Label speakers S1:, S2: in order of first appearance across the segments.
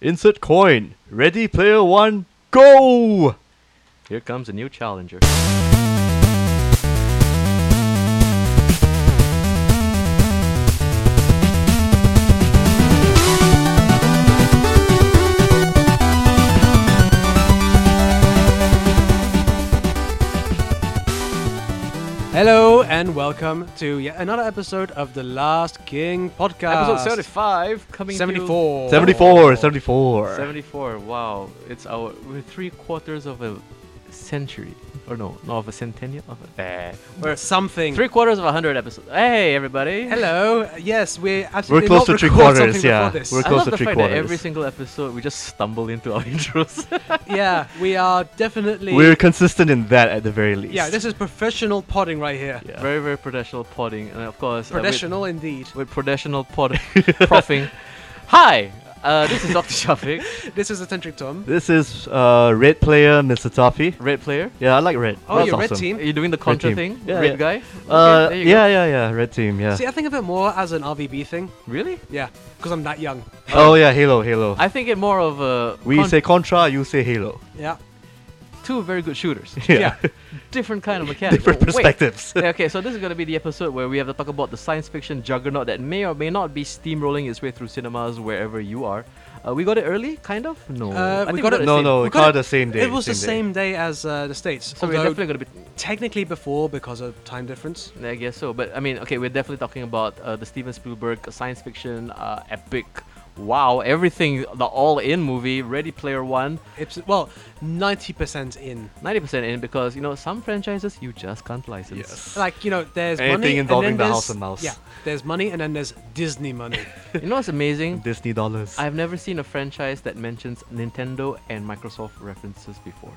S1: Insert coin. Ready player one, go! Here comes a new challenger.
S2: Hello and welcome to yet another episode of the Last King podcast.
S3: Episode 75 coming to-
S2: 74. Oh.
S1: 74, 74.
S3: 74. Wow. It's our we're three quarters of a century. Or no, no of a centennial of a eh.
S2: Or something.
S3: Three quarters of a hundred episodes. Hey everybody.
S2: Hello. Yes, we're
S1: We're
S2: absolutely
S1: close
S2: not
S1: to three
S2: record
S1: quarters,
S2: something
S1: yeah.
S2: before this.
S1: We're
S3: I
S1: close
S3: love
S1: to
S3: the
S1: three
S3: fact that every
S1: quarters.
S3: single episode we just stumble into our intros.
S2: yeah, we are definitely.
S1: We're consistent in that at the very least.
S2: yeah, this is professional podding right here.
S1: Yeah.
S3: Very very professional podding and of course uh, with-
S2: Professional indeed.
S3: with, professional pod profing. Hi. Uh, this is Dr. Shafiq,
S2: This is a Tantric Tom.
S1: This is uh, red player Mr. Toffee.
S3: red player.
S1: Yeah, I like red.
S2: Oh,
S1: That's
S2: you're red
S1: awesome.
S2: team?
S3: You're doing the contra
S1: team.
S3: thing,
S1: Yeah,
S3: red
S1: yeah.
S3: guy.
S1: Uh,
S3: there you go.
S1: yeah, yeah, yeah, red team. Yeah.
S2: See, I think of it more as an RVB thing.
S3: Really?
S2: Yeah, because I'm that young.
S1: oh yeah, Halo, Halo.
S3: I think it more of a
S1: we
S3: con-
S1: say Contra, you say Halo.
S2: Yeah.
S3: two very good shooters.
S1: Yeah.
S3: Different kind of mechanics.
S1: Different
S3: Oh, wait.
S1: perspectives.
S3: Yeah, okay, so this is going to be the episode where we have to talk about the science fiction juggernaut that may or may not be steamrolling its way through cinemas wherever you are. Uh, we got it early, kind of? No.
S2: Uh,
S3: I think
S2: we got it-
S1: no,
S3: same-
S1: no,
S2: we
S1: it's
S2: got
S1: not
S2: it-
S1: the same day.
S2: it was the same day as uh, the States.
S3: So we're
S2: although
S3: definitely going to be.
S2: technically before because of time difference.
S3: I guess so. But I mean, okay, we're definitely talking about uh, the Steven Spielberg science fiction uh, epic. Wow, everything, the all in movie, Ready Player One,
S2: It's, well, 90% in.
S3: 90% in because, you know, some franchises you just can't license.
S1: Yes.
S2: like you know there's
S1: Anything
S2: money
S1: involving
S2: and
S1: the
S2: then
S1: House
S2: there's-
S1: and Mouse.
S2: yeah there's money and then there's disney money
S3: You know what's amazing?
S1: Disney dollars.
S3: I've never seen a franchise that mentions Nintendo and Microsoft references before.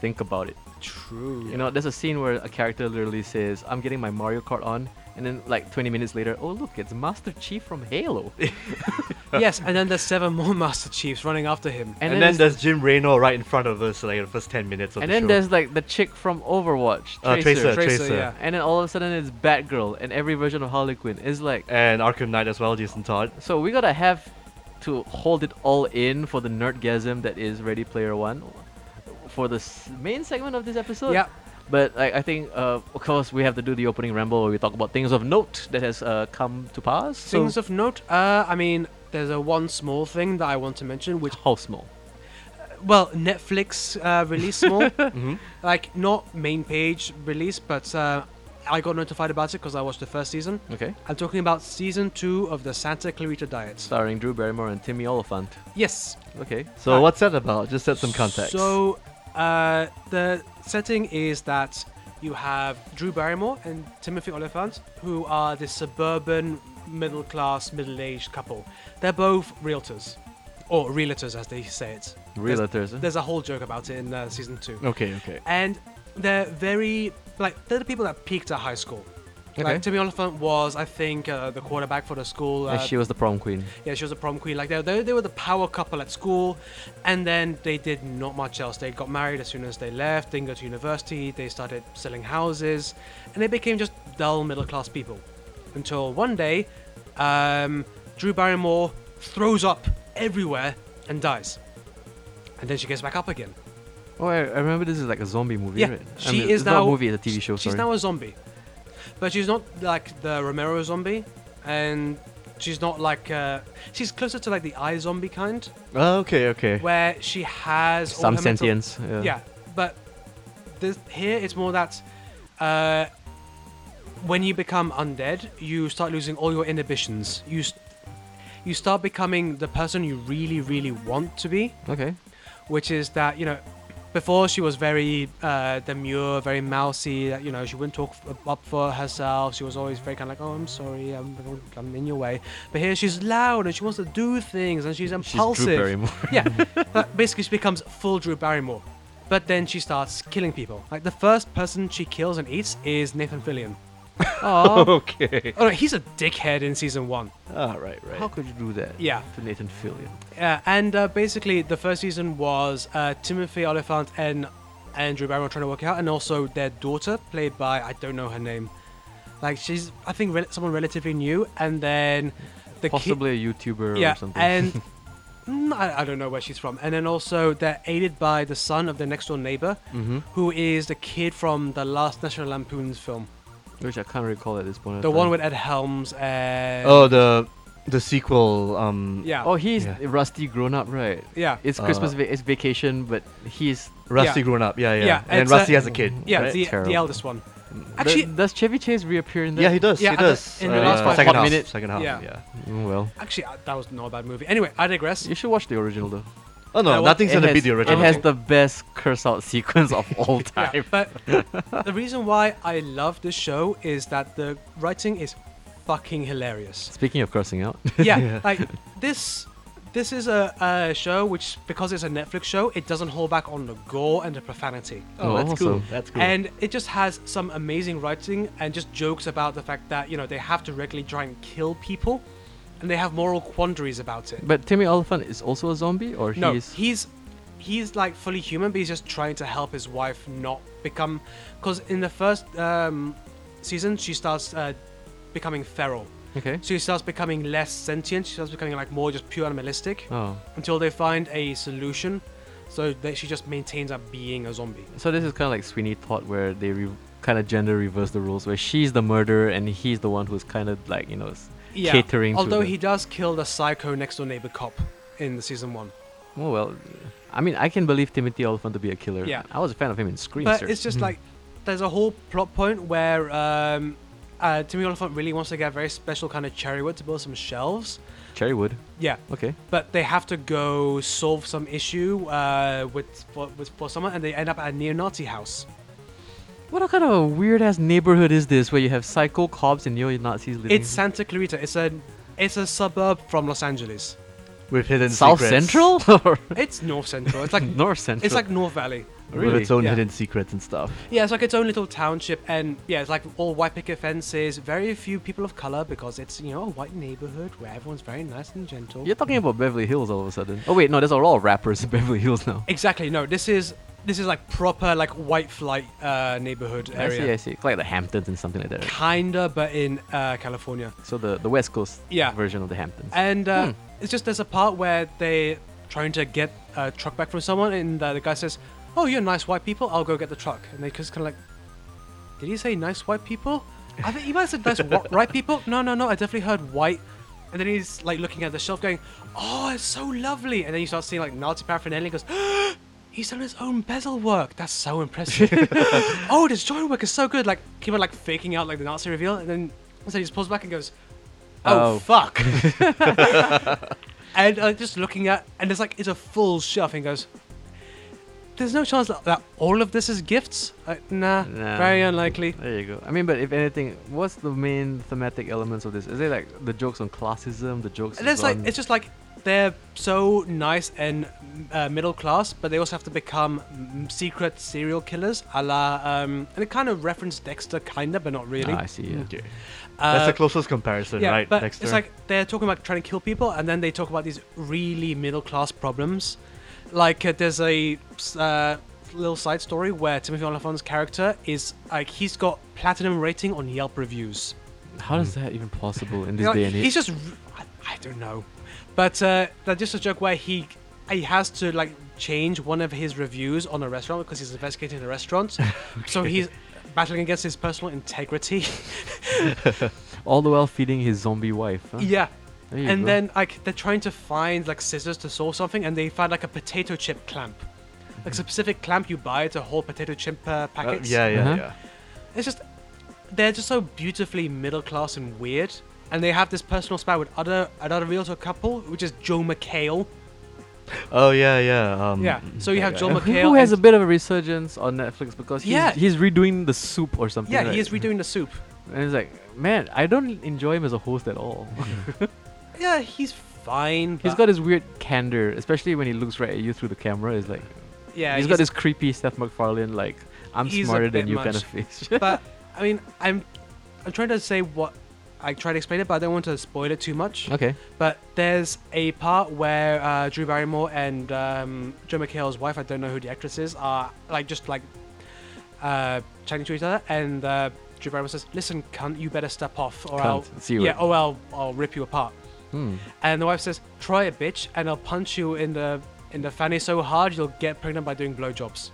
S3: Think about it.
S2: true
S3: You know, there's a scene where a character literally says, I'm getting my Mario Kart on, and then like 20 minutes later, oh look, it's Master Chief from Halo. and,
S2: yes and then there's seven more master chiefs running after him
S1: and, then,
S3: there's,
S1: there's Jim Reno right in front of us, like the first ten minutes of
S3: and
S1: the
S3: then
S1: show.
S3: there's like the chick from Overwatch,
S1: uh, Tracer,
S2: Tracer, yeah.
S3: And then all of a sudden it's Batgirl, and every version of Harley Quinn is like,
S1: and Arkham Knight as well, Jason Todd.
S3: so we gotta have to hold it all in for the nerdgasm that is Ready Player One, for the s- main segment of this episode.
S2: yeah
S3: But I, I think, uh, of course, we have to do the opening ramble where we talk about things of note that has uh, come to pass. So
S2: things of note uh i mean there's a one small thing that i want to mention which
S3: how small?
S2: well netflix uh release small
S3: Mm-hmm.
S1: hmm
S2: like not main page release but uh i got notified about it because i watched the first season
S3: Okay.
S2: i'm talking about season two of the santa clarita diet
S3: Starring Drew Barrymore and Timmy Oliphant.
S2: yes
S3: Okay.
S1: So
S2: Right.
S1: what's that about? Just set some context.
S2: So, uh, the setting is that you have Drew Barrymore and Timothy Oliphant, who are this suburban, middle class, middle aged couple. They're both realtors, or realtors as they say it.
S1: Mm-hmm.
S3: Realtors. eh?
S2: There's a whole joke about it in uh, season two.
S1: okay, okay.
S2: And they're very, like, they're the people that peaked at high school.
S3: Okay.
S2: Like, Timmy Oliphant was, I think, uh, the quarterback for the school.
S3: And
S2: uh,
S3: she was the prom queen.
S2: yeah, she was a prom queen. Like they, they, they were the power couple at school, and then they did not much else. They got married as soon as they left. Didn't go to university. They started selling houses, and they became just dull middle class people, until one day, um, Drew Barrymore throws up everywhere and dies, and then she gets back up again.
S3: Oh, I, I remember this is like a zombie movie,
S2: Yeah,
S3: right?
S2: she
S3: I mean,
S2: is
S3: it's not
S2: now-
S3: a movie, it's a TV show.
S2: She's
S3: sorry.
S2: now a zombie, but she's not like the Romero zombie, and she's not like uh, she's closer to like the eye zombie kind.
S1: Oh, okay, okay.
S2: where she has all
S3: Some uh,
S2: her mental-
S3: sentience. Yeah.
S2: yeah, but this, here it's more that uh, when you become undead, you start losing all your inhibitions. You s you start becoming the person you really, really want to be,
S3: Okay.
S2: which is that you know. Before she was very uh, demure, very mousy. uh, You know, she wouldn't talk f- up for herself. She was always very kind of like, "Oh, I'm sorry, I'm, I'm in your way." But here she's loud and she wants to do things and she's impulsive.
S3: She's Drew Barrymore.
S2: Yeah, but basically she becomes full Drew Barrymore. But then she starts killing people. Like the first person she kills and eats is Nathan Fillion.
S3: Aw.
S1: Okay.
S2: Oh no, he's a dickhead in season one.
S1: Ah, right, right.
S3: How could you do that?
S2: Yeah,
S3: To Nathan Fillion.
S2: yeah. And uh, basically the first season was uh, Timothy Oliphant and and Drew Barrymore trying to work it out, and also their daughter played by I don't know her name. Like she's I think rel- someone relatively new, and then the ki-
S3: Possibly a YouTuber
S2: yeah,
S3: or something.
S2: and Mm, I, I don't know where she's from. And then also, they're aided by the son of their next door neighbor,
S3: Mm-hmm.
S2: who is the kid from the last National Lampoon's film.
S3: Which I can't recall at this point. of
S2: The one
S3: time.
S2: with Ed Helms and.
S1: Oh, the the sequel. Um,
S2: Yeah.
S3: Oh, he's
S1: Yeah.
S3: rusty grown up, right?
S2: yeah.
S3: It's
S1: Uh,
S3: Christmas. Va- it's vacation, but he's
S1: Rusty
S2: Yeah.
S1: grown up. Yeah, yeah.
S2: Yeah,
S1: and
S2: it's a-
S1: Rusty has a kid.
S2: Yeah,
S1: right?
S2: the, the
S3: Terrible.
S2: eldest one. Actually,
S3: Th- does Chevy Chase reappear in that?
S1: yeah, he does.
S2: Yeah,
S1: he
S2: at the-
S1: does. Uh,
S2: in the last five
S1: second
S3: hot
S1: half.
S3: minute.
S1: Second half.
S2: Yeah.
S1: Yeah.
S3: Mm, well,
S2: actually, uh, that was not a bad movie. Anyway, I digress.
S3: you should watch the original though.
S1: Oh no,
S2: Uh, well,
S1: nothing's gonna beat the
S3: It
S1: original.
S3: has the best curse out sequence of all time.
S2: Yeah, but the reason why I love this show is that the writing is fucking hilarious.
S3: Speaking of cursing out,
S2: yeah,
S1: Yeah.
S2: like this this is a, a show which because it's a netflix show it doesn't hold back on the gore and the profanity
S1: oh,
S3: Oh,
S1: that's cool.
S3: awesome.
S1: That's cool.
S2: and it just has some amazing writing and just jokes about the fact that you know they have to regularly try and kill people and they have moral quandaries about it
S3: but Timmy Oliphant is also a zombie, or
S2: no
S3: he's
S2: he's he's like fully human but he's just trying to help his wife not become because in the first um, season she starts uh, becoming feral
S3: okay.
S2: so she starts becoming less sentient she starts becoming like more just pure animalistic
S3: Oh,
S2: until they find a solution so that she just maintains her being a zombie.
S3: so this is kind of like Sweeney Todd, where they re- kind of gender reverse the rules, where she's the murderer and he's the one who's kind of like you know s- catering. to
S2: Although
S3: the-
S2: he does kill the psycho next door neighbor cop in the season one.
S3: Oh well, I mean, I can believe Timothy Oliphant to be a killer.
S2: Yeah.
S3: I was a fan of him in Scream.
S2: but
S3: sir.
S2: it's just like there's a whole plot point where um, uh, Timmy Oliphant really wants to get a very special kind of cherry wood to build some shelves.
S3: Cherrywood.
S2: Yeah,
S3: Okay.
S2: but they have to go solve some issue uh, with, for, with for someone, and they end up at a neo-Nazi house.
S3: What kind of a weird ass neighborhood is this where you have psycho cops and neo Nazis living?
S2: It's Santa Clarita. It's a it's a suburb from Los Angeles.
S1: With hidden
S3: South
S1: secrets.
S3: Central or
S2: It's North Central. It's like
S3: North Central?
S2: It's like North Valley.
S1: With
S3: Really?
S1: its own
S2: Yeah.
S1: hidden secrets and stuff.
S2: Yeah, it's like its own little township, and yeah, it's like all white picket fences, very few people of color because it's you know a white neighborhood where everyone's very nice and gentle.
S3: you're talking about Beverly Hills all of a sudden. Oh wait, no, there's a lot of rappers in Beverly Hills now.
S2: Exactly. No, this is this is like proper like white flight uh, neighborhood
S3: I see, I
S2: area.
S3: see. It's like the Hamptons and something like that. right?
S2: Kinda, but in uh, California.
S3: So the the West Coast
S2: Yeah.
S3: version of the Hamptons.
S2: And uh, it's just there's a part where they trying to get a truck back from someone, and uh, the guy says, "Oh, you're nice white people. I'll go get the truck." And they just kind of like, "Did he say nice white people? I think he might have said nice wh- white people. No, no, no. I definitely heard white." And then he's like looking at the shelf, going, "Oh, it's so lovely." And then you start seeing like Nazi paraphernalia. and He goes. He's done his own bezel work. That's so impressive. oh, this joint work is so good. Like, keep on like faking out like the Nazi reveal, and then so he just pulls back and goes, "Oh,
S3: Oh.
S2: fuck!" and uh, just looking at, and it's like it's a full shelf, and he goes, "There's no chance that, that all of this is gifts." Like, nah,
S3: Nah.
S2: very unlikely.
S3: there you go. I mean, but if anything, what's the main thematic elements of this? Is it like the jokes on classism, the jokes
S2: And it's like
S3: on
S2: it's just like they're so nice and uh, middle class, but they also have to become mm, secret serial killers, a la. Um, and it kind of referenced Dexter, kinda, but not really.
S3: Ah, I see. Yeah.
S1: Okay.
S2: Uh,
S1: Oh, That's the closest comparison,
S2: yeah,
S1: right?
S2: but
S1: Dexter?
S2: it's like they're talking about trying to kill people, and then they talk about these really middle class problems. Like uh, there's a uh, little side story where Timothy Oliphant's character is like he's got platinum rating on Yelp reviews.
S3: How is that even possible in this
S2: You know,
S3: day and age?
S2: he's just r- I, I don't know, but uh, that's just a joke where he he has to like change one of his reviews on a restaurant because he's investigating the restaurant, so he's battling against his personal integrity.
S3: All the while feeding his zombie wife. Huh?
S2: yeah,
S3: There you
S2: and
S3: go.
S2: then like they're trying to find like scissors to saw something, and they find like a potato chip clamp,
S3: Mm-hmm.
S2: like a specific clamp you buy. It's a whole potato chip uh,
S1: Uh,
S2: packets.
S1: yeah, yeah,
S3: Uh-huh.
S1: yeah.
S2: it's just they're just so beautifully middle class and weird, and they have this personal spat with other another realtor couple, which is Joe McHale.
S1: Oh yeah, yeah. Um,
S2: Yeah, so you have
S1: yeah,
S2: John
S3: Uh,
S1: yeah.
S2: Mc-
S3: who
S2: Mikhail
S3: has a
S2: and-
S3: bit of a resurgence on Netflix because he's,
S2: Yeah.
S3: he's redoing the soup or something.
S2: Yeah,
S3: right?
S2: he is redoing the soup.
S3: And it's like, man, I don't enjoy him as a host at all.
S2: Yeah, he's fine.
S3: he's
S2: but-
S3: got his weird candor, especially when he looks right at you through the camera. It's like
S2: yeah,
S3: he's got this creepy Seth MacFarlane like I'm
S2: He's a
S3: smarter than
S2: bit
S3: you kind
S2: much.
S3: of face.
S2: but I mean, I'm I'm trying to say what I try to explain it, but I don't want to spoil it too much.
S3: okay.
S2: But there's a part where uh, Drew Barrymore and um, Joe McHale's wife, I don't know who the actress is, are like just like uh, chatting to each other, and uh, Drew Barrymore says, "Listen, cunt, you better step off, or
S3: Cunt.
S2: I'll
S3: See Hmm, you
S2: yeah,
S3: later."
S2: or I'll I'll rip you apart." And the wife says, "Try it, bitch, and I'll punch you in the in the fanny so hard you'll get pregnant by doing blowjobs."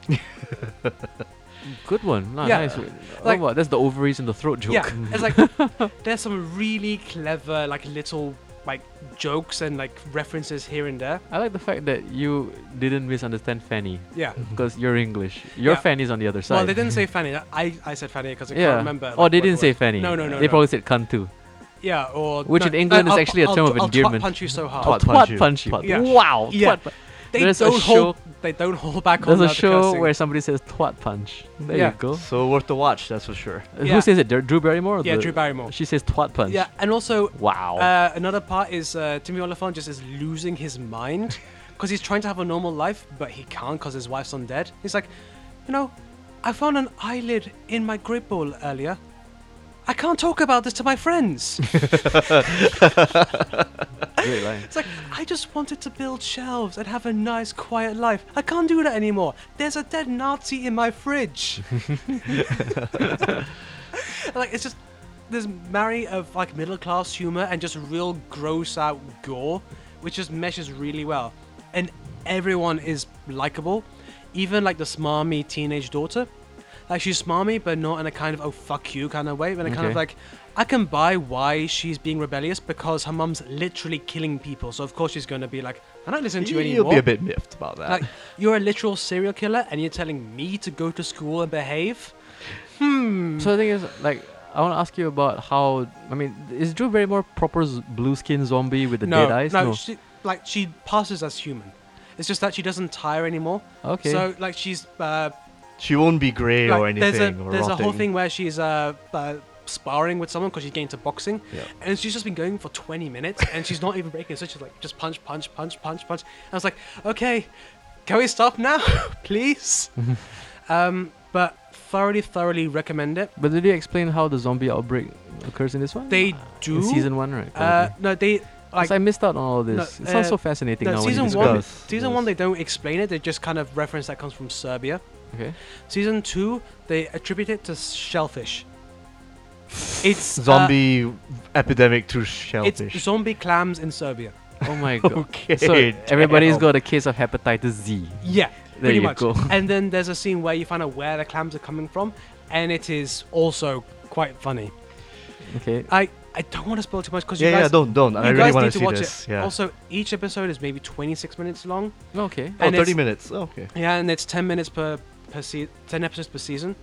S3: Good one. No,
S2: Yeah.
S3: nice. Oh,
S2: Like-
S3: wow, that's the ovaries and the throat joke.
S2: Yeah, it's like there's some really clever like little like jokes and like references here and there.
S3: I like the fact that you didn't misunderstand Fanny
S2: Yeah.
S3: because you're English. Your
S2: Yeah.
S3: Fanny's on the other side.
S2: Well, they didn't say fanny. I, I said fanny because I
S3: yeah.
S2: can't remember.
S3: oh,
S2: like,
S3: they
S2: what it
S3: didn't say
S2: was.
S3: Fanny.
S2: No, no, no.
S3: They
S2: no.
S3: probably said Kantu.
S2: yeah, or
S3: Which
S2: no,
S3: in England
S2: no,
S3: is
S2: I'll-
S3: actually a
S2: I'll-
S3: term of
S2: I'll twat
S3: endearment.
S2: punch you so hard.
S1: Twat
S3: Twat
S1: punch you.
S3: punch you.
S1: Twat
S2: punch.
S3: Wow.
S2: Yeah.
S3: Twat pu-
S2: They
S3: There's a
S2: don't
S3: show-
S2: hold. They don't hold back on
S3: There's a
S2: the
S3: show
S2: cursing.
S3: where somebody says twat punch. There
S2: Yeah.
S3: you go.
S1: So worth the watch, that's for sure.
S3: Uh,
S2: Yeah.
S3: Who says it? Dur- Drew Barrymore? or
S2: yeah,
S3: the-
S2: Drew Barrymore.
S3: She says twat punch.
S2: Yeah, and also
S3: Wow.
S2: Uh, another part is uh, Timmy Oliphant just is losing his mind because he's trying to have a normal life, but he can't because his wife's undead. He's like, you know, I found an eyelid in my grape bowl earlier. I can't talk about this to my friends.
S3: Great line.
S2: it's like, I just wanted to build shelves and have a nice, quiet life. I can't do that anymore. There's a dead Nazi in my fridge. like, it's just. There's marry of like middle class humor and just real gross out gore, which just meshes really well. And everyone is likable, even like the smarmy teenage daughter. Like she's smarmy, but not in a kind of oh fuck you kind of way, but in a kind of
S3: Okay.
S2: like I can buy why she's being rebellious because her mum's literally killing people, so of course she's gonna be like, I don't listen to you anymore.
S1: You'll be a bit miffed about that.
S2: Like, you're a literal serial killer and you're telling me to go to school and behave? Hmm.
S3: So the thing is, like, I want to ask you about how. I mean, is Drew Barrymore proper z- blue skin zombie with the
S2: no,
S3: dead eyes?
S2: no, She, like, she passes as human. It's just that she doesn't tire anymore.
S3: okay.
S2: So, like, she's. Uh,
S1: she won't be grey or
S2: like,
S1: anything.
S2: there's a,
S1: or
S2: there's a whole
S1: rotting.
S2: thing where she's uh, uh, sparring with someone because she's getting into boxing.
S1: Yeah.
S2: And she's just been going for 20 minutes and she's not even breaking. So she's like, just punch, punch, punch, punch, punch. And I was like, okay, can we stop now, please? um, but thoroughly, thoroughly recommend it.
S3: but did you explain how the zombie outbreak occurs in this one?
S2: They
S3: Uh, in
S2: do.
S3: season one, right?
S2: Uh,
S3: probably.
S2: no, they.
S3: 'Cause
S2: Like,
S3: I missed out on all of this.
S2: no,
S3: it sounds
S2: uh,
S3: so fascinating
S2: no,
S3: now when you
S2: season one-
S3: discuss
S1: Discuss.
S2: Season one, they don't explain it. They just kind of reference that comes from Serbia.
S3: Okay.
S2: Season two, they attribute it to shellfish. It's uh,
S1: Zombie epidemic to shellfish.
S2: it's zombie clams in Serbia.
S3: Oh my god.
S1: okay.
S3: So everybody's
S1: damn.
S3: got a case of hepatitis Z.
S2: Yeah,
S3: There
S2: pretty
S3: you
S2: much.
S3: go.
S2: And then there's a scene where you find out where the clams are coming from, and it is also quite funny.
S3: Okay.
S2: I I don't want to spoil too much because
S1: Yeah,
S2: you guys.
S1: yeah, don't, don't. I
S2: you
S1: really
S2: guys
S1: want
S2: need to
S1: see
S2: watch
S1: this.
S2: it.
S1: Yeah.
S2: Also, each episode is maybe 26 minutes long.
S3: Okay.
S1: oh,
S2: and
S1: 30
S2: it's-
S1: minutes. Oh, okay.
S2: Yeah, and it's 10 minutes per per se- 10 episodes per season.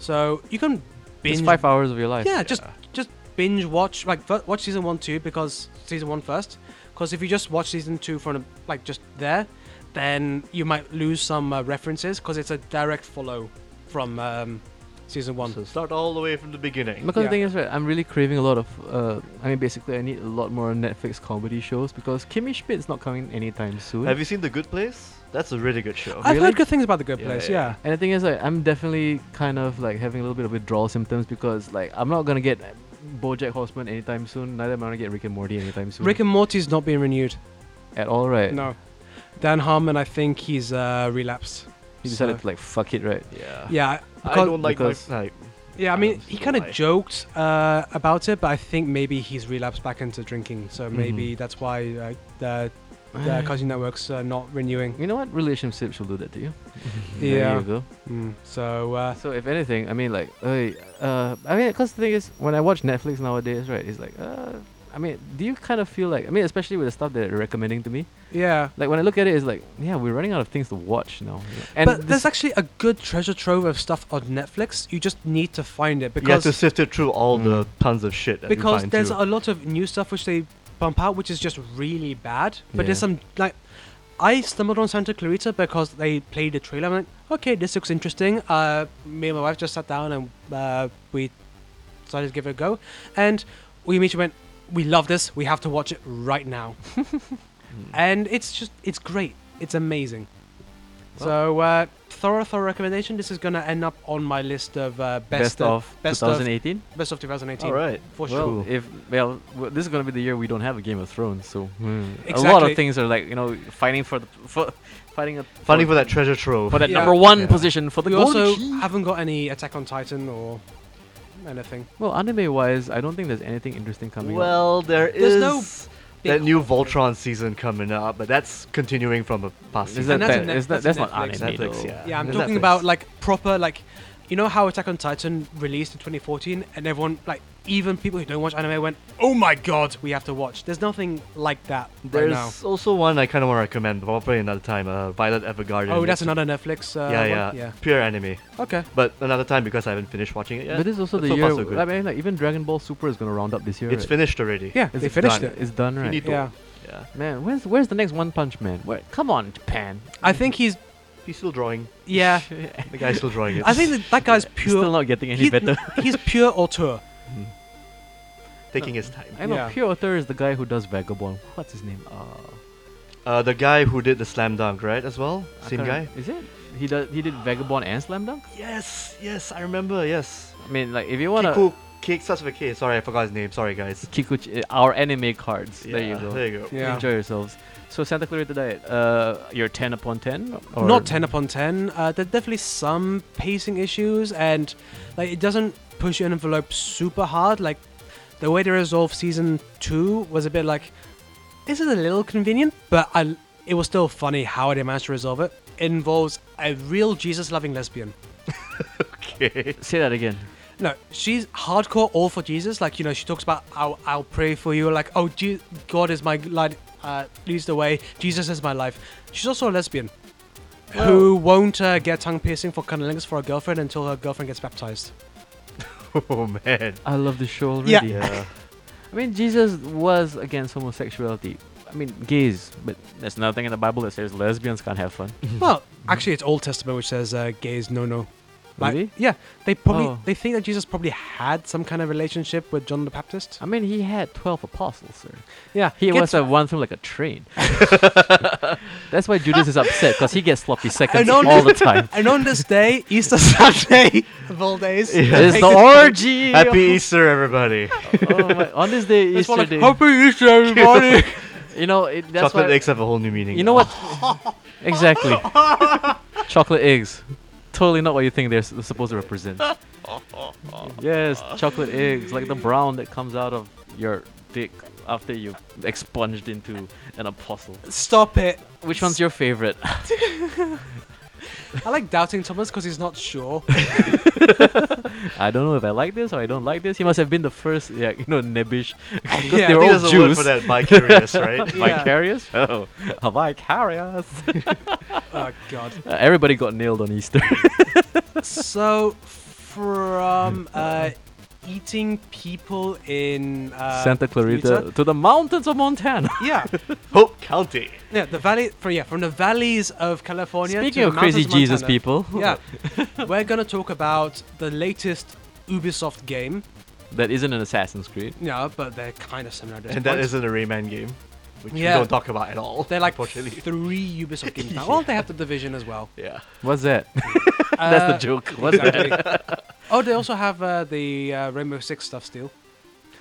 S2: So you can binge
S3: It's five hours of your life.
S2: yeah, just just binge watch like fir- watch season one too because season one first. Because if you just watch season two from the, like just there, then you might lose some uh, references because it's a direct follow from um, season one.
S1: So start all the way from the beginning.
S3: Because
S2: Yeah.
S3: the thing is, right, I'm really craving a lot of. Uh, I mean, basically, I need a lot more Netflix comedy shows because Kimmy Schmidt's not coming anytime soon.
S1: Have you seen The Good Place? That's a really good show.
S2: I've
S3: Really?
S2: heard good things about the Good
S1: Yeah,
S2: Place.
S1: yeah,
S2: Yeah,
S3: And the thing is, like, I'm definitely kind of like having a little bit of withdrawal symptoms because, like, I'm not gonna get BoJack Horseman anytime soon. Neither am I gonna get Rick and Morty anytime soon.
S2: Rick and Morty's not being renewed.
S3: at all, right?
S2: No, Dan Harmon, I think he's uh, relapsed.
S3: He decided
S2: So-
S3: to like fuck it, right?
S1: yeah.
S2: Yeah,
S1: I
S2: because-
S1: don't like my
S3: because-
S1: type.
S2: yeah. I mean,
S1: I
S2: he
S1: don't
S2: kind of
S1: lie.
S2: joked uh, about it, but I think maybe he's relapsed back into drinking. So maybe that's why uh, the the Cartoon Network's uh, not renewing.
S3: You know what? Relationships will do that to you. There
S2: Yeah.
S3: you go.
S2: Mm. So uh,
S3: So if anything, I mean, like, uh, uh I mean, cause the thing is, when I watch Netflix nowadays, right, it's like, uh, I mean, do you kind of feel like, I mean, especially with the stuff that they're recommending to me,
S2: yeah,
S3: like when I look at it, it's like, yeah, we're running out of things to watch now. And
S2: but
S3: this-
S2: there's actually a good treasure trove of stuff on Netflix. You just need to find it
S1: you have
S2: because
S1: to sift it through all the
S3: Mm.
S1: tons of shit. That
S2: because
S1: you find
S2: there's
S1: too.
S2: a lot of new stuff which they bump out, which is just really bad. But there's
S3: Yeah.
S2: some like. I stumbled on Santa Clarita because they played the trailer. I'm like, okay, this looks interesting. Uh, me and my wife just sat down and uh, we decided to give it a go. And we immediately went, we love this. We have to watch it right now.
S1: Hmm.
S2: and it's just it's great it's amazing so uh, thorough thorough recommendation this is going to end up on my list of uh, best,
S3: best, of
S2: best of-
S3: 2018.
S2: best of 2018
S1: all right.
S2: for
S3: well,
S2: sure
S1: Cool.
S3: if well, w this is gonna be the year we don't have a Game of Thrones, so hmm, a lot
S2: Exactly.
S3: of things are like you know fighting for the for fighting a,
S1: Funny for that treasure trove.
S3: for that
S2: Yeah.
S3: number one
S1: Yeah.
S3: position for the
S2: we
S3: golden
S2: also
S3: key.
S2: haven't got any attack on titan or anything
S3: Well, anime wise, I don't think there's anything interesting coming. up.
S1: well, there
S2: There's
S1: is
S2: no- They
S1: that new
S2: call it-
S1: Voltron season coming up, but that's continuing from a past
S3: Is
S1: season.
S3: that,
S2: And that's
S3: that,
S2: a Net-
S3: is that,
S2: that's
S3: that's
S2: a
S3: not anime
S2: Netflix.
S1: Netflix,
S3: though.
S1: yeah.
S2: Yeah, I'm
S1: Netflix.
S2: talking about like proper like, you know how Attack on Titan released in 2014, and everyone like even people who don't watch anime went, "Oh my god, we have to watch." There's nothing like that right
S1: There's
S2: now.
S1: also one I kind of want to recommend, but I'll play another time. Uh, Violet Evergarden.
S2: Oh, that's
S1: It's-
S2: another Netflix. Uh,
S1: yeah, yeah,
S2: one?
S1: pure anime.
S2: Okay.
S1: But another time because I haven't finished watching it yet.
S3: But this is also
S1: But
S3: the
S1: so far,
S3: year.
S1: so good.
S3: I mean, like even Dragon Ball Super is gonna round up this year.
S1: it's
S3: right?
S1: finished already.
S2: Yeah,
S3: Is
S2: they finished
S1: done?
S2: it.
S3: It's done, right?
S1: Finito.
S2: Yeah,
S1: yeah.
S3: Man, where's where's the next One Punch Man? Where, come on, Japan.
S2: I think he's.
S1: He's still drawing.
S2: Yeah,
S1: The guy's still drawing it.
S2: I think that, that guy's
S3: Still
S2: pure.
S3: not getting any
S2: he-
S3: better.
S2: he's pure auteur.
S1: Mhm. taking his time.
S3: I know
S2: Yeah.
S3: pure author is the guy who does Vagabond. What's his name? Uh,
S1: Uh, the guy who did the slam dunk, right? As well,
S3: I
S1: same
S3: can't
S1: guy.
S3: rem- Is it? He does. He did Vagabond and Slam Dunk.
S1: Yes, yes, I remember. Yes.
S3: I mean, like if you wanna
S1: Kiku, Kick starts with a K. Sorry, I forgot his name. Sorry, guys.
S3: Kikuchi, eh, our anime cards. there you
S1: Yeah,
S3: go.
S1: There you go.
S2: Yeah.
S3: Enjoy yourselves. So Santa Clarita Diet, uh, you're 10 upon 10?
S2: Not 10 upon 10. Uh, there are definitely some pacing issues, and like it doesn't push your envelope super hard. Like the way they resolved season two was a bit like, this is a little convenient, but I, it was still funny how they managed to resolve it. It involves a real Jesus loving lesbian.
S1: Okay.
S3: Say that again.
S2: No, she's hardcore all for Jesus. Like you know, she talks about I'll, I'll pray for you. Like oh, Je- God is my light, uh, leads the way. Jesus is my life. She's also a lesbian who won't uh, get tongue piercing for cunnilingus for her girlfriend until her girlfriend gets baptized.
S1: Oh man.
S3: I love the show already.
S2: Yeah.
S1: Yeah.
S3: I mean, Jesus was against homosexuality. I mean, gays, but there's nothing in the Bible that says lesbians can't have fun.
S2: Well, actually, it's Old Testament which says uh, gays no no.
S3: Really?
S2: Yeah, they probably
S3: Oh.
S2: they think that Jesus probably had some kind of relationship with John the Baptist.
S3: I mean, he had 12 apostles, sir.
S2: Yeah,
S3: Um, He
S2: gets-
S3: was uh, one through like a train. That's why Judas is upset because he gets sloppy seconds
S2: know.
S3: all the time.
S2: And on this day, Easter Sunday of all days,
S1: Yeah.
S3: It's
S2: they
S3: the
S2: did-
S3: orgy. of-
S1: Happy Easter, everybody.
S3: Oh my, on this day,
S2: That's
S3: Easter
S2: what, like,
S3: day.
S2: Happy Easter, everybody!
S3: You know, it, that's
S1: Chocolate
S3: why.
S1: eggs have a whole new meaning.
S3: You know what? exactly. chocolate eggs. Totally not what you think they're s- supposed to represent. yes, chocolate eggs, like the brown that comes out of your dick after you expunged into an apostle.
S2: Stop it.
S3: Which one's your favorite?
S2: I like doubting Thomas because he's not sure.
S3: I don't know if I like this or I don't like this. He must have been the first, yeah, you know, nebbish. 'Cause
S2: Yeah,
S1: I
S3: they're
S1: think
S3: all
S1: there's a word
S3: Jews.
S1: for that. Vicarious, right?
S2: Yeah.
S3: Vicarious? Oh, a vicarious.
S2: oh god.
S3: Uh, everybody got nailed on Easter.
S2: So from uh, eating people in uh,
S3: Santa Clarita to the mountains of Montana.
S2: Yeah,
S1: Hope County.
S2: yeah. The valley from yeah from the valleys of California.
S3: Speaking
S2: to
S3: of
S2: the
S3: crazy
S2: mountains
S3: Jesus
S2: Montana.
S3: people,
S2: Yeah, we're gonna talk about the latest Ubisoft game.
S3: that isn't an Assassin's Creed.
S2: Yeah, but they're kind of similar. At this
S1: And that
S2: point.
S1: isn't a Rayman game, which
S2: Yeah.
S1: we don't talk about at all.
S2: They're like
S1: unfortunately.
S2: three Ubisoft games now. Well, they have the Division as well.
S1: Yeah.
S3: What's that? That's the
S2: Uh,
S3: joke. What's that?
S2: Exactly. oh, they also have uh, the uh, Rainbow Six stuff still.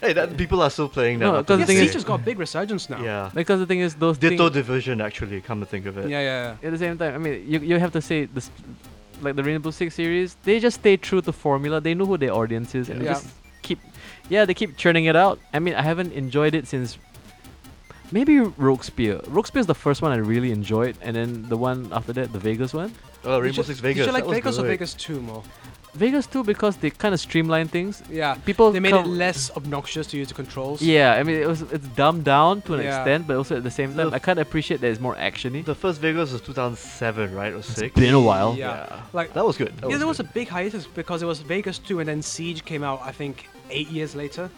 S1: Hey, that, people are still playing that.
S3: No,
S1: up to
S3: But 'cause the
S2: Yeah,
S1: this
S3: thing
S1: day.
S2: Siege has got a big resurgence now.
S1: Yeah.
S3: Because the thing is, those
S1: Ditto
S3: things.
S1: Division, actually, come to think of
S2: yeah,
S1: it.
S2: yeah. yeah.
S3: at the same time, I mean, you you have to say this, like the Rainbow Six series, they just stay true to formula. They know who their audience is, and they
S2: Yeah.
S3: just keep, yeah, they keep churning it out. I mean, I haven't enjoyed it since. Maybe Rogue Spear. Rogue Spear is the first one I really enjoyed, and then the one after that, the Vegas one.
S1: Oh,
S2: Did
S1: Rainbow
S2: you-
S1: Six Vegas.
S2: Did you
S1: that
S2: like
S1: was
S2: Vegas or
S1: good.
S2: Vegas 2 more?
S3: Vegas too, because they kind of streamline things.
S2: Yeah.
S3: People
S2: They made it
S3: Oh, come-
S2: less obnoxious to use the controls.
S3: Yeah, I mean it was it's dumbed down to an
S2: Yeah.
S3: extent, but also at the same
S1: The
S3: time,
S1: f-
S3: I kind of appreciate that it's more actiony.
S1: The first Vegas was 2007, right? Or six?
S3: been a while.
S2: Yeah. Like,
S1: That was good. That
S2: yeah, there was a
S1: good.
S2: big hiatus because it was Vegas 2 and then Siege came out, I think, eight years later.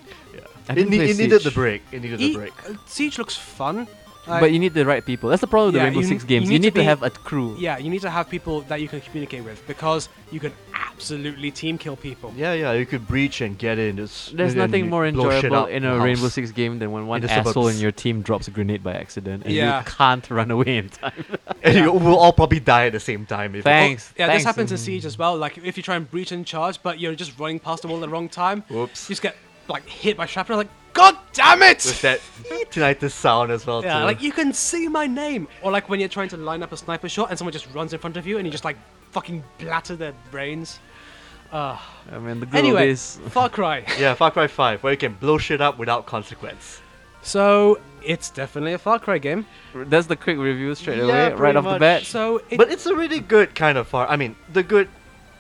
S3: I
S1: It,
S3: didn't
S1: ne-
S3: play
S1: it needed the
S3: Siege.
S1: break. It needed
S2: E-
S1: the break.
S2: uh, Siege looks fun. Like,
S3: but you need the right people. That's the problem with
S2: Yeah,
S3: the Rainbow
S2: you
S3: Six
S2: n-
S3: games. You need, to,
S2: be-
S3: have a crew.
S2: yeah, you need to have people that you can communicate with because you can absolutely team kill people.
S1: Yeah, yeah. You could breach and get in. It's,
S3: There's
S1: and then
S3: nothing
S1: you
S3: more
S1: blow shit
S3: enjoyable
S1: up
S3: in
S1: the
S3: a
S1: house.
S3: Rainbow Six game than when one
S1: the
S3: asshole in
S1: suburbs.
S3: your team drops a grenade by accident and
S2: Yeah.
S3: you can't run away in time.
S1: And you, we'll all probably die at the same time. If
S3: Thanks.
S2: Oh, Yeah,
S3: Thanks.
S2: this happens in Siege as well. Like if you try and breach and charge, but you're just running past the wall at the wrong time, you
S1: Whoops.
S2: just get like hit by shrapnel. Like God damn it!
S1: With that tonight, the sound as well.
S2: yeah,
S1: too.
S2: like you can see my name, or like when you're trying to line up a sniper shot and someone just runs in front of you and you just like fucking blatter their brains.
S3: I mean, the good old
S2: Anyway,
S3: days.
S2: Far Cry.
S1: Yeah, Far Cry 5, where you can blow shit up without consequence.
S2: So it's definitely a Far Cry game.
S3: That's the quick review straight
S1: Yeah,
S3: away, right
S1: pretty
S3: off the
S1: much.
S3: bat.
S2: So it,
S1: but it's a really good kind of far. I mean, the good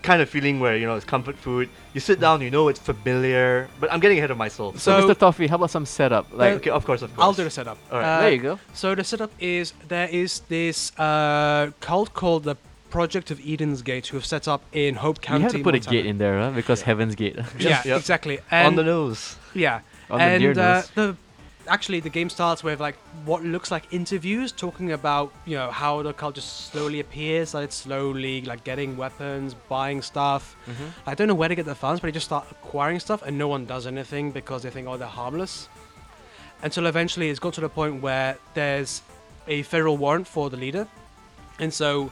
S1: kind of feeling where you know it's comfort food. You sit down, you know it's familiar. But I'm getting ahead of myself.
S3: So, uh,
S2: So-
S3: Mr. Toffee, how about some setup? Like,
S1: okay, of course, of course.
S2: I'll do the setup. Uh,
S1: All right.
S3: there you go.
S2: So the setup is there is this uh, cult called the Project of Eden's Gate who have set up in Hope County.
S3: you have to put
S2: Montana.
S3: a gate in there, huh? Because Heaven's Gate.
S2: Yeah,
S1: Yep.
S2: exactly.
S1: on
S2: And
S1: the nose.
S2: yeah,
S3: on the
S2: and
S3: near
S2: uh,
S3: nose.
S2: the actually the game starts with like what looks like interviews talking about you know how the cult just slowly appears, like it's slowly like getting weapons, buying stuff.
S3: Mm-hmm.
S2: I don't know where to get the funds, but they just start acquiring stuff, and no one does anything because they think, oh, they're harmless. Until eventually, it's got to the point where there's a federal warrant for the leader, and so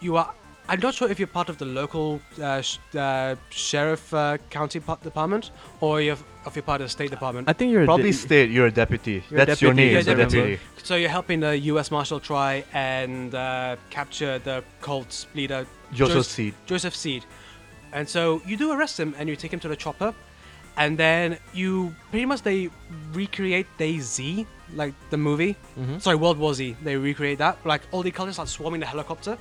S2: you are. I'm not sure if you're part of the local uh, sh- uh, sheriff uh, county pa- department or you're, if you're part of the state department.
S3: I think you're
S1: Probably
S3: a de-
S1: state. You're a deputy.
S3: You're a
S1: That's your
S3: deputy,
S1: name.
S2: yeah,
S1: is a
S2: deputy.
S1: deputy.
S2: So you're helping the U.S. Marshal try and uh, capture the cult leader
S1: Joseph
S2: Jos-
S1: Seed.
S2: Joseph Seed. And so you do arrest him and you take him to the chopper, and then you pretty much they recreate Day Z, like the movie.
S1: Mm-hmm.
S2: Sorry, World War Z. They recreate that. Like all the cultists start swarming the helicopter,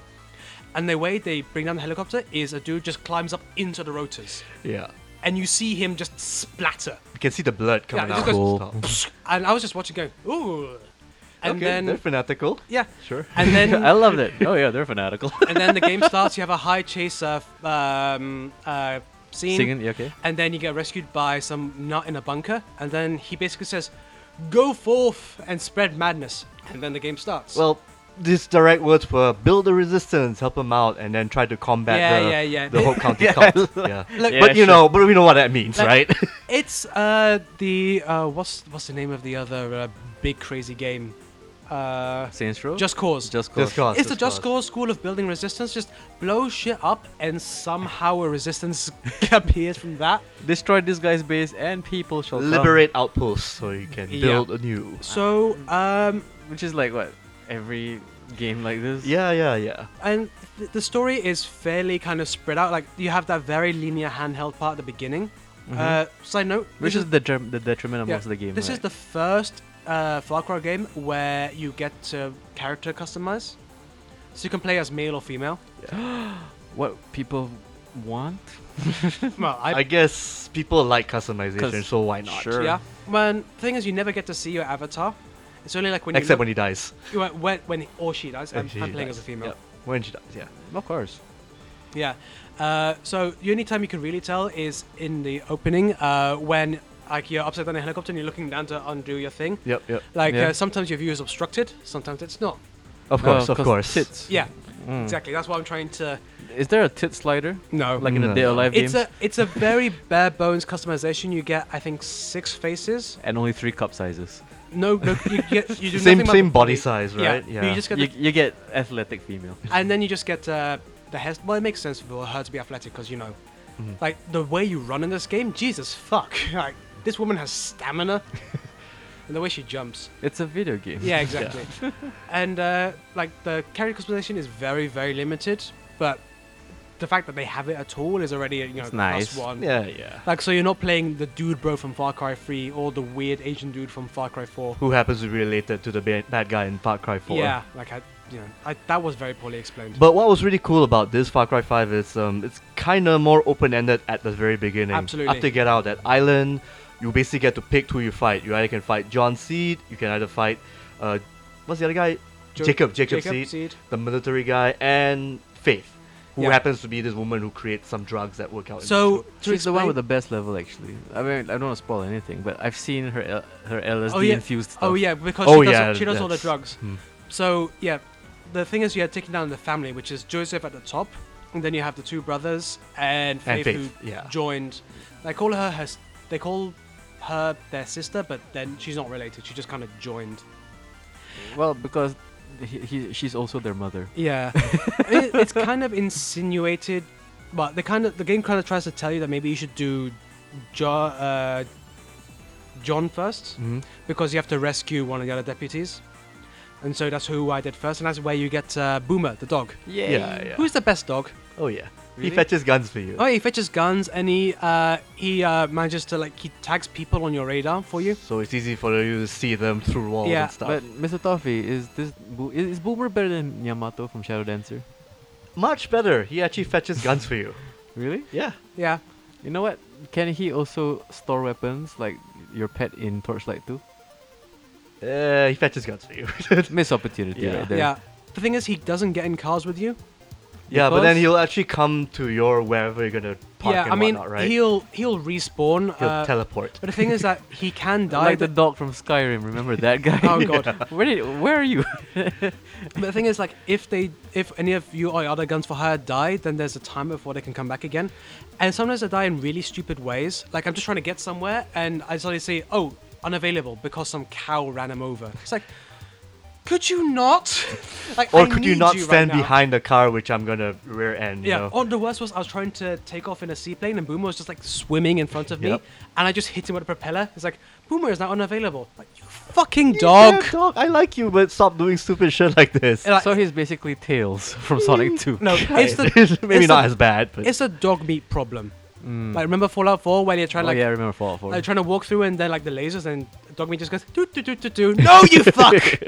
S2: and the way they bring down the helicopter is a dude just climbs up into the rotors,
S1: Yeah.
S2: and you see him just splatter.
S1: You can see the blood coming
S2: it
S1: out.
S2: just
S3: goes-
S1: Stop.
S2: And I was just watching, going, ooh. And
S1: okay,
S2: then
S1: they're fanatical.
S2: yeah.
S1: Sure.
S2: And
S3: I
S2: then
S3: love it. Oh yeah, they're fanatical.
S2: and then the game starts. You have a high chase uh, f- um, uh, scene,
S3: Singing, yeah, okay.
S2: and then you get rescued by some nut in a bunker, and then he basically says, "Go forth and spread madness," and then the game starts.
S1: Well, these direct words were build the resistance, help them out, and then try to combat
S2: Yeah,
S1: the
S2: yeah, yeah.
S1: the whole county cult. Yeah.
S2: Look-
S3: Yeah,
S1: but you
S3: sure.
S1: know, but we know what that means,
S2: Like-
S1: right?
S2: it's uh, the uh, what's what's the name of the other uh, big crazy game? Uh,
S3: Saints Row.
S2: Just Cause.
S3: Just cause.
S1: Just cause.
S2: it's the Just Cause School of Building Resistance. Just blow shit up, and somehow a resistance appears from that.
S3: Destroy this guy's base and people shall come.
S1: Liberate outposts so you can
S2: Yeah.
S1: build anew.
S2: So, um,
S3: Which is like what every game like this.
S1: Yeah, yeah, yeah.
S2: and th- the story is fairly kind of spread out. Like you have that very linear handheld part at the beginning.
S1: Mm-hmm.
S2: Uh, side note,
S3: Mm-hmm. Which
S2: this
S3: is the germ- the detriment of
S2: yeah,
S3: most of the game.
S2: This is
S3: right?
S2: the first uh, Far Cry game where you get to character customize, so you can play as male or female.
S3: what people want.
S2: well,
S1: I, guess people like customization,
S3: 'Cause-
S1: so why not?
S3: sure.
S2: yeah. When thing is, you never get to see your avatar. It's only like when you
S1: Except when
S2: look-
S1: he dies.
S2: when when, when or she dies.
S1: When
S2: I'm,
S1: she
S2: I'm playing
S1: dies.
S2: as a female.
S1: Yep. When she dies, yeah.
S3: Of course.
S2: Yeah. Uh, so the only time you can really tell is in the opening uh, when like you're upside down in a helicopter and you're looking down to undo your thing.
S1: Yep, yep.
S2: Like
S3: Yeah.
S2: uh, sometimes your view is obstructed, sometimes it's not.
S1: Mm. Of course, of course.
S3: Oh, Tits.
S2: Yeah,
S3: Mm.
S2: exactly. That's what I'm trying to.
S3: Is there a tit slider
S2: No.
S3: like in
S1: No.
S3: a Day Alive
S2: it's
S3: game?
S2: a it's a very bare bones customization. You get I think six faces.
S3: and only three cup sizes.
S2: No, no you get you do
S1: Same
S2: nothing about
S1: same
S2: the
S1: body size,
S2: Yeah,
S1: right?
S2: You just get
S3: You,
S2: the,
S3: you get athletic female.
S2: and then you just get uh, the hair. Well, it makes sense for her to be athletic because you know,
S1: Mm-hmm.
S2: like the way you run in this game, Jesus fuck! Like this woman has stamina, and the way she jumps.
S3: It's a video game.
S2: Yeah, exactly. and uh, like the character customization is very, very limited, but the fact that they have it at all is already you know
S3: It's
S2: plus
S3: nice.
S2: one.
S1: yeah, yeah.
S2: Like so, you're not playing the dude bro from Far Cry 3 or the weird Asian dude from Far Cry 4.
S1: Who happens to be related to the ba- bad guy in Far Cry 4?
S2: Yeah, like I, you know, I, that was very poorly explained.
S1: But what was really cool about this Far Cry 5 is um, it's kind of more open ended at the very beginning.
S2: Absolutely.
S1: After you get out of that island, you basically get to pick who you fight. You either can fight John Seed, you can either fight, uh, what's the other guy?
S2: Jo-
S1: Jacob, Jacob, Seed,
S2: Seed.
S1: the military guy, and Faith, who
S2: Yeah.
S1: happens to be this woman who creates some drugs that work out. in
S2: So to
S3: She's the one
S2: explain-
S3: with the best level, actually. I mean, I don't want to spoil anything, but I've seen her L- her LSD
S2: yeah.
S3: infused stuff.
S2: Oh yeah, because
S1: Oh,
S2: she does,
S1: yeah,
S2: she does all the
S1: that's-
S2: drugs.
S1: hmm.
S2: So yeah, the thing is, you are taking down the family, which is Joseph at the top, and then you have the two brothers
S1: And
S2: and Faith,
S1: Faith,
S2: who
S1: yeah.
S2: joined. They call her her. s- They call her their sister, but then she's not related. She just kind of joined.
S3: Well, because he, he, she's also their mother.
S2: Yeah, I mean, it's kind of insinuated, but the kind of the game kind of tries to tell you that maybe you should do jo- uh, John first
S1: Mhm.
S2: because you have to rescue one of the other deputies, and so that's who I did first, and that's where you get uh, Boomer the dog.
S1: Yeah, yeah.
S2: Who's the best dog?
S1: Oh, yeah. He fetches guns for you.
S2: Oh, he fetches guns, and he uh, he uh, manages to like he tags people on your radar for you.
S1: So it's easy for you to see them through walls
S2: Yeah,
S1: and stuff.
S3: But Mr. Toffee, is this Bo- is, is Boomer better than Yamato from Shadow Dancer?
S1: Much better. He actually fetches guns for you.
S3: Really?
S1: Yeah.
S2: Yeah,
S3: You know what? Can he also store weapons like your pet in Torchlight too?
S1: Uh, he fetches guns for you.
S3: Missed opportunity
S1: Yeah.
S3: right there.
S2: yeah. The thing is, he doesn't get in cars with you.
S1: yeah, but then
S3: Because-
S1: he'll actually come to your wherever you're gonna park
S2: yeah,
S1: and
S2: I mean,
S1: whatnot, right?
S2: he'll he'll respawn.
S1: He'll
S2: uh,
S1: teleport.
S2: but the thing is that he can die.
S3: Like the
S2: but-
S3: dog from Skyrim, remember that guy?
S2: Oh, God.
S3: where did, where are you?
S2: But the thing is, like, if they, if any of you or your other guns for hire die, then there's a time before they can come back again. And sometimes they die in really stupid ways. Like, I'm just trying to get somewhere, and I suddenly say, "Oh, unavailable," because some cow ran him over. It's like, could you not? like,
S1: Or
S2: I
S1: could you
S2: need
S1: not
S2: right
S1: stand
S2: now.
S1: behind the car, which I'm gonna rear end? you
S2: Yeah. Oh,
S1: know?
S2: Or the worst was I was trying to take off in a seaplane, and Boomer was just like swimming in front of me,
S1: Yep.
S2: and I just hit him with a propeller. It's like, Boomer is now unavailable. Like, you fucking dog.
S1: Yeah, dog. I like you, but stop doing stupid shit like this.
S2: And I-
S3: so he's basically Tails from
S1: Mm.
S3: Sonic 2.
S2: no, it's the
S1: Maybe
S2: it's
S1: not
S2: the-
S1: as bad, but
S2: It's a dog meat problem.
S3: Mm.
S2: Like remember Fallout 4 where they're trying
S3: oh
S2: like
S3: yeah, I remember Fallout 4.
S2: like trying to walk through and then like the lasers and dog meat just goes do do do do do. No, you fuck. it's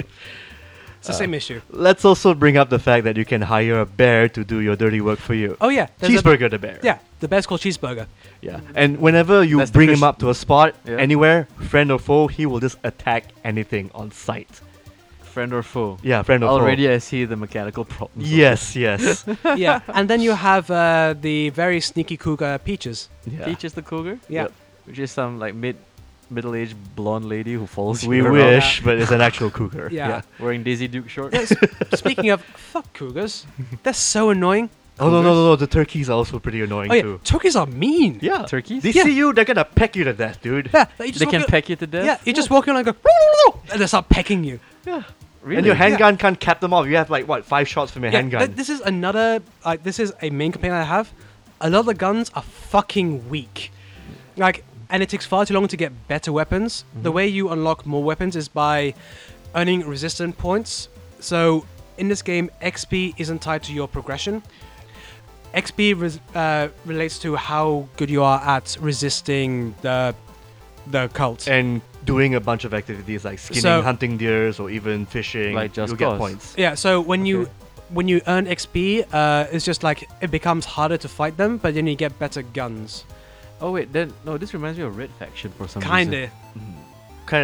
S2: the
S1: Uh,
S2: same issue.
S1: let's also bring up the fact that you can hire a bear to do your dirty work for you.
S2: Oh yeah, there's a-
S1: Cheeseburger the bear.
S2: yeah, the bear's called cheeseburger.
S1: Yeah. And whenever you
S3: That's the
S1: bring him
S3: Christ-
S1: up to a spot,
S3: Yeah.
S1: anywhere, friend or foe, he will just attack anything on sight.
S3: Friend or foe?
S1: Yeah, friend or
S3: Already
S1: foe.
S3: I see the mechanical problems. of
S1: Yes, yes.
S2: yeah, and then you have uh, the very sneaky cougar peaches.
S3: it.
S1: yeah.
S3: Peach is the cougar,
S2: Yeah,
S1: Yep.
S3: which is some like mid middle-aged blonde lady who follows
S1: We
S3: you around
S1: wish, but it's an actual cougar.
S2: Yeah.
S3: wearing Daisy Duke shorts.
S2: Yeah, s- Speaking of fuck cougars, they're so annoying.
S1: Oh no, no, no, no. The turkeys are also pretty annoying
S2: Oh yeah,
S1: too.
S2: turkeys are mean.
S1: Yeah.
S3: Turkeys?
S1: They
S2: Yeah.
S1: see you, they're gonna peck you to death, dude.
S2: yeah. like, you just
S3: They
S2: walk
S3: can
S2: in-
S3: peck you to death.
S2: Yeah, you just walk in and go, "Woo-woo-woo," and they start pecking you.
S3: really?
S1: And your handgun can't cap them off. You have like what five shots from your
S2: Yeah,
S1: handgun.
S2: th- this is another. Like, this is a main complaint I have. A lot of the guns are fucking weak. Like, and it takes far too long to get better weapons. The way you unlock more weapons is by earning resistant points. So in this game, XP isn't tied to your progression. XP res- uh, relates to how good you are at resisting the the cult.
S1: and doing a bunch of activities like skinning,
S2: So-
S1: hunting deers, or even fishing,
S3: Like Just
S1: you'll
S3: Cause.
S1: get points.
S2: Yeah, so when you
S3: Okay.
S2: when you earn XP, uh, it's just like it becomes harder to fight them, but then you get better guns.
S3: Oh wait, then no. This reminds me of Red Faction for some reason.
S2: Kinda.
S1: Kind of,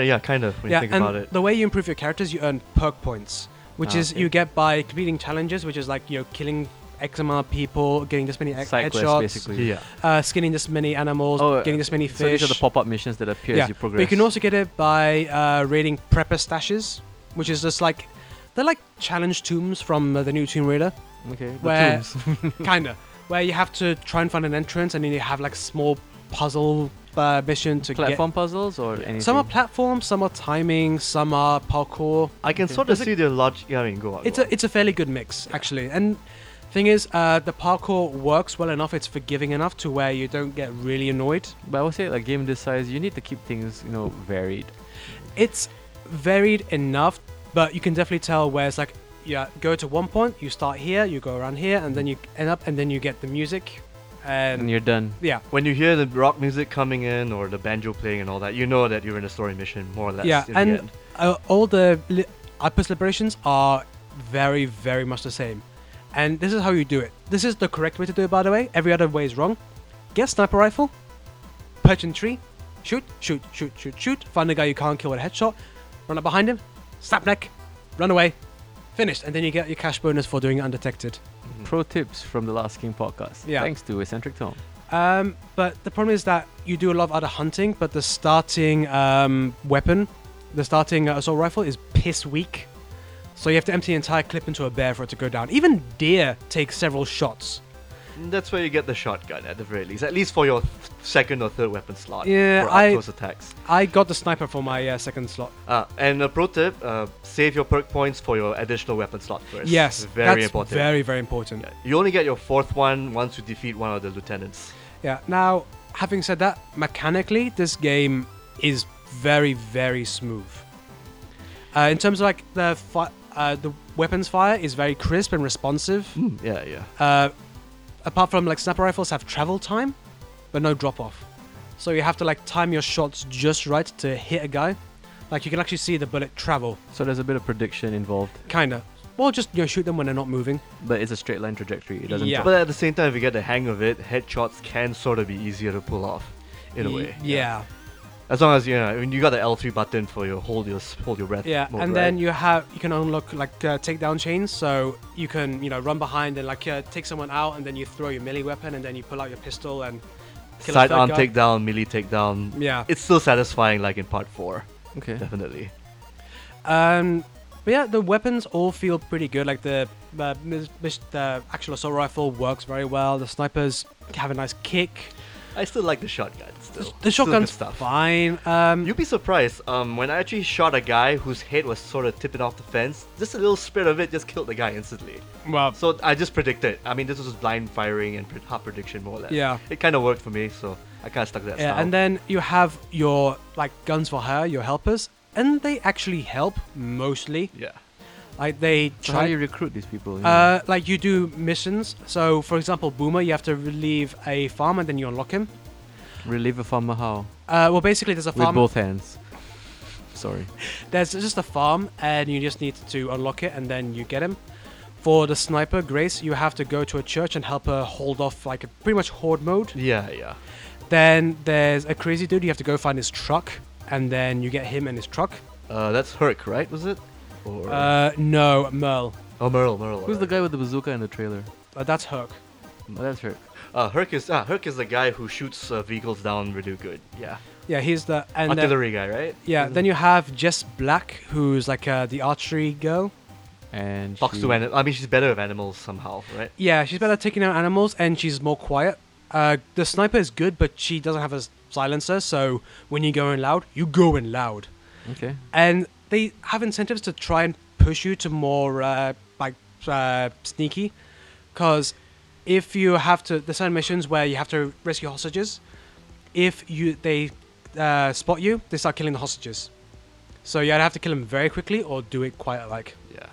S1: Mm-hmm. yeah, kind of. When
S2: yeah,
S1: you think
S2: and
S1: about it,
S2: the way you improve your characters, you earn perk points, which
S3: Ah,
S2: is
S3: okay.
S2: you get by completing challenges, which is like you know killing X amount of people, getting this many e-
S3: Side quests,
S2: headshots,
S3: basically.
S1: yeah,
S2: uh, skinning this many animals,
S3: Oh, uh,
S2: getting this many
S3: So
S2: fish.
S3: these are the pop-up missions that appear as you
S2: but
S3: progress.
S2: you can also get it by uh, raiding prepper stashes, which is just like they're like challenge tombs from uh, the new Tomb Raider.
S3: okay. The
S2: where-
S3: tombs.
S2: kinda where you have to try and find an entrance and then you have like small puzzle uh, mission to
S3: platform puzzles or anything.
S2: get some are platform some are timing some are parkour
S1: I can
S3: Okay.
S1: sort of see the logic. Yeah, I mean, go on.
S2: it's
S1: go
S2: a it's a fairly good mix actually and thing is uh, the parkour works well enough it's forgiving enough to where you don't get really annoyed
S3: but I would say, like game this size, you need to keep things, you know, varied.
S2: it's varied enough but you can definitely tell where it's like yeah go to one point you start here you go around here and then you end up and then you get the music
S3: And
S2: and
S3: you're done.
S2: yeah
S1: on. when you hear the rock music coming in or the banjo playing and all that, you know that you're in a story mission more or less.
S2: Yeah,
S1: in the
S2: and
S1: end.
S2: uh, all the li- Ipus liberations are very, very much the same. And this is how you do it. This is the correct way to do it, by the way. Every other way is wrong. Get sniper rifle, perch in tree, shoot, shoot, shoot, shoot, shoot. Find a guy you can't kill with a headshot, run up behind him, snap neck, run away, finished. And then you get your cash bonus for doing it undetected.
S3: Pro tips from the Last King podcast.
S2: Yeah.
S3: Thanks to Eccentric Tom.
S2: Um, but the problem is that you do a lot of other hunting, but the starting um, weapon, the starting uh, assault rifle, is piss weak. So you have to empty the entire clip into a bear for it to go down. Even deer take several shots.
S1: And that's where you get the shotgun at the very least, at least for your th- second or third weapon slot.
S2: Yeah,
S1: for
S2: I-
S1: close attacks.
S2: I got the sniper for my uh, second slot.
S1: Uh, and a pro tip: uh, save your perk points for your additional weapon slot first.
S2: Yes,
S1: very
S2: that's
S1: important.
S2: Very, very important. Yeah.
S1: you only get your fourth one once you defeat one of the lieutenants.
S2: Now, having said that, mechanically, this game is very, very smooth. Uh, in terms of like the fi- uh, the weapons fire is very crisp and responsive.
S1: Hmm, Yeah, yeah.
S2: uh, apart from like sniper rifles have travel time, but no drop off. So you have to like time your shots just right to hit a guy. Like you can actually see the bullet travel,
S3: So there's a bit of prediction involved,
S2: kinda. Well, just you know shoot them when they're not moving.
S3: but it's a straight line trajectory. It doesn't.
S2: Yeah.
S3: drop.
S1: But at the same time, if you get the hang of it, headshots can sort of be easier to pull off, in a
S2: Y-
S1: way.
S2: Yeah.
S1: As long as you know, I mean, you got the L three button for your hold your s- hold your breath.
S2: Yeah,
S1: mode,
S2: and then
S1: right?
S2: you have you can unlock like uh, takedown chains, so you can you know run behind and like uh, take someone out, and then you throw your melee weapon, and then you pull out your pistol and kill a
S1: side
S2: third
S1: arm
S2: guy.
S1: takedown, melee takedown.
S2: Yeah.
S1: It's still satisfying, like in part four,
S3: Okay.
S1: definitely.
S2: Um, but yeah, the weapons all feel pretty good. Like the uh, mis- mis- the actual assault rifle works very well. The snipers have a nice kick.
S1: I still like the shotgun. Still,
S2: The,
S1: Still
S2: the
S1: good
S2: shotgun's
S1: stuff.
S2: fine. Um,
S1: You'd be surprised. Um, when I actually shot a guy whose head was sort of tipping off the fence, just a little spit of it just killed the guy instantly.
S2: well,
S1: So I just predicted. I mean, this was blind firing and pre- hard prediction more or less.
S2: Yeah.
S1: It kind of worked for me, so I kind of stuck to that
S2: yeah,
S1: style.
S2: and then you have your like guns for hire, your helpers, and they actually help mostly.
S1: yeah.
S2: Like they
S3: So how
S2: try
S3: do you recruit these people? you know?
S2: Uh, like you do missions. So, for example, Boomer, you have to relieve a farm and then you unlock him.
S3: Relieve a farmer how?
S2: Uh, well, basically, there's a
S3: With
S2: farm.
S3: both hands. Sorry.
S2: There's just a farm, and you just need to unlock it, and then you get him. For the sniper Grace, you have to go to a church and help her hold off like a pretty much horde mode.
S1: Yeah, yeah.
S2: Then there's a crazy dude. You have to go find his truck, and then you get him and his truck.
S1: Uh, that's Herc, right? Was it? Or
S2: Uh, no, Merl.
S1: oh, Merle, Merle.
S3: Who's the guy with the bazooka in the trailer?
S2: Uh, that's Herc.
S3: Oh, that's her.
S1: Uh, Herc is ah, Herc is the guy who shoots uh, vehicles down really good. Yeah,
S2: Yeah, he's the and uh, then-
S1: artillery guy, right?
S2: yeah. Then you have Jess Black, who's like uh, the archery girl.
S3: And
S1: Talks
S3: she-
S1: to animals. I mean, she's better with animals somehow, right?
S2: Yeah, she's better at taking out animals and she's more quiet. Uh, the sniper is good, but she doesn't have a s- silencer, so when you go in loud, you go in loud.
S3: Okay.
S2: And they have incentives to try and push you to more uh, like uh, sneaky, because if you have to, there's certain missions where you have to rescue hostages. If you they uh, spot you, they start killing the hostages. So you either have to kill them very quickly or do it quiet like.
S1: Yeah.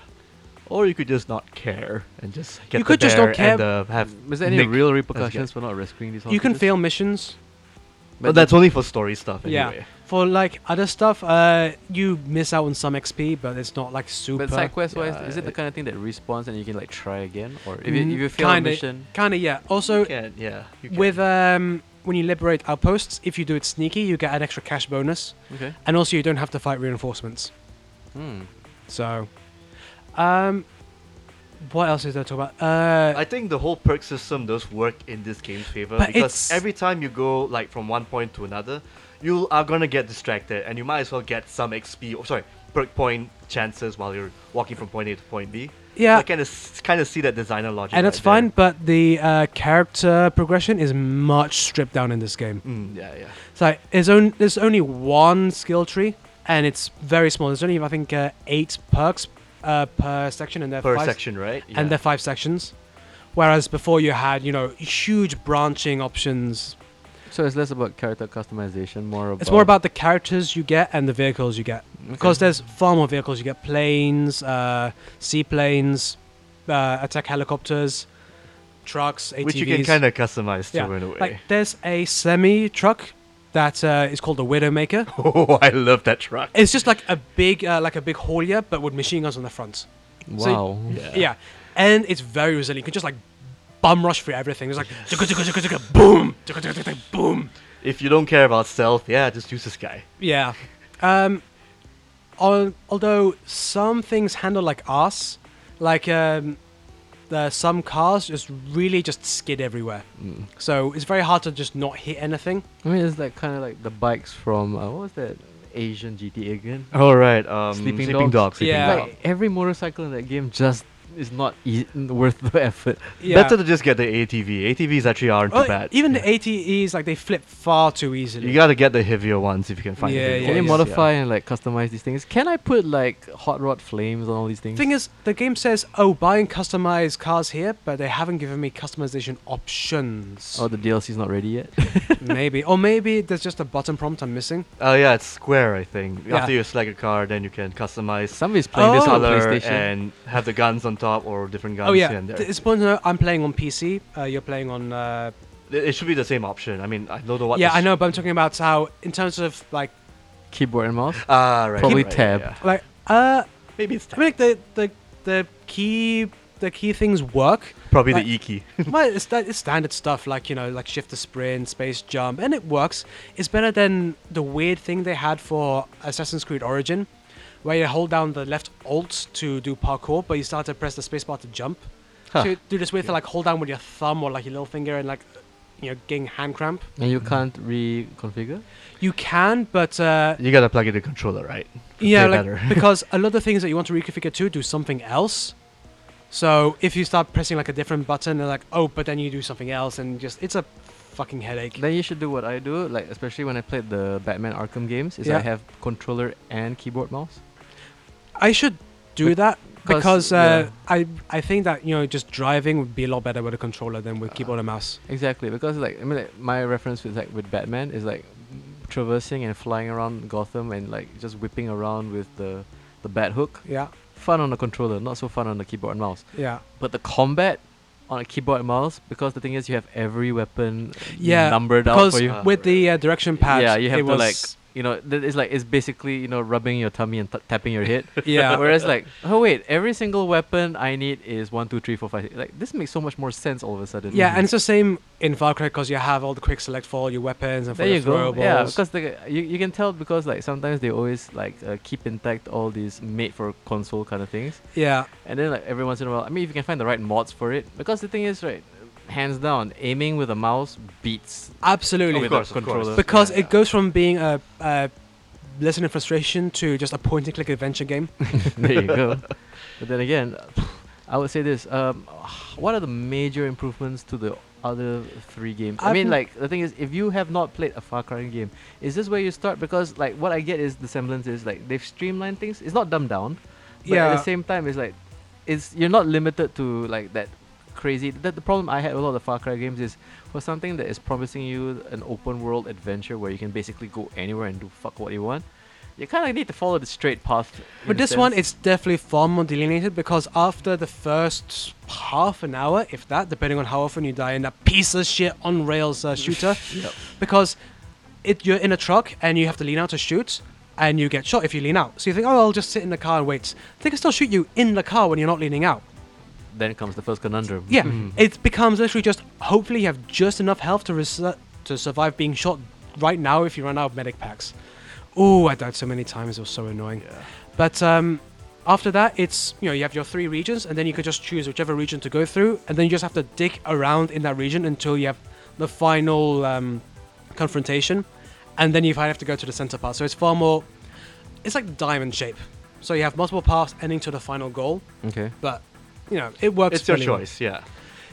S1: Or you could just not care and just get
S2: You
S1: the
S2: could just not
S1: bear
S2: care. Mm.
S1: And, uh, have
S3: Is there any
S1: Nick
S3: real
S1: guy.
S3: repercussions for not rescuing these
S2: You can
S3: hostages?
S2: fail missions.
S1: But that's only for story stuff
S2: Yeah.
S1: anyway.
S2: For like other stuff, uh, you miss out on some XP, but it's not like super.
S3: But side quest wise,
S1: Yeah,
S3: is it the
S1: it-
S3: kind of thing that respawns and you can like try again, or if you,
S2: Mm,
S3: if you fail a
S2: kinda.
S3: mission?
S2: Kinda, yeah. Also,
S1: You can, yeah. You can.
S2: with um, when you liberate outposts, if you do it sneaky, you get an extra cash bonus,
S3: Okay.
S2: and also you don't have to fight reinforcements.
S3: Hmm.
S2: So, um, what else is there to talk about? Uh,
S1: I think the whole perk system does work in this game's favor
S2: But
S1: because
S2: it's-
S1: every time you go like from one point to another, you are gonna get distracted and you might as well get some XP or sorry perk point chances while you're walking from point A to point B.
S2: Yeah.
S1: I kind of kind of see that designer logic.
S2: and that's
S1: right
S2: fine, but the uh, character progression is much stripped down in this game.
S1: there. Mm, yeah, yeah.
S2: So there's only there's only one skill tree, and it's very small. There's only I think uh, eight perks uh, per section, and they're
S1: Per
S2: five,
S1: section, right?
S2: and
S1: Yeah.
S2: they're five sections. Whereas before you had you know huge branching options.
S3: So it's less about character customization, more about.
S2: It's more about the characters you get and the vehicles you get, because
S3: Okay.
S2: there's far more vehicles. You get planes, uh, seaplanes, uh, attack helicopters, trucks, ATVs.
S1: which you can kind of customize too
S2: Yeah,
S1: in a way.
S2: like there's a semi truck that uh, is called a Widowmaker.
S1: oh, I love that truck.
S2: It's just like a big, uh, like a big haulier, but with machine guns on the front. so you-
S3: Wow.
S2: Yeah. and it's very resilient. You can just like bum rush through everything. It's like "Tuka, tuka, tuka, tuka, boom, tuka, tuka, tuka, tuka, boom.
S1: If you don't care about stealth, yeah, just use this guy.
S2: Yeah. Um, al- although some things handle like us, like um, the, some cars just really just skid everywhere.
S1: Mm.
S2: So it's very hard to just not hit anything.
S3: I mean, it's like kind of like the bikes from uh, what was that Asian GTA again?
S1: All right, um,
S3: Sleeping
S1: sleeping,
S3: Dogs.
S1: dogs. sleeping
S2: Yeah.
S1: dog.
S3: Like every motorcycle in that game just is not e- worth the effort.
S2: Yeah.
S1: Better to just get the ATV. ATVs actually aren't
S2: Well, e-
S1: too bad.
S2: Even the ATEs, like they flip far too easily.
S1: You gotta get the heavier ones if you can find.
S2: Yeah,
S1: heavier
S2: yeah,
S3: Can you
S1: ones,
S3: modify and like customize these things? Can I put like hot rod flames on all these things?
S2: thing is, the game says, "Oh, buy and customize cars here," but they haven't given me customization options.
S3: oh, the DLC's not ready yet.
S2: maybe, or maybe there's just a button prompt I'm missing.
S1: Oh yeah, it's square. I think
S2: Yeah.
S1: after you select a car, then you can customize
S3: Somebody's playing this on
S1: color
S3: PlayStation.
S1: and have the guns on top or different guns
S2: Oh
S1: here
S2: yeah,
S1: and
S2: Th-
S1: there.
S2: it's important to know I'm playing on PC. Uh, you're playing on. Uh,
S1: It it should be the same option. I mean, I don't know what.
S2: yeah,
S1: the
S2: I
S1: s-
S2: know, but I'm talking about how in terms of like
S3: Keyboard and mouse.
S1: Ah, right.
S3: Probably
S1: right,
S3: tab.
S1: yeah.
S2: like uh,
S1: Maybe it's
S2: I
S1: tab.
S2: mean like the the the key the key things work.
S1: Probably
S2: like-
S1: the E key.
S2: well, it's, sta- it's standard stuff like you know like shift to sprint, space jump, and it works. It's better than the weird thing they had for Assassin's Creed Origin, where you hold down the left alt to do parkour, but you start to press the spacebar to jump.
S3: Huh.
S2: So you do this weird thing like hold down with your thumb or like your little finger and like you know getting hand cramp.
S3: And you can't reconfigure.
S2: You can, but uh,
S1: You gotta plug in the controller, right? To
S2: yeah,
S1: play
S2: like, because a lot of the things that you want to reconfigure to do something else. So if you start pressing like a different button, they're like, oh, but then you do something else, and just it's a fucking headache.
S3: Then you should do what I do, like especially when I played the Batman Arkham games, is I
S2: Yeah.
S3: have controller and keyboard mouse.
S2: I should do
S3: Bec-
S2: that
S3: because,
S2: because
S3: yeah.
S2: uh, I I think that you know just driving would be a lot better with a controller than with
S3: Uh,
S2: keyboard and mouse.
S3: Exactly, because like I mean, like, my reference with like with Batman is like traversing and flying around Gotham and like just whipping around with the the bat hook.
S2: Yeah,
S3: Fun on the controller, not so fun on the keyboard and mouse.
S2: yeah,
S3: But the combat on a keyboard and mouse, because the thing is you have every weapon
S2: Yeah,
S3: numbered out
S2: because
S3: for you.
S1: Uh,
S2: with the uh, direction pad,
S3: yeah, you have
S2: it
S3: to
S2: was,
S3: like you know th- it's like it's basically you know rubbing your tummy and t- tapping your head.
S2: yeah,
S3: Whereas like, oh wait, every single weapon I need is one, two, three, four, five. six. Like this makes so much more sense all of a sudden.
S2: yeah, and it's the same in Far Cry because you have all the quick select for all your weapons and for
S3: there you
S2: your
S3: go. Yeah,
S2: throwables.
S3: because the, you you can tell because like sometimes they always like uh, keep intact all these made for console kind of things,
S2: yeah,
S3: and then like every once in a while, I mean if you can find the right mods for it, because the thing is right, hands down, aiming with a mouse beats
S2: absolutely.
S3: Oh, with
S1: course,
S3: a
S1: of course.
S3: controller.
S2: because
S1: Yeah,
S2: it
S1: yeah.
S2: goes from being a, a lesson in frustration to just a point and click adventure game.
S3: there you go. But then again, I would say this. Um, what are the major improvements to the other three games? I
S2: I've
S3: mean,
S2: n-
S3: like the thing is, if you have not played a Far Cry game, is this where you start? Because like what I get is the semblance is like they've streamlined things. It's not dumbed down, but at
S2: Yeah.
S3: the same time, it's like it's you're not limited to like that crazy. That the problem I had with a lot of the Far Cry games is for something that is promising you an open world adventure where you can basically go anywhere and do fuck what you want. You kind of need to follow the straight path. in
S2: But
S3: a
S2: this one,
S3: sense.
S2: it's definitely far more delineated because after the first half an hour, if that, depending on how often you die in that piece of shit on rails uh, shooter,
S3: Yep.
S2: because it you're in a truck and you have to lean out to shoot, and you get shot if you lean out. So you think, oh, I'll just sit in the car and wait. They can still shoot you in the car when you're not leaning out.
S3: Then comes the first conundrum. Hmm.
S2: Yeah,
S1: Mhm.
S2: it becomes literally just hopefully you have just enough health to resu- to survive being shot right now if you run out of medic packs. Ooh, I died so many times. It was so annoying.
S1: Yeah.
S2: But um, after that, it's you know you have your three regions, and then you can just choose whichever region to go through, and then you just have to dig around in that region until you have the final um, confrontation, and then you have to go to the center part. So it's far more, it's like diamond shape. So you have multiple paths ending to the final goal,
S3: Mm-hmm. Okay.
S2: but you know it works.
S1: It's your
S2: fairly well.
S1: choice. Yeah.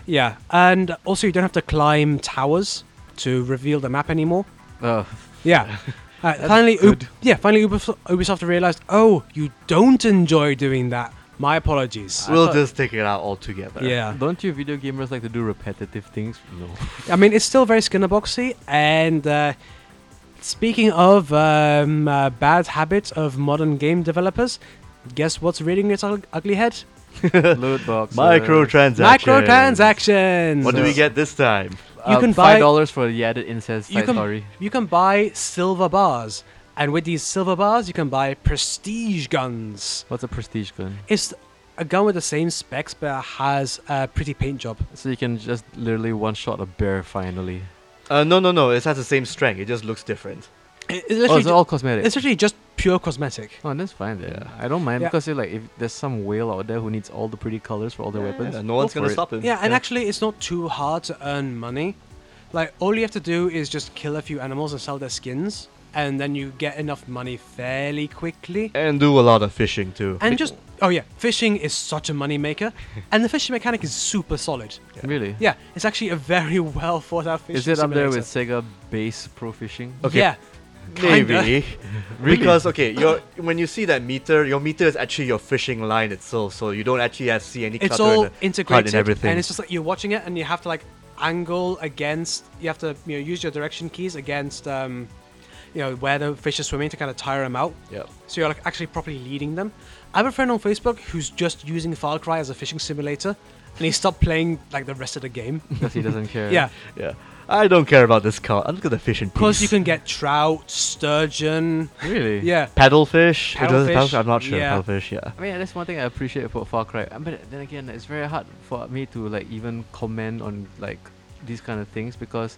S2: Yeah, and also you don't have to climb towers to reveal the map anymore.
S3: Uh,
S2: Yeah. Uh, finally, Ub- yeah, finally Ubisoft, Ubisoft realized, oh, you don't enjoy doing that. My apologies.
S1: we'll
S3: thought-
S1: just take it out all together.
S2: yeah.
S3: don't you video gamers like to do repetitive things? No.
S2: I mean, it's still very Skinnerboxy. And uh, speaking of um, uh, bad habits of modern game developers, guess what's reading its ug- ugly head?
S3: Loot box. uh,
S1: Microtransactions.
S2: Microtransactions.
S1: What do we get this time?
S2: You can
S3: uh, five
S2: buy-
S3: dollars for the added incest
S2: You
S3: side
S2: can-
S3: story.
S2: You can buy silver bars, and with these silver bars, you can buy prestige guns.
S3: What's a prestige gun?
S2: It's a gun with the same specs but has a pretty paint job.
S3: So you can just literally one shot a bear finally.
S1: Uh, no, no, no. It has the same strength. It just looks different.
S2: It- It's
S3: Oh,
S2: literally,
S3: it's all cosmetic.
S2: it's literally just pure cosmetic.
S3: oh, that's fine then.
S1: Yeah.
S3: I don't mind
S2: Yeah.
S3: because you're like if there's some whale out there who needs all the pretty colors for all their weapons.
S1: Yeah, no
S3: go
S1: one's
S3: for
S1: gonna
S3: it.
S1: stop him.
S2: Yeah, and actually, it's not too hard to earn money. Like, all you have to do is just kill a few animals and sell their skins, and then you get enough money fairly quickly.
S1: And do a lot of fishing too.
S2: And just, oh yeah, fishing is such a moneymaker, and the fishing mechanic is super solid.
S1: Yeah.
S3: Really?
S2: Yeah, it's actually a very well thought out fishing
S3: Is it up there
S2: simulator.
S3: with Sega Base Pro Fishing?
S1: Okay.
S2: Yeah.
S1: Maybe. Because okay, your when you see that meter, your meter is actually your fishing line itself, so you don't actually have see any
S2: It's
S1: clutter in
S2: all
S1: the HUD
S2: integrated
S1: and everything.
S2: it's just like you're watching it and you have to like angle against you have to you know use your direction keys against um you know where the fish are swimming to kind of tire them out.
S1: Yep.
S2: So you're like actually properly leading them. I have a friend on Facebook who's just using Far Cry as a fishing simulator, and he stopped playing like the rest of the game.
S3: Because he doesn't care.
S2: yeah,
S1: Yeah. I don't care about this count. I'm just gonna fish in peace.
S2: because you can get trout, sturgeon.
S3: Really?
S2: Yeah,
S1: paddlefish. It does-
S2: Paddlefish?
S1: paddlefish? I'm not sure.
S2: Yeah.
S1: Paddlefish. Yeah.
S3: I mean, that's one thing I appreciate about Far Cry. Uh, But then again, it's very hard for me to like even comment on like these kind of things because,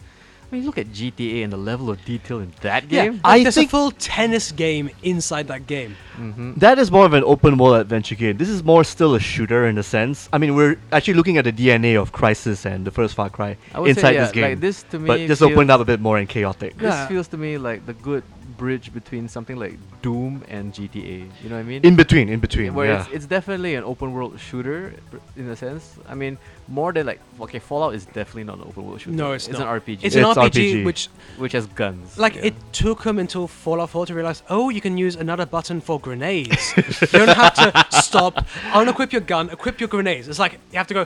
S3: I mean, look at GTA and the level of detail in that
S2: yeah.
S3: game.
S1: I
S2: I there's
S1: think-
S2: a full tennis game inside that game.
S3: Mm-hmm.
S1: That is more of an open world adventure game. This is more still a shooter in a sense. I mean, we're actually looking at the DNA of Crisis and the first Far Cry
S3: I would
S1: inside
S3: say, yeah,
S1: this game,
S3: Like this to me,
S1: but just
S3: feels,
S1: opened up a bit more and chaotic.
S3: This
S2: Yeah.
S3: feels to me like the good bridge between something like Doom and GTA. You know what I mean?
S1: In between, in between.
S3: Where
S1: yeah.
S3: it's, it's definitely an open world shooter pr- in a sense. I mean, more than like okay, Fallout is definitely not an open world shooter.
S2: No, it's
S3: it's
S2: not.
S3: an RPG,
S2: It's,
S1: It's
S2: an RPG,
S1: RPG.
S2: which
S3: which has guns.
S2: like
S3: yeah.
S2: it took him until Fallout 4 to realize, oh, you can use another button for grenades. you don't have to stop, unequip your gun, equip your grenades. It's like you have to go,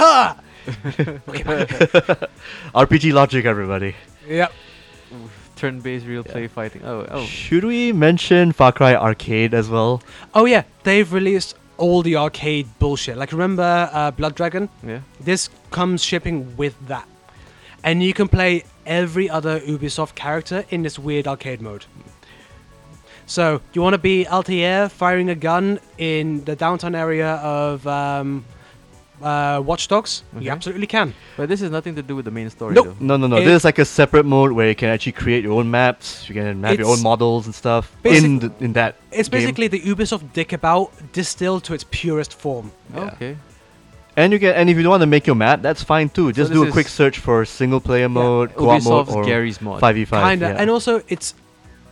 S2: ha.
S1: RPG logic, everybody.
S2: Yep.
S3: turn-based real play fighting. Oh, oh,
S1: Should we mention Far Cry Arcade as well?
S2: Oh yeah, they've released all the arcade bullshit. Like remember uh, Blood Dragon?
S3: yeah.
S2: This comes shipping with that, and you can play every other Ubisoft character in this weird arcade mode. So you want to be Altair firing a gun in the downtown area of um, uh, Watch Dogs?
S3: Okay.
S2: You absolutely can.
S3: But this has nothing to do with the main story.
S2: Nope.
S3: Though.
S1: No, no, no.
S2: It-
S1: this is like a separate mode where you can actually create your own maps. You can have your own
S2: It's-
S1: models and stuff in
S2: basic-
S1: the, in that.
S2: It's
S1: game.
S2: basically the Ubisoft dick about distilled to its purest form.
S1: Yeah.
S3: Okay.
S1: And you can and if you don't want to make your map, that's fine too. Just
S3: this
S1: do a quick
S3: is-
S1: search for single player mode, co-op mode,
S3: Ubisoft's
S1: or
S3: Gary's mod.
S1: five v five.
S2: Kinda. And also, it's.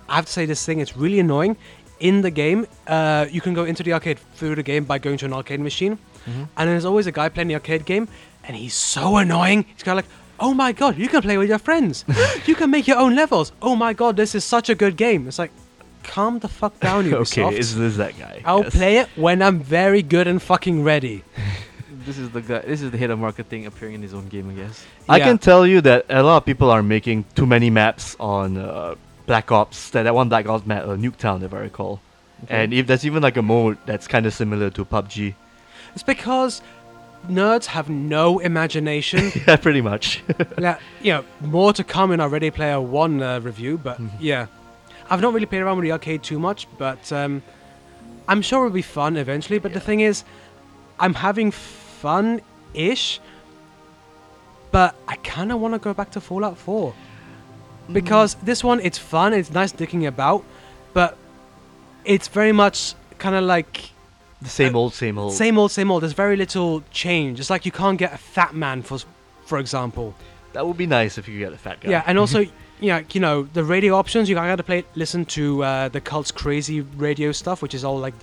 S2: I have to say this thing. It's really annoying. In the game, uh, you can go into the arcade through the game by going to an arcade machine,
S1: Mm-hmm.
S2: and there's always a guy playing the arcade game, and he's so annoying. He's kind of like, "Oh my god, you can play with your friends. you can make your own levels. Oh my god, this is such a good game." It's like, calm the fuck down,
S1: okay,
S2: Ubisoft.
S1: is this that guy?
S2: I'll
S1: Yes.
S2: play it when I'm very good and fucking ready.
S3: This is the guy. This is the head of marketing appearing in his own game, I guess.
S1: I
S2: Yeah.
S1: can tell you that a lot of people are making too many maps on uh, Black Ops. That that one Black Ops map, uh, Nuketown, if I recall.
S3: Okay.
S1: And if there's even like a mode that's kind of similar to PUBG,
S2: It's because nerds have no imagination.
S1: yeah, pretty much.
S2: yeah, you know, more to come in our Ready Player One uh, review, but yeah, I've not really played around with the arcade too much, but um, I'm sure it'll be fun eventually. But the thing is, I'm having fun ish, but I kind of want to go back to Fallout 4 because this one it's fun, it's nice dicking about, but it's very much kind of like
S1: The same old, same old.
S2: same old, same old. There's very little change. It's like you can't get a fat man for, s- for example.
S1: That would be nice if you get a fat guy.
S2: Yeah, and also,
S1: Mm-hmm.
S2: you know, you know, the radio options. You gotta play, listen to uh, the cult's crazy radio stuff, which is all like,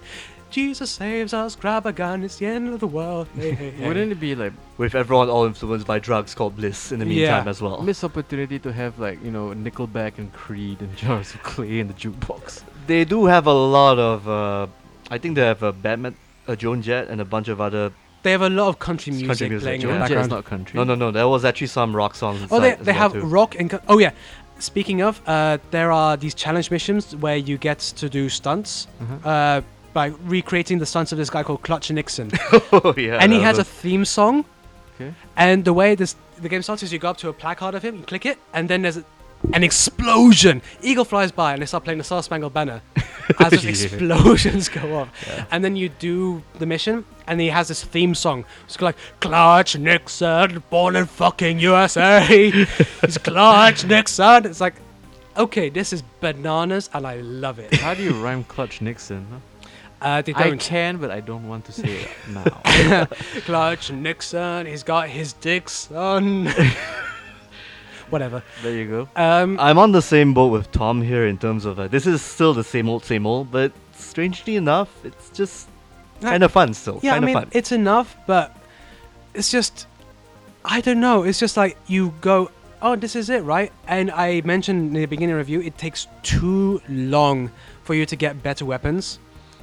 S2: "Jesus saves us, grab a gun, it's the end of the world." Hey, hey, hey.
S3: Wouldn't it be like
S1: With everyone all influenced by drugs called Bliss in the
S2: Yeah.
S1: meantime as well.
S3: missed opportunity to have like you know Nickelback and Creed and Jars of Clay in the jukebox?
S1: They do have a lot of. Uh, I think they have a Batman, a Joan Jett, and a bunch of other.
S2: They have a lot of country
S1: It's
S2: music,
S1: country music,
S2: playing
S1: yeah.
S2: in the
S1: Yeah,
S3: Joan Jett is
S2: background.
S3: not country.
S1: No, no, no. There was actually some rock songs.
S2: oh, they,
S1: inside as
S2: they
S1: well,
S2: have
S1: too.
S2: rock and co- oh yeah. Speaking of, uh, there are these challenge missions where you get to do stunts.
S3: Mhm.
S2: Uh, by recreating the stunts of this guy called Clutch Nixon,
S1: oh, yeah.
S2: and he
S1: that
S2: has a
S1: was-
S2: theme song,
S3: Okay.
S2: And the way this the game starts is you go up to a placard of him, you click it, and then there's a, an explosion. Eagle flies by, and they start playing the Star Spangled Banner. As just
S1: Yeah.
S2: explosions go off, and then you do the mission, and he has this theme song. It's like Clutch Nixon, born in fucking USA. He's Clutch Nixon. It's like, okay, this is bananas, and I love it.
S3: How do you rhyme Clutch Nixon? huh?
S2: Uh, they
S3: I
S2: don't.
S3: can, but I don't want to say it now.
S2: Clutch Nixon. He's got his dicks on. Whatever.
S3: there you go.
S2: Um,
S1: I'm on the same boat with Tom here in terms of uh, this is still the same old, same old, but strangely enough, it's just
S2: Uh,
S1: kind of fun still.
S2: Yeah,
S1: kind
S2: I mean,
S1: of fun.
S2: it's enough, but it's just, I don't know. It's just like you go, oh, this is it, right? And I mentioned in the beginning review, it takes too long for you to get better weapons.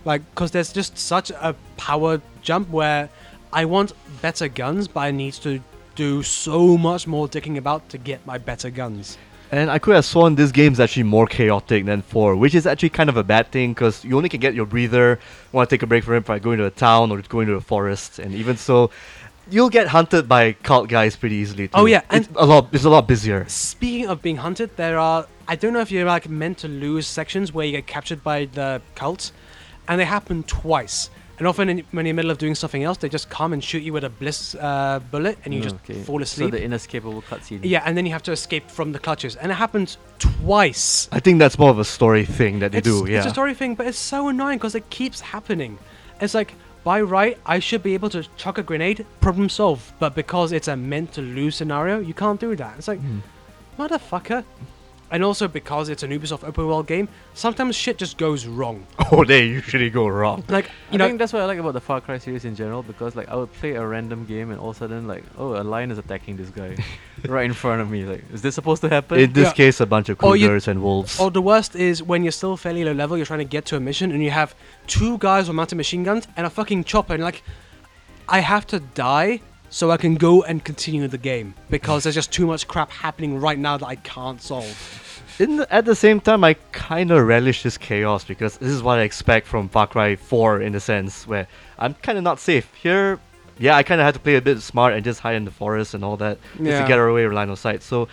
S2: Like, because there's just such a power jump where I want better guns, but I need to do so much more dicking about to get my better guns.
S1: And I could have sworn this game's actually more chaotic than 4, which is actually kind of a bad thing because you only can get your breather, want to take a break from it by going to a town or going to a forest. And even so, you'll get hunted by cult guys pretty easily. Too.
S2: Oh, yeah,
S1: It's
S2: and-
S1: a lot, it's a lot busier.
S2: Speaking of being hunted, there are I don't know if you're like meant to lose sections where you get captured by the cult, and they happen twice. And often, in, when you're in the middle of doing something else, they just come and shoot you with a bliss uh, bullet, and you just
S3: Okay.
S2: fall asleep.
S3: So the inescapable cutscene.
S2: yeah, and then you have to escape from the clutches, and it happens twice.
S1: I think that's more of a story thing that they
S2: it's,
S1: do, yeah.
S2: It's a story thing, but it's so annoying because it keeps happening. It's like, by right, I should be able to chuck a grenade, problem solved. But because it's a meant to lose scenario, you can't do that. It's like,
S1: Hmm.
S2: motherfucker. And also because it's an Ubisoft open world game, sometimes shit just goes wrong.
S1: Oh, they usually go wrong.
S2: Like, you
S3: I
S2: know,
S3: think that's what I like about the Far Cry series in general because like I would play a random game and all of a sudden like oh a lion is attacking this guy right in front of me like is this supposed to happen?
S1: In this
S2: Yeah.
S1: case, a bunch of
S2: Or you-
S1: cougars and wolves.
S2: or the worst is when you're still fairly low level, you're trying to get to a mission, and you have two guys with mounted machine guns and a fucking chopper, and you're like, I have to die so I can go and continue the game because there's just too much crap happening right now that I can't solve.
S1: In the, at the same time, I kind of relish this chaos because this is what I expect from Far Cry 4 in a sense, where I'm kind of not safe. Here, yeah, I kind of had to play a bit smart and just hide in the forest and all that just
S2: Yeah.
S1: to get away with line of sight. So,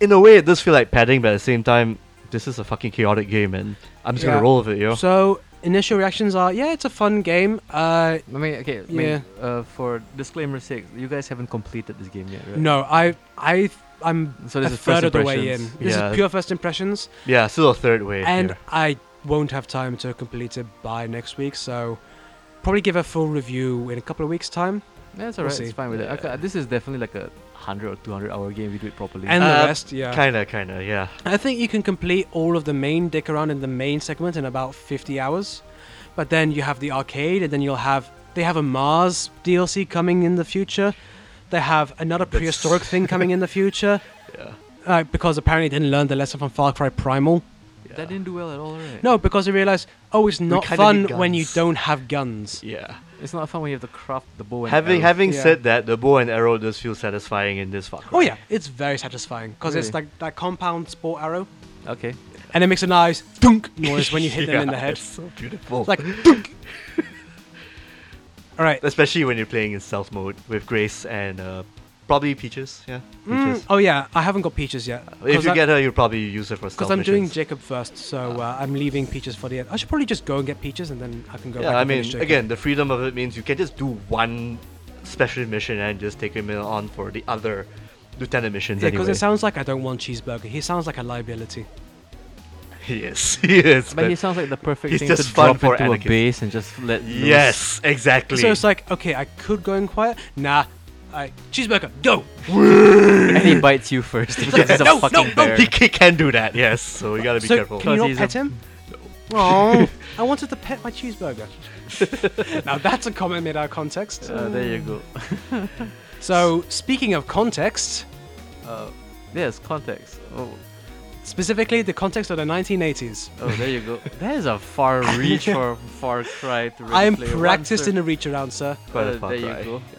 S1: in a way, it does feel like padding, but at the same time, this is a fucking chaotic game and I'm just
S2: Yeah.
S1: gonna roll with it, yo.
S2: So initial reactions are, yeah, it's a fun game. Uh,
S3: I mean okay I mean, uh, for disclaimer's sake you guys haven't completed this game yet right?
S2: no, I, I, I'm
S3: So this
S2: a
S3: is first
S2: third of the way in.
S3: impressions.
S2: This
S1: Yeah.
S2: is pure first impressions,
S1: yeah, still a third wave.
S2: and
S1: here.
S2: I won't have time to complete it by next week, so probably give a full review in a couple of weeks' time.
S3: Yeah, it's
S2: We'll
S3: alright
S2: see.
S3: it's fine with
S1: Yeah.
S3: it. Okay, this is definitely like a hundred or two hundred hour game if you do it properly.
S2: and
S1: Uh,
S2: the rest, yeah.
S1: Kinda, kinda, yeah.
S2: I think you can complete all of the main dick around in the main segment in about 50 hours, but then you have the arcade, and then you'll have they have a Mars DLC coming in the future. They have another
S1: That's-
S2: prehistoric thing coming in the future,
S1: Yeah.
S2: uh, because apparently they didn't learn the lesson from Far Cry Primal.
S1: yeah.
S3: that didn't do well at all, right?
S2: No, because they realized, oh, it's not
S1: kinda
S2: fun
S1: need
S2: when you
S1: guns.
S2: don't have guns.
S1: yeah.
S3: It's not fun when you have to craft the bow and
S1: Having
S3: arrow.
S1: having
S2: Yeah.
S1: said that, the bow and arrow does feel satisfying in this Far Cry.
S2: Oh yeah, it's very satisfying because it's
S3: Really?
S2: like that compound sport arrow,
S3: Okay.
S2: and it makes a nice dunk noise when you hit them in the
S1: Yeah,
S2: head.
S1: It's so beautiful.
S2: It's like dunk. All right,
S1: especially when you're playing in stealth mode with Grace and uh, probably Peaches. Yeah,
S2: Mm,
S1: Peaches.
S2: oh yeah, I haven't got peaches yet.
S1: if you get her, you'll probably use her for stealth
S2: because I'm doing
S1: missions.
S2: Jacob first, so uh, I'm leaving peaches for the end. I should probably just go and get peaches, and then I can go. back
S1: yeah, I
S2: and finish
S1: mean,
S2: Jacob.
S1: again, the freedom of it means you can just do one special mission and just take him in on for the other lieutenant missions.
S2: Yeah, because
S1: anyway.
S2: it sounds like I don't want cheeseburger. He sounds like a liability.
S1: yes, yes,
S3: But he
S1: but
S3: sounds like the perfect
S1: he's
S3: thing
S1: just
S3: to
S1: fun
S3: drop
S1: for
S3: into
S1: Anakin.
S3: a base and just let loose.
S1: yes, exactly.
S2: So it's like, okay, I could go in quiet. Nah, I cheeseburger, go.
S3: and he bites you first because he's a
S2: No, no,
S3: fucking
S2: no,
S3: bear.
S1: he, he can do that. Yes, so you gotta be
S2: "Oh, so
S1: careful.
S2: can you
S3: Because
S2: not
S3: he's
S2: pet
S3: a-
S1: um,
S2: him? Oh, I wanted to pet my cheeseburger. now that's a comment made out of context.
S3: Uh, there you go.
S2: so speaking of context,
S3: Uh, yes, context. Oh,
S2: specifically the context of the 1980s.
S3: oh, there you go. That is a far reach for Far Cry. To really
S2: I am
S3: play once
S2: practiced
S3: or-
S2: in a reach around, sir.
S1: Quite a
S3: Uh,
S1: Far
S3: there you
S1: Cry.
S3: go.
S1: Yeah.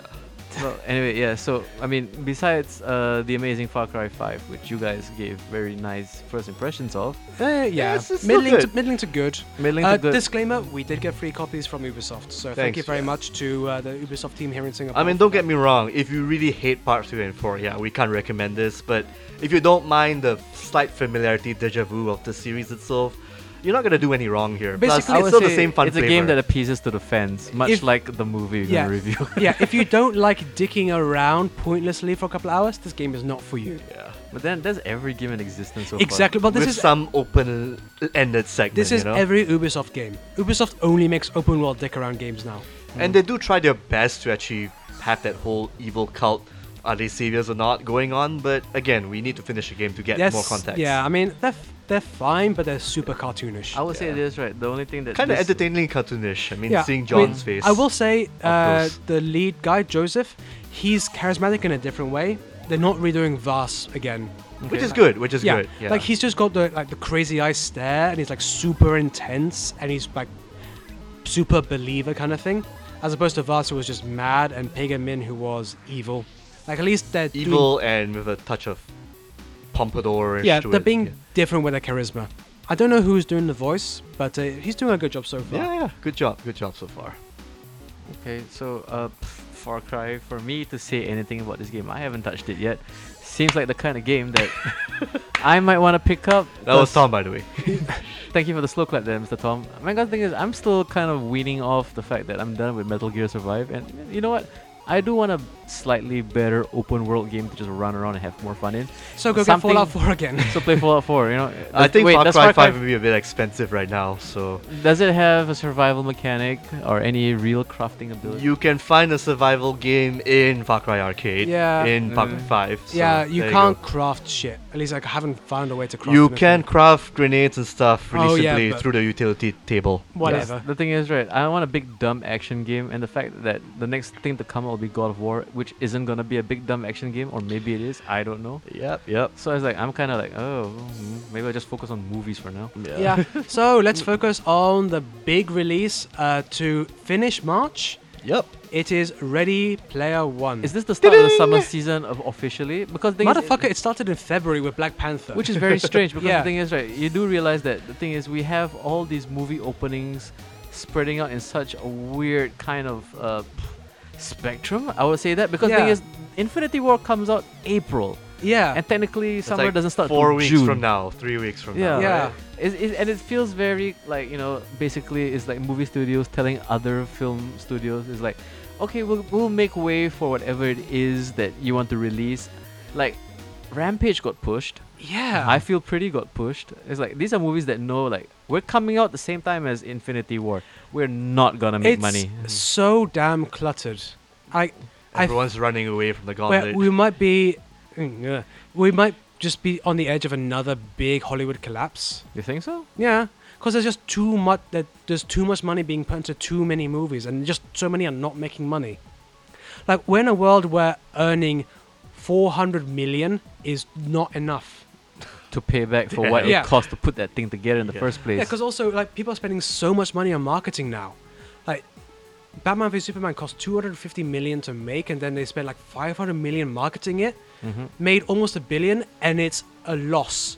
S3: Well, anyway, yeah. So I mean, besides uh, the amazing Far Cry 5, which you guys gave very nice first impressions of,
S2: Uh, yeah,
S1: it's- it's still
S2: middling, to,
S1: good.
S2: middling to good.
S3: middling
S2: Uh,
S3: to good.
S2: Disclaimer: We did get free copies from Ubisoft, so thank
S1: Thanks,
S2: you very
S1: yeah.
S2: much to uh, the Ubisoft team here in Singapore.
S1: I mean, don't get me wrong. If you really hate Part 3 and 4, yeah, we can't recommend this. But if you don't mind the slight familiarity, deja vu of the series itself, you're not gonna do any wrong here. Plus,
S2: Basically,
S3: I
S1: it's
S3: would
S1: still the
S3: say
S1: same fun
S3: It's a game that
S1: flavor.
S3: appeases to the fans, much
S2: If-
S3: like the movie you're
S2: Yeah.
S3: gonna review.
S2: yeah, if you don't like dicking around pointlessly for a couple hours, this game is not for you.
S1: yeah.
S3: but then there's every game in existence so far.
S2: exactly. But this
S1: With
S2: is
S1: some open-ended segment,
S2: this is
S1: you know?
S2: every Ubisoft game. Ubisoft only makes open world dick around games now.
S1: and they do try their best to actually have that whole evil cult. Are they serious or not? Going on, but again, we need to finish the game to get
S2: yes.
S1: more context.
S2: Yeah, I mean they're f- they're fine, but they're super cartoonish.
S3: I would say
S1: Yeah.
S3: this right. The only thing that
S1: kind of
S3: this-
S1: entertainingly cartoonish. I mean,
S2: Yeah,
S1: seeing
S2: I mean,
S1: John's face.
S2: I will say uh,
S1: those.
S2: the lead guy, Joseph, he's charismatic in a different way. They're not redoing Vas again.
S1: which is good. Which is
S2: yeah.
S1: good. Yeah.
S2: Like he's just got the like the crazy eye stare and he's like super intense and he's like super believer kind of thing. As opposed to Vas who was just mad and Pagan Min who was evil. Like at least they're doing-
S1: evil and with a touch of pompadour.
S2: yeah, they're being different with their charisma. I don't know who's doing the voice, but uh, he's doing a good job so far.
S1: Yeah, yeah. Good job. Good job so far.
S3: Okay, so uh, pff, Far Cry, for me to say anything about this game, I haven't touched it yet. Seems like the kind of game that I might want to pick up.
S1: That was
S3: 'cause-
S1: Tom, by the way.
S3: Thank you for the slow clap there, Mr. Tom. My god thing is, I'm still kind of weaning off the fact that I'm done with Metal Gear Survive, and you know what? I do want a slightly better open world game to just run around and have more fun in.
S2: So go
S3: Something-
S2: get Fallout 4 again.
S3: So play Fallout 4, you know?
S1: I
S3: Does-
S1: think
S3: wait,
S1: Far
S3: does
S1: Cry 5 would be a bit expensive right now, so
S3: Does it have a survival mechanic or any real crafting ability?
S1: you can find a survival game in Far Cry Arcade.
S2: Yeah. Mm.
S1: In Far Cry
S3: Mhm.
S1: 5. so
S2: yeah, you
S1: there
S2: can't
S1: go.
S2: craft shit. At least I haven't found a way to craft
S1: You
S2: anything.
S1: can craft grenades and stuff really
S2: Oh, yeah,
S1: simply
S2: but-
S1: through the utility table.
S3: Yes,
S2: Whatever.
S3: The thing is, right, I want a big dumb action game, and the fact that the next thing to come out will be God of War, which isn't gonna be a big dumb action game, or maybe it is, I don't know.
S1: Yep, yep.
S3: So I was like, I'm kind of like, oh, mm, maybe I'll just focus on movies for now.
S2: Yeah. so let's focus on the big release uh, to finish March.
S1: Yep.
S2: It is Ready Player One.
S3: Is this the start of the summer season of officially? Because the thing is-
S2: Motherfucker, it started in February with Black Panther.
S3: which is very strange. Because
S2: Yeah.
S3: the thing is, right, you do realize that the thing is, we have all these movie openings spreading out in such a weird kind of uh, spectrum. I would say that because the thing
S2: Yeah.
S3: is, Infinity War comes out April,
S2: yeah.
S3: and technically
S1: It's
S3: summer
S1: like
S3: doesn't start
S1: Four
S3: till
S1: weeks
S3: June.
S1: from now, three weeks from
S3: Yeah,
S1: now.
S2: Yeah.
S1: right?
S3: It's, it's, and it feels very like you know basically it's like movie studios telling other film studios it's like, okay, we'll we'll make way for whatever it is that you want to release, like. Rampage got pushed.
S2: yeah.
S3: I feel pretty got pushed. It's like these are movies that know like we're coming out the same time as Infinity War. We're not gonna make
S2: it's
S3: money.
S2: so damn cluttered. I, I
S1: Everyone's running away from the
S2: Well,
S1: gauntlet.
S2: we might be, Mm, yeah. we might just be on the edge of another big Hollywood collapse.
S3: You think so?
S2: Yeah, because there's just too much. That there's too much money being put into too many movies, and just so many are not making money. Like we're in a world where earning 400 million is not enough.
S3: To pay back for what
S2: Yeah.
S3: it cost to put that thing together in the
S1: Yeah.
S3: first place.
S2: Yeah, because also like people are spending so much money on marketing now. Like Batman v Superman cost 250 million to make, and then they spent like 500 million marketing it.
S3: Mhm.
S2: Made almost a billion, and it's a loss.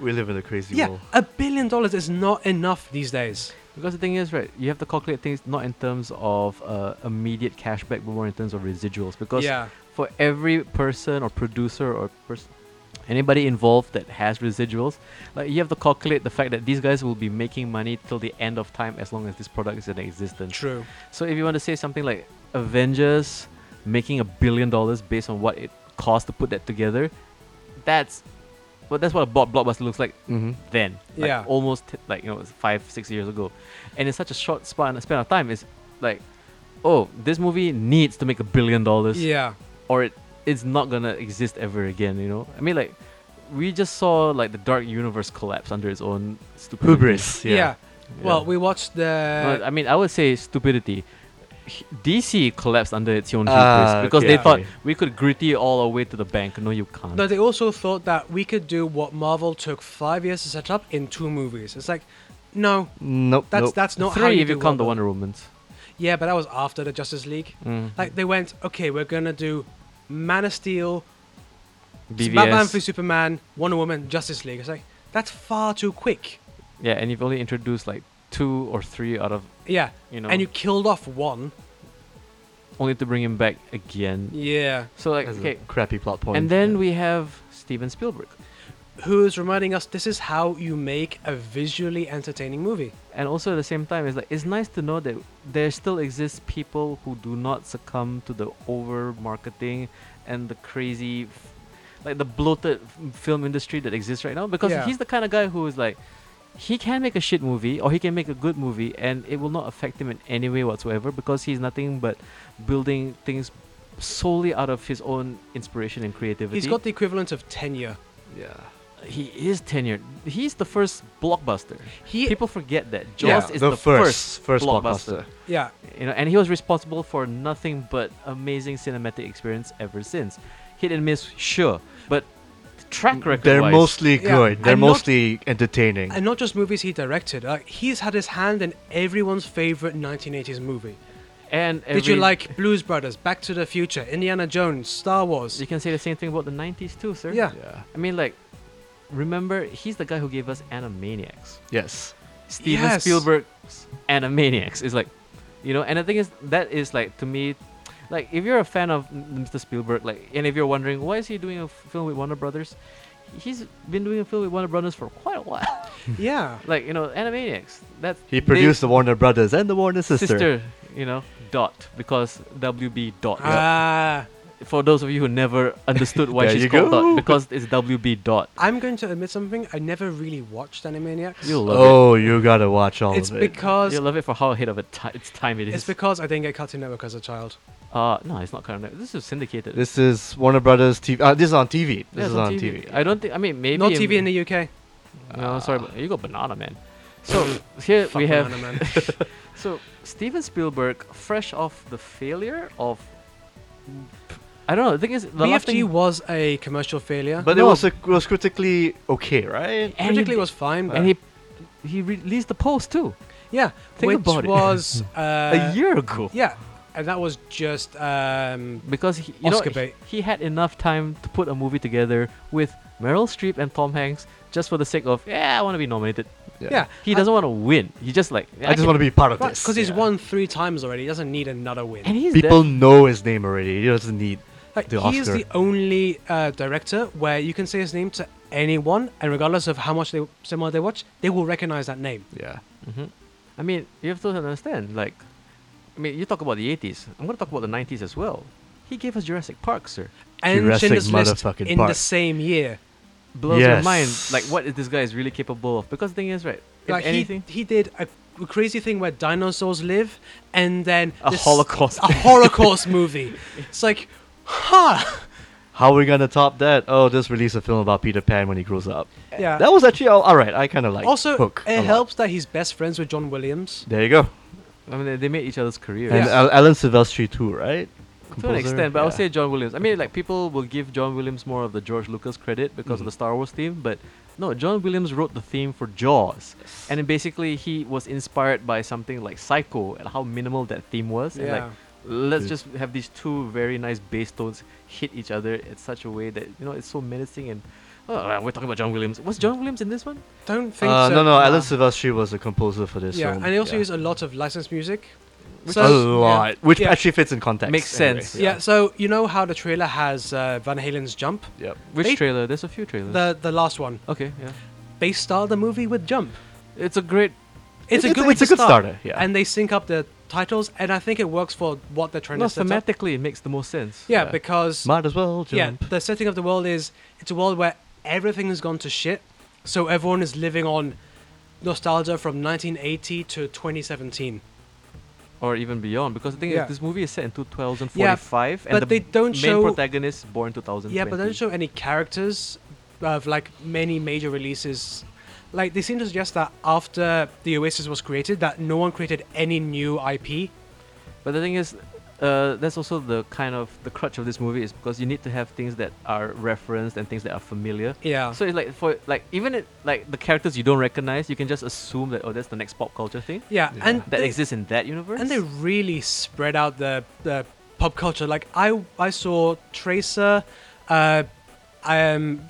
S1: we live in a crazy
S2: Yeah,
S1: world.
S2: a billion dollars is not enough these days.
S3: Because the thing is, right, you have to calculate things not in terms of uh, immediate cashback, but more in terms of residuals. Because
S2: yeah,
S3: for every person or producer or person, anybody involved that has residuals, like you have to calculate the fact that these guys will be making money till the end of time as long as this product is in existence.
S2: true.
S3: So if you want to say something like Avengers making a billion dollars based on what it cost to put that together, that's well, that's what a bo- blockbuster looks like
S1: Mm-hmm.
S3: then. Like
S2: Yeah.
S3: Almost t- like you know five six years ago, and in such a short span span of time, it's like, oh, this movie needs to make a billion dollars,
S2: Yeah,
S3: or it it's not gonna exist ever again. You know, I mean like. We just saw like the dark universe collapse under its own stupidity.
S1: Hubris.
S2: yeah.
S1: Yeah.
S2: Well,
S3: Yeah.
S2: we watched the.
S3: Well, I mean, I would say stupidity. H- DC collapsed under its own
S1: Ah,
S3: hubris because
S1: okay,
S3: they thought
S1: okay.
S3: we could gritty all our way to the bank. No, you can't.
S2: no, they also thought that we could do what Marvel took five years to set up in two movies. It's like, no,
S1: Nope.
S2: that's
S1: nope.
S2: that's not
S3: Three
S2: how you
S3: if you
S2: do
S3: count the
S2: Marvel.
S3: Wonder Womans.
S2: Yeah, but that was after the Justice League.
S3: Mm.
S2: Like they went, okay, we're gonna do Man of Steel,
S3: BVS.
S2: Batman v Superman, Wonder Woman, Justice League. It's like that's far too quick.
S3: yeah, and you've only introduced like two or three out of
S2: Yeah,
S3: you know,
S2: and you killed off one.
S3: only to bring him back again.
S2: Yeah,
S3: So like,
S1: That's a
S3: okay,
S1: crappy plot point.
S3: and then
S1: yeah.
S3: we have Steven Spielberg,
S2: who's reminding us this is how you make a visually entertaining movie.
S3: and also at the same time, it's like it's nice to know that there still exists people who do not succumb to the over marketing and the crazy, f- like the bloated f- film industry that exists right now. Because
S2: Yeah.
S3: he's the kind of guy who is like, he can make a shit movie or he can make a good movie, and it will not affect him in any way whatsoever because he's nothing but building things solely out of his own inspiration and creativity.
S2: He's got the equivalent of tenure.
S1: Yeah.
S3: He is tenured. He's the first blockbuster.
S2: He
S3: People forget that
S2: Yeah,
S3: Jaws is the, first,
S1: first
S3: blockbuster.
S2: yeah
S3: You know, and he was responsible for nothing but amazing cinematic experience ever since. Hit and miss, sure, but
S2: Mm,
S3: track record.
S1: They're
S3: wise,
S1: mostly
S2: Yeah,
S1: good. They're
S2: and not-
S1: mostly entertaining.
S2: and uh, not just movies he directed. Like he's had his hand in everyone's favorite 1980s movie.
S3: And
S2: Did you
S3: every-
S2: like Blues Brothers, Back to the Future, Indiana Jones, Star Wars?
S3: You can say the same thing about the '90s too, sir.
S2: Yeah.
S1: Yeah.
S3: I mean, like, remember he's the guy who gave us Animaniacs.
S1: Yes.
S3: Steven
S2: Yes.
S3: Spielberg's Animaniacs is like, you know, and the thing is that is like to me, like if you're a fan of m- Mr. Spielberg, like, and if you're wondering why is he doing a f- film with Warner Brothers, he's been doing a film with Warner Brothers for quite a while.
S2: Yeah.
S3: like you know, Animaniacs. That
S1: He
S3: they-
S1: produced the Warner Brothers and the Warner Sister.
S3: you know, dot because WB dot.
S2: Ah,
S3: For those of you who never understood why
S1: There
S3: she's
S1: you
S3: called
S1: go.
S3: dot, because it's WB dot.
S2: I'm going to admit something. I never really watched Animaniacs.
S3: You'll love it.
S1: Oh, you gotta watch all
S2: it's
S1: of it.
S2: because
S3: You'll love it for how ahead of it ti its time it is.
S2: it's because I didn't get Cartoon Network as a child.
S3: uh, no, it's not current. This is syndicated.
S1: this is Warner Brothers TV. Uh, this is on TV. This
S3: Yeah, it's
S1: is on TV.
S3: I don't think. I mean, maybe.
S2: Not TV in the UK.
S3: No, sorry, but you got banana man. So here
S2: Mm. Fuck
S3: we have.
S2: Banana Man.
S3: So Steven Spielberg, fresh off the failure of. I don't know. The thing is, the last
S2: BFG
S3: thing.
S2: was a commercial failure.
S1: But
S3: No.
S1: it was a, was critically okay, right?
S3: and he
S2: Critically, it
S3: d-
S2: was fine. But
S3: and he, he released the post too
S2: yeah,
S3: think
S2: which
S3: about it.
S2: was uh,
S3: a year ago.
S2: Yeah, and that was just um,
S3: Because he, you know,
S2: Oscar
S3: he,
S2: bait.
S3: he had enough time to put a movie together with Meryl Streep and Tom Hanks just for the sake of yeah, I want to be nominated.
S2: yeah.
S3: He doesn't want to win. He just like
S1: I, just
S3: can-
S1: want to be part of this.
S2: because he's
S1: yeah.
S2: won three times already. He doesn't need another win.
S3: And he's
S1: People
S3: def-
S1: know his name already. He doesn't need
S2: Like,
S1: the
S2: he is
S1: Oscar.
S2: the only uh, director where you can say his name to anyone, and regardless of how much they cinema they watch, they will recognize that name.
S1: yeah.
S3: Mhm. I mean, you have to understand. Like, I mean, you talk about the '80s. I'm gonna talk about the '90s as well. He gave us Jurassic Park, sir.
S2: And
S1: Jurassic
S2: Schindler's List
S1: motherfucking
S2: in the
S1: Park.
S2: same year.
S3: Blows your mind.
S1: Yes.
S3: Like, what is this guy is really capable of? Because the thing is, right? If
S2: Like he,
S3: anything,
S2: he did a crazy thing where dinosaurs live, and then
S3: A
S2: this-
S3: Holocaust.
S2: a Holocaust movie. It's like, huh?
S1: How are we gonna top that? Oh, just release a film about Peter Pan when he grows up.
S2: Yeah.
S1: That was actually all, all right. I kind of like
S2: also,
S1: Hook. a
S2: it
S1: lot.
S2: helps that he's best friends with John Williams.
S1: There you go.
S3: I mean, they- they made each other's careers
S1: And Al- Alan Silvestri too, right?
S3: to an
S1: Composer?
S3: extent. But I'll
S1: Yeah.
S3: say John Williams. I mean, like people will give John Williams more of the George Lucas credit because
S1: Mm-hmm.
S3: of the Star Wars theme, but no, John Williams wrote the theme for Jaws, and then basically he was inspired by something like Psycho and how minimal that theme was, and like
S2: Yeah.
S3: let's
S1: Good.
S3: just have these two very nice bass tones hit each other in such a way that you know it's so menacing and oh, uh, we're talking about John Williams. Was John Williams in this one?
S2: Don't think
S1: Uh,
S2: so.
S1: no, no.
S2: Nah.
S1: Alan Silvestri was the composer for this.
S2: Yeah,
S1: film.
S2: and they also use a lot of licensed music.
S1: a lot, which
S2: yeah.
S1: actually fits in context.
S3: Makes
S1: anyway.
S3: sense.
S2: Yeah. so you know how the trailer has uh, Van Halen's Jump,
S1: Yep.
S3: Which
S2: They-
S3: trailer? There's a few
S1: Mm.
S3: trailers.
S2: the the last one.
S3: okay, yeah,
S2: They start the movie with Jump.
S3: it's a great.
S2: It's,
S1: It-
S2: a
S1: it's-
S2: good way
S1: it's
S2: to
S1: a good
S2: start.
S1: starter, yeah.
S2: And they sync up the titles, and I think it works for what they're trying
S3: No,
S2: to set up.
S3: thematically, it makes the most sense.
S2: Yeah,
S1: yeah.
S2: because
S1: Might as well jump.
S2: yeah, the setting of the world is it's a world where everything has gone to shit, so everyone is living on nostalgia from 1980 to 2017.
S3: or even beyond. Because the thing
S2: Yeah.
S3: is, this movie is set in 2045,
S2: but
S3: and the
S2: they don't
S3: main
S2: show-
S3: protagonist is born 2020.
S2: Yeah, but they don't show any characters of like many major releases. Like they seem to suggest that after the Oasis was created, that no one created any new IP.
S3: But the thing is, uh, that's also the kind of the crutch of this movie is because you need to have things that are referenced and things that are familiar.
S2: Yeah.
S3: So it's like for like even it, like the characters you don't recognize, you can just assume that oh that's the next pop culture thing
S2: yeah,
S1: Yeah.
S2: and
S3: that
S2: they,
S3: exists in that universe.
S2: and they really spread out the the pop culture. Like I I saw Tracer, uh, I am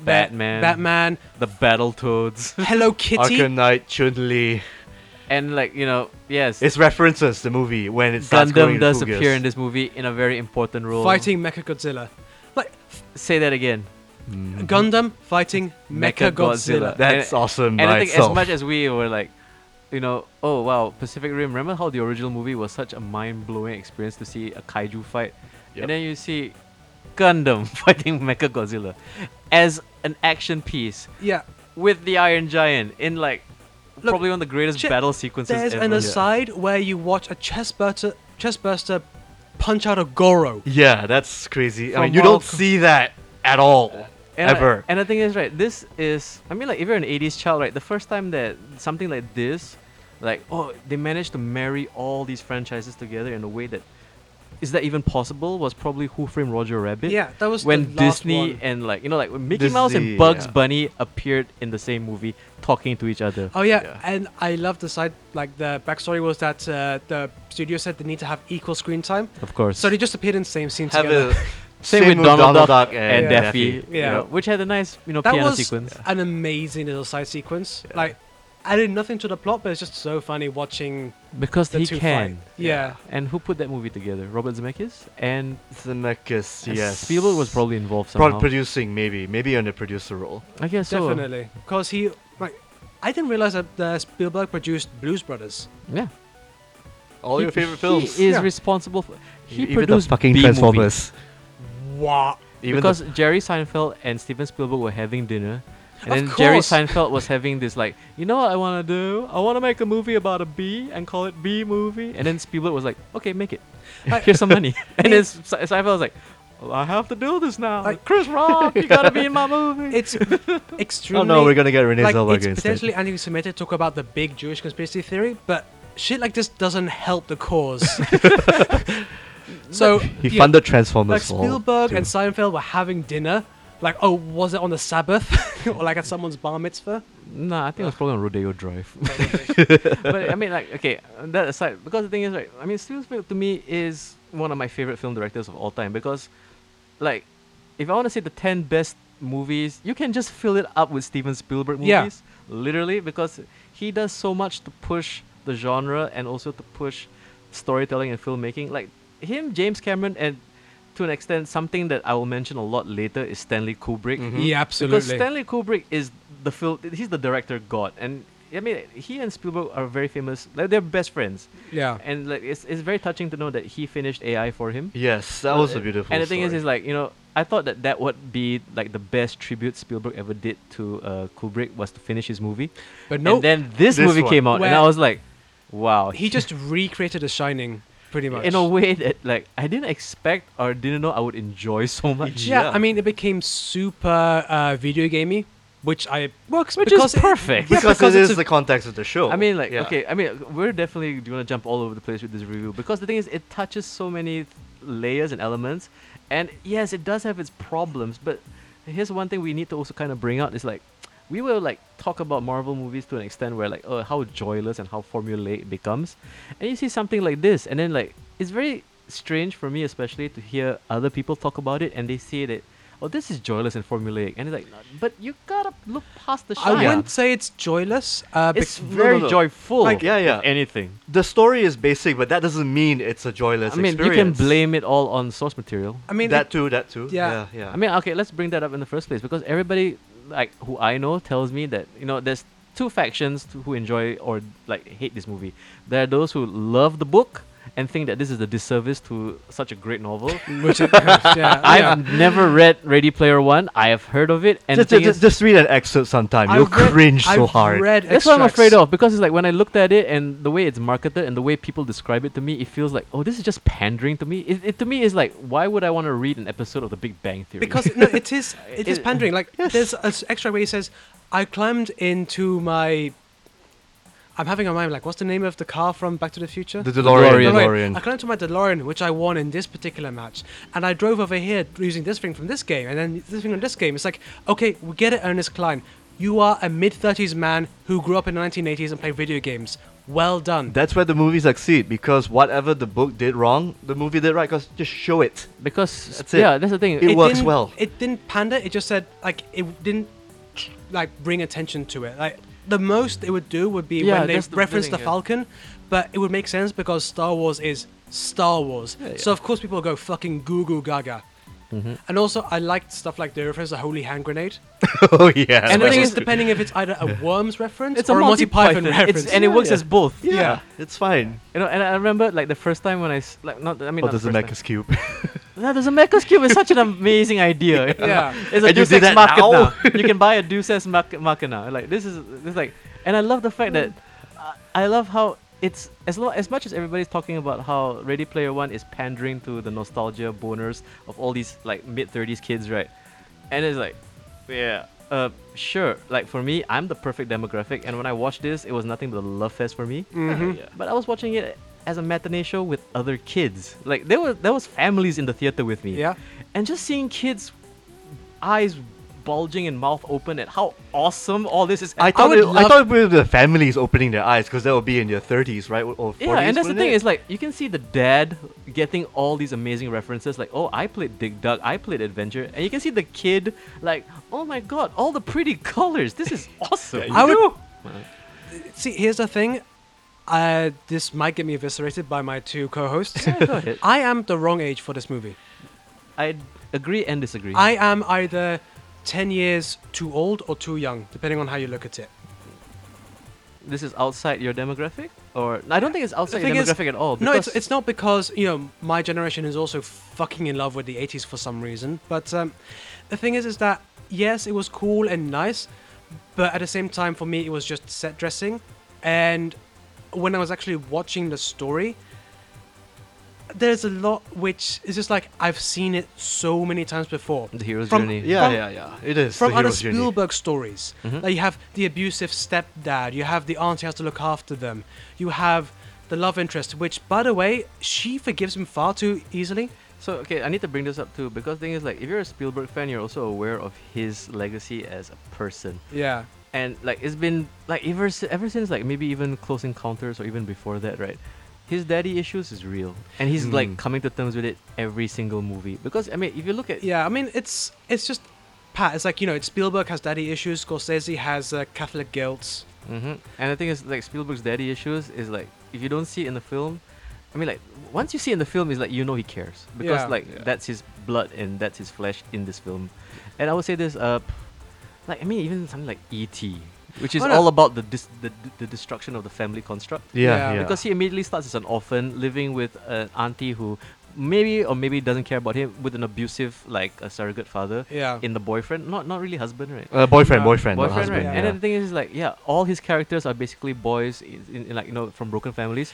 S3: Batman.
S2: Batman,
S3: the battle toads
S2: Hello Kitty.
S1: Arkham Knight, Chun Li.
S3: and like you know yes
S1: It's references the movie when it starts going
S3: Gundam
S1: to
S3: does
S1: Fugus.
S3: appear in this movie in a very important role.
S2: Fighting Mecha Godzilla. Like
S3: Say that again.
S2: Gundam fighting Mecha
S3: Mechagodzilla.
S2: Godzilla.
S1: Mm-hmm. That's
S3: And-
S1: awesome
S3: And
S1: by
S3: I think
S1: itself.
S3: as much as we were like, you know, oh wow, Pacific Rim. Remember how the original movie was such a mind-blowing experience to see a kaiju fight,
S1: Yep.
S3: and then you see Gundam fighting Mechagodzilla as an action piece
S2: Yeah.
S3: with the Iron Giant in like
S2: Look,
S3: probably one of the greatest
S2: che-
S3: battle sequences
S2: There's
S3: ever.
S2: an aside where you watch a chestburster, chestburster punch out a Goro.
S1: yeah, that's crazy. I
S3: From
S1: mean, you don't
S3: Mortal Kombat.
S1: see that at all,
S3: and
S1: ever.
S3: I, and the thing is, right, this is I mean like if you're an 80s child, right, the first time that something like this, like oh, they managed to marry all these franchises together in a way that is that even possible was probably Who Framed Roger Rabbit.
S2: Yeah, that was the
S3: when
S2: last
S3: Disney
S2: one.
S3: and like you know like when Mickey Mouse and
S1: Disney,
S3: Bugs
S1: yeah.
S3: Bunny appeared in the same movie talking to each other.
S2: Oh yeah.
S1: Yeah.
S2: and I love the side like the backstory was that uh, the studio said they need to have equal screen time,
S3: Of course.
S2: so they just appeared in the same scene
S1: Have
S2: together.
S1: a
S3: same, with Donald, Duck, and,
S2: Yeah.
S3: Daffy,
S2: Yeah.
S3: you know, which had a nice you know
S2: that
S3: piano
S2: was uh,
S3: sequence.
S2: an amazing little side sequence. Like, added nothing to the plot, but it's just so funny watching
S3: Because
S2: the
S3: he
S2: two
S3: can.
S2: fight. Yeah.
S3: And who put that movie together? Robert Zemeckis and
S1: Zemeckis, yes.
S3: Spielberg was probably involved
S1: Pro-
S3: somehow.
S1: producing, maybe, maybe on the producer role.
S3: I guess so. um,
S2: Definitely, because he like I didn't realize that uh, Spielberg produced Blues Brothers.
S3: Yeah.
S1: All
S3: He-
S1: your favorite
S3: he
S1: films. E-,
S3: is
S2: Yeah.
S3: responsible for. He
S1: Even
S3: produced
S1: the fucking
S3: B movie.
S1: Transformers.
S2: Wow.
S1: Even
S3: because
S1: the,
S3: Jerry Seinfeld and Steven Spielberg were having dinner, and
S2: Of
S3: then Jerry
S2: course.
S3: Seinfeld was having this like, you know what I want to do? I want to make a movie about a bee and call it Bee Movie. And then Spielberg was like, okay, make it.
S2: I-
S3: Here's some money. and
S2: Yeah.
S3: then Se- Seinfeld was like, well, I have to do this now.
S2: I-
S3: Chris Rock, you gotta be in my movie.
S2: It's extremely.
S1: oh no, we're gonna get Renee
S2: like,
S1: Zellweger
S2: it's
S1: instead.
S2: potentially anti-Semitic to talk about the big Jewish conspiracy theory, but shit like this doesn't help the cause. so
S1: He
S2: yeah,
S1: funded Transformers.
S2: like
S1: for all
S2: Spielberg
S1: two.
S2: and Seinfeld were having dinner. Like, oh, was it on the Sabbath or like at someone's bar mitzvah?
S3: nah, I think it was probably on Rodeo Drive. Mm-hmm. but I mean, like, okay, uh, that aside, because the thing is, right? I mean, Steven Spielberg to me is one of my favorite film directors of all time because, like, if I want to say the ten best movies, you can just fill it up with Steven Spielberg movies,
S2: Yeah.
S3: literally, because he does so much to push the genre and also to push storytelling and filmmaking. Like him, James Cameron, and to an extent, something that I will mention a lot later is Stanley Kubrick.
S1: Mhm.
S2: Yeah,
S3: Because
S2: absolutely.
S3: Stanley Kubrick is the film. He's the director god, and I mean he and Spielberg are very famous. Like, they're best friends,
S1: Ah.
S2: yeah.
S3: and like it's, it's very touching to know that he finished AI for him.
S1: Yes, that
S3: Uh,
S1: was a beautiful.
S3: And the thing is,
S1: story.
S3: is like you know, I thought that that would be like the best tribute Spielberg ever did to uh, Kubrick was to finish his movie.
S2: But no,
S3: And then this,
S1: This
S3: movie
S1: one.
S3: came out, and I
S2: Well-
S3: was like, wow.
S2: he just recreated The Shining, pretty much.
S3: in a way that like I didn't expect or didn't know I would enjoy so much.
S2: Yeah,
S1: Yeah.
S2: I mean, it became super uh, video gamey, which I works
S3: Which
S2: because
S3: is
S2: it-
S3: perfect.
S1: because,
S2: because
S1: it
S2: it's
S1: is
S2: a-
S1: the context of the show.
S3: I mean, like,
S1: Yeah.
S3: okay, I mean, we're definitely going to jump all over the place with this review because the thing is, it touches so many th- layers and elements. And yes, it does have its problems, but here's one thing we need to also kind of bring out is like, we will like talk about Marvel movies to an extent where like, oh, how joyless and how formulaic it becomes. And you see something like this, and then like, it's very strange for me, especially to hear other people talk about it and they say that. Oh, this is joyless and formulaic, and it's like, but you gotta look past the
S2: I
S3: shine.
S2: wouldn't say it's joyless. Uh, bec-
S3: It's
S1: no, no,
S3: very
S1: no.
S3: joyful.
S1: Like, yeah,
S3: if
S1: yeah.
S3: Anything.
S1: the story is basic, but that doesn't mean it's a joyless
S3: I mean,
S1: experience.
S3: you can blame it all on source material.
S2: I mean,
S1: that
S2: it-
S1: too. That too.
S2: Yeah.
S1: yeah. yeah.
S3: I mean, okay, let's bring that up in the first place because everybody, like who I know, tells me that you know there's two factions to who enjoy or like hate this movie. There are those who love the book and think that this is a disservice to such a great novel.
S2: which it, yeah, yeah.
S3: I've never read Ready Player One. I have heard of it, and the
S1: just,
S3: thing
S1: just,
S3: is,
S1: just read an excerpt sometime. You'll
S2: I've read-
S1: cringe so
S2: I've
S1: hard.
S2: Read
S3: That's what I'm afraid
S2: extracts.
S3: of because it's like when I looked at it and the way it's marketed and the way people describe it to me, it feels like oh, this is just pandering to me. It, it to me is like why would I want to read an episode of The Big Bang Theory?
S2: Because no, it is it is
S3: It-
S2: pandering. Like there's an extra where he says, "I climbed into my." I'm having a mind like, what's the name of the car from Back to the Future?
S1: The DeLorean.
S2: DeLorean.
S1: DeLorean.
S2: I climbed to my DeLorean, which I won in this particular match, and I drove over here using this thing from this game, and then this thing from this game. It's like, okay, we get it, Ernest Klein. You are a mid 30s man who grew up in the 1980s and played video games. Well done.
S1: That's where the movies succeed because whatever the book did wrong, the movie did right. Because just show it.
S3: because
S1: That's it.
S3: yeah, that's the thing.
S1: It works
S2: didn't-
S1: well.
S2: It didn't pander. It just said like it didn't like bring attention to it. Like the most it would do would be
S3: Yeah,
S2: when they
S3: that's the
S2: reference
S3: thing,
S2: the
S3: yeah.
S2: Falcon, but it would make sense because Star Wars is Star Wars. So of course people go fucking goo goo gaga.
S3: Mm-hmm.
S2: And also, I liked stuff like the reference to Holy Hand Grenade.
S1: oh yeah.
S3: And
S2: And
S3: the
S2: which
S3: thing
S2: is
S3: is-
S2: depending if it's either a Worms reference
S3: it's a
S2: or a Monty Python,
S3: It's-
S2: reference.
S3: and it
S1: Yeah,
S3: works
S1: yeah.
S3: as both.
S1: yeah,
S2: yeah.
S1: it's fine.
S3: You know, and I remember like the first time when I s- like not. I mean,
S1: Oh,
S3: not
S1: there's
S3: the
S1: a
S3: first time.
S1: Mechas cube.
S3: Yeah, there's a Mechas Cube. It's such an amazing idea.
S2: Yeah.
S3: It's a
S1: And you
S3: Deus
S1: did
S3: Ex
S1: that
S3: Machina.
S1: now?
S3: you can buy a Deus Ex Mach- Machina. Like this is this like, and I love the fact that uh, I love how it's as lo- as much as everybody's talking about how Ready Player One is pandering to the nostalgia boners of all these like mid thirties kids, right? And it's like, yeah. Uh, sure. Like for me, I'm the perfect demographic, and when I watched this, it was nothing but a love fest for me.
S2: Mhm.
S3: But I was watching it as a matinee show with other kids. Like there were there was families in the theater with me.
S2: Yeah.
S3: And just seeing kids eyes bulging and mouth open at how awesome all this is.
S1: I thought
S3: would
S1: it, I
S3: love-
S1: thought it would be the families opening their eyes because that would be in your 30s, right? Or 40s,
S3: yeah, and that's the
S1: wouldn't
S3: thing.
S1: it?
S3: It's like you can see the dad getting all these amazing references. Like, oh, I played Dig Dug, I played Adventure, and you can see the kid like, oh my god, all the pretty colors. This is awesome.
S2: I would see. Here's the thing. Uh, this might get me eviscerated by my two co-hosts.
S3: Yeah, go ahead.
S2: I am the wrong age for this movie.
S3: I agree and disagree.
S2: I am either ten years too old or too young, depending on how you look at it.
S3: this is outside your demographic, or I don't think it's outside your
S2: thing is-
S3: demographic at all.
S2: No, it's
S3: because-
S2: it's not because you know my generation is also fucking in love with the '80s for some reason. But um, the thing is, is that yes, it was cool and nice, but at the same time, for me, it was just set dressing. And when I was actually watching the story, there's a lot which is just like I've seen it so many times before.
S3: the hero's
S2: from-
S3: journey.
S1: yeah,
S2: from-
S1: yeah, yeah. It is
S2: From
S1: the
S2: other
S1: hero's journey. Mm-hmm.
S2: Spielberg stories, like you have the abusive stepdad, you have the aunt who has to look after them, you have the love interest, which, by the way, she forgives him far too easily.
S3: So okay, I need to bring this up too because the thing is like if you're a Spielberg fan, you're also aware of his legacy as a person.
S2: Yeah,
S3: and like it's been like ever s- ever since like maybe even Close Encounters or even before that, right? His daddy issues is real, and he's like
S1: Mm.
S3: coming to terms with it every single movie. Because I mean, if you look at
S2: yeah. I mean, it's it's just Pat. It's like you know, it's Spielberg has daddy issues. Scorsese has uh, Catholic guilt.
S3: Mhm. and the thing is like Spielberg's daddy issues is like if you don't see it in the film, I mean like once you see it in the film, is like you know he cares because
S2: Yeah.
S3: like
S1: Yeah.
S3: that's his blood and that's his flesh in this film, and I would say this uh, like I mean even something like E.T., which is
S2: Oh, no.
S3: all about the, dis- the the destruction of the family construct.
S1: Yeah,
S2: Yeah.
S1: yeah,
S3: because he immediately starts as an orphan living with an auntie who maybe or maybe doesn't care about him with an abusive like a surrogate father
S2: Yeah,
S3: in the boyfriend not not really husband right
S1: uh, boyfriend,
S2: Yeah.
S1: boyfriend, not
S3: boyfriend
S1: husband.
S3: right
S1: Yeah.
S3: and then the thing is like yeah all his characters are basically boys in, in, in, like you know from broken families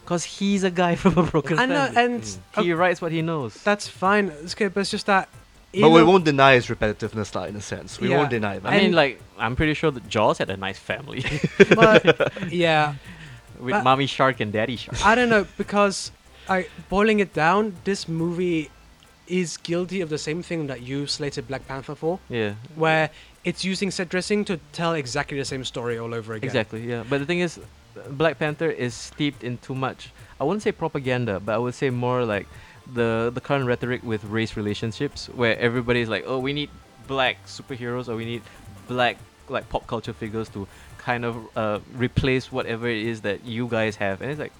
S3: because he's a guy from a broken
S2: I know,
S3: family Mm.
S2: and uh,
S3: he writes what he knows
S2: that's fine. It's okay, but it's just that.
S1: but we
S2: even-
S1: won't deny his repetitiveness, lah, in a sense. We
S2: Yeah.
S1: won't deny that.
S3: I mean
S2: and-
S3: like I'm pretty sure that Jaws had a nice family
S2: But, yeah,
S3: with
S2: But-
S3: mommy shark and daddy shark
S2: I don't know because I boiling it down, this movie is guilty of the same thing that you slated Black Panther for,
S3: yeah
S2: where it's using set dressing to tell exactly the same story all over again.
S3: Exactly, yeah. But the thing is, Black Panther is steeped in too much. I wouldn't say propaganda, but I would say more like the the current rhetoric with race relationships, where everybody's like, "Oh, we need black superheroes, or we need black like pop culture figures to kind of uh, replace whatever it is that you guys have." And it's like,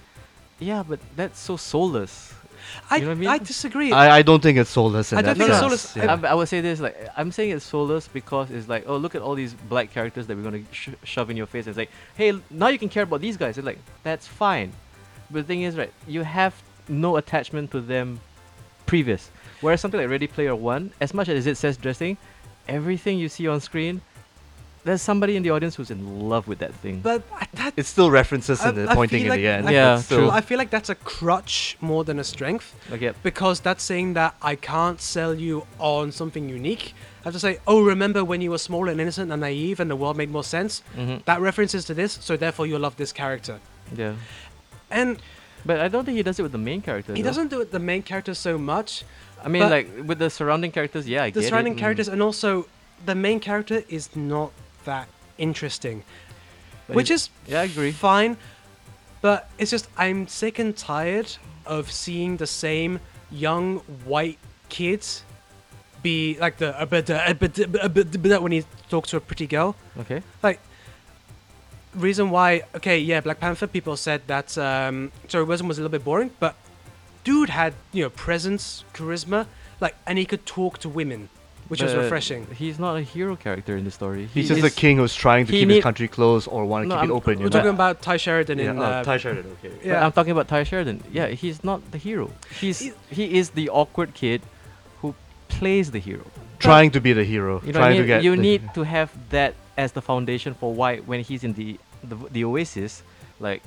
S3: yeah, but that's so soulless.
S2: I
S3: You know what I mean?
S2: I disagree.
S1: I, I don't think it's soulless in
S2: I
S1: that
S2: don't think it's
S1: sense,
S2: soulless.
S1: yeah.
S3: I, I would say this like I'm saying it's soulless because it's like oh look at all these black characters that we're gonna sh- shove in your face. It's like hey l- now you can care about these guys. It's like that's fine, but the thing is right you have no attachment to them previous. Whereas something like Ready Player One, as much as it says dressing, everything you see on screen, there's somebody in the audience who's in love with that thing.
S2: but I- that
S1: It's still references
S2: I-
S1: and
S2: I
S1: the pointing
S2: feel
S1: in
S2: like-
S1: the end.
S2: I-
S3: Yeah,
S1: It's still-
S2: I feel like that's a crutch more than a strength
S3: like yeah,
S2: because that's saying that I can't sell you on something unique. I have to say, oh, remember when you were small and innocent and naive and the world made more sense?
S3: mhm,
S2: That references to this, so therefore you'll love this character.
S3: yeah.
S2: And
S3: But I don't think he does it with the main character.
S2: he
S3: though.
S2: doesn't do it the main character so much
S3: I mean,
S2: but-
S3: like with the surrounding characters, yeah, I
S2: the
S3: get it,
S2: surrounding
S3: mm.
S2: characters and also the main character is not that interesting
S3: But
S2: which
S3: he-
S2: is
S3: yeah, I agree.
S2: fine but it's just i'm sick and tired of seeing the same young white kids be like the a bit- a bit- a bit- a bit- when he talks to a pretty girl
S3: okay.
S2: like reason why okay yeah black panther people said that um sorry wilson was a little bit boring but dude had you know presence charisma like and he could talk to women which was
S3: But
S2: refreshing
S3: He's not a hero character in the story.
S1: He's
S3: He
S1: just a
S3: is-
S1: king who's trying to
S3: he
S1: keep
S3: need-
S1: his country closed or want to
S3: No,
S1: keep
S3: I'm-
S1: it open. you
S2: we're
S1: know?
S2: talking about ty sheridan in
S1: yeah,
S2: uh,
S1: oh, Ty Sheridan, okay.
S3: but
S2: yeah.
S3: I'm talking about Ty Sheridan. Yeah, he's not the hero. He's
S2: He-
S3: he is the awkward kid who plays the hero.
S1: Trying to be the hero.
S3: You know, what
S1: trying
S3: I mean?
S1: to get
S3: you
S1: the-
S3: need to have that as the foundation for why when he's in the, the the Oasis, like,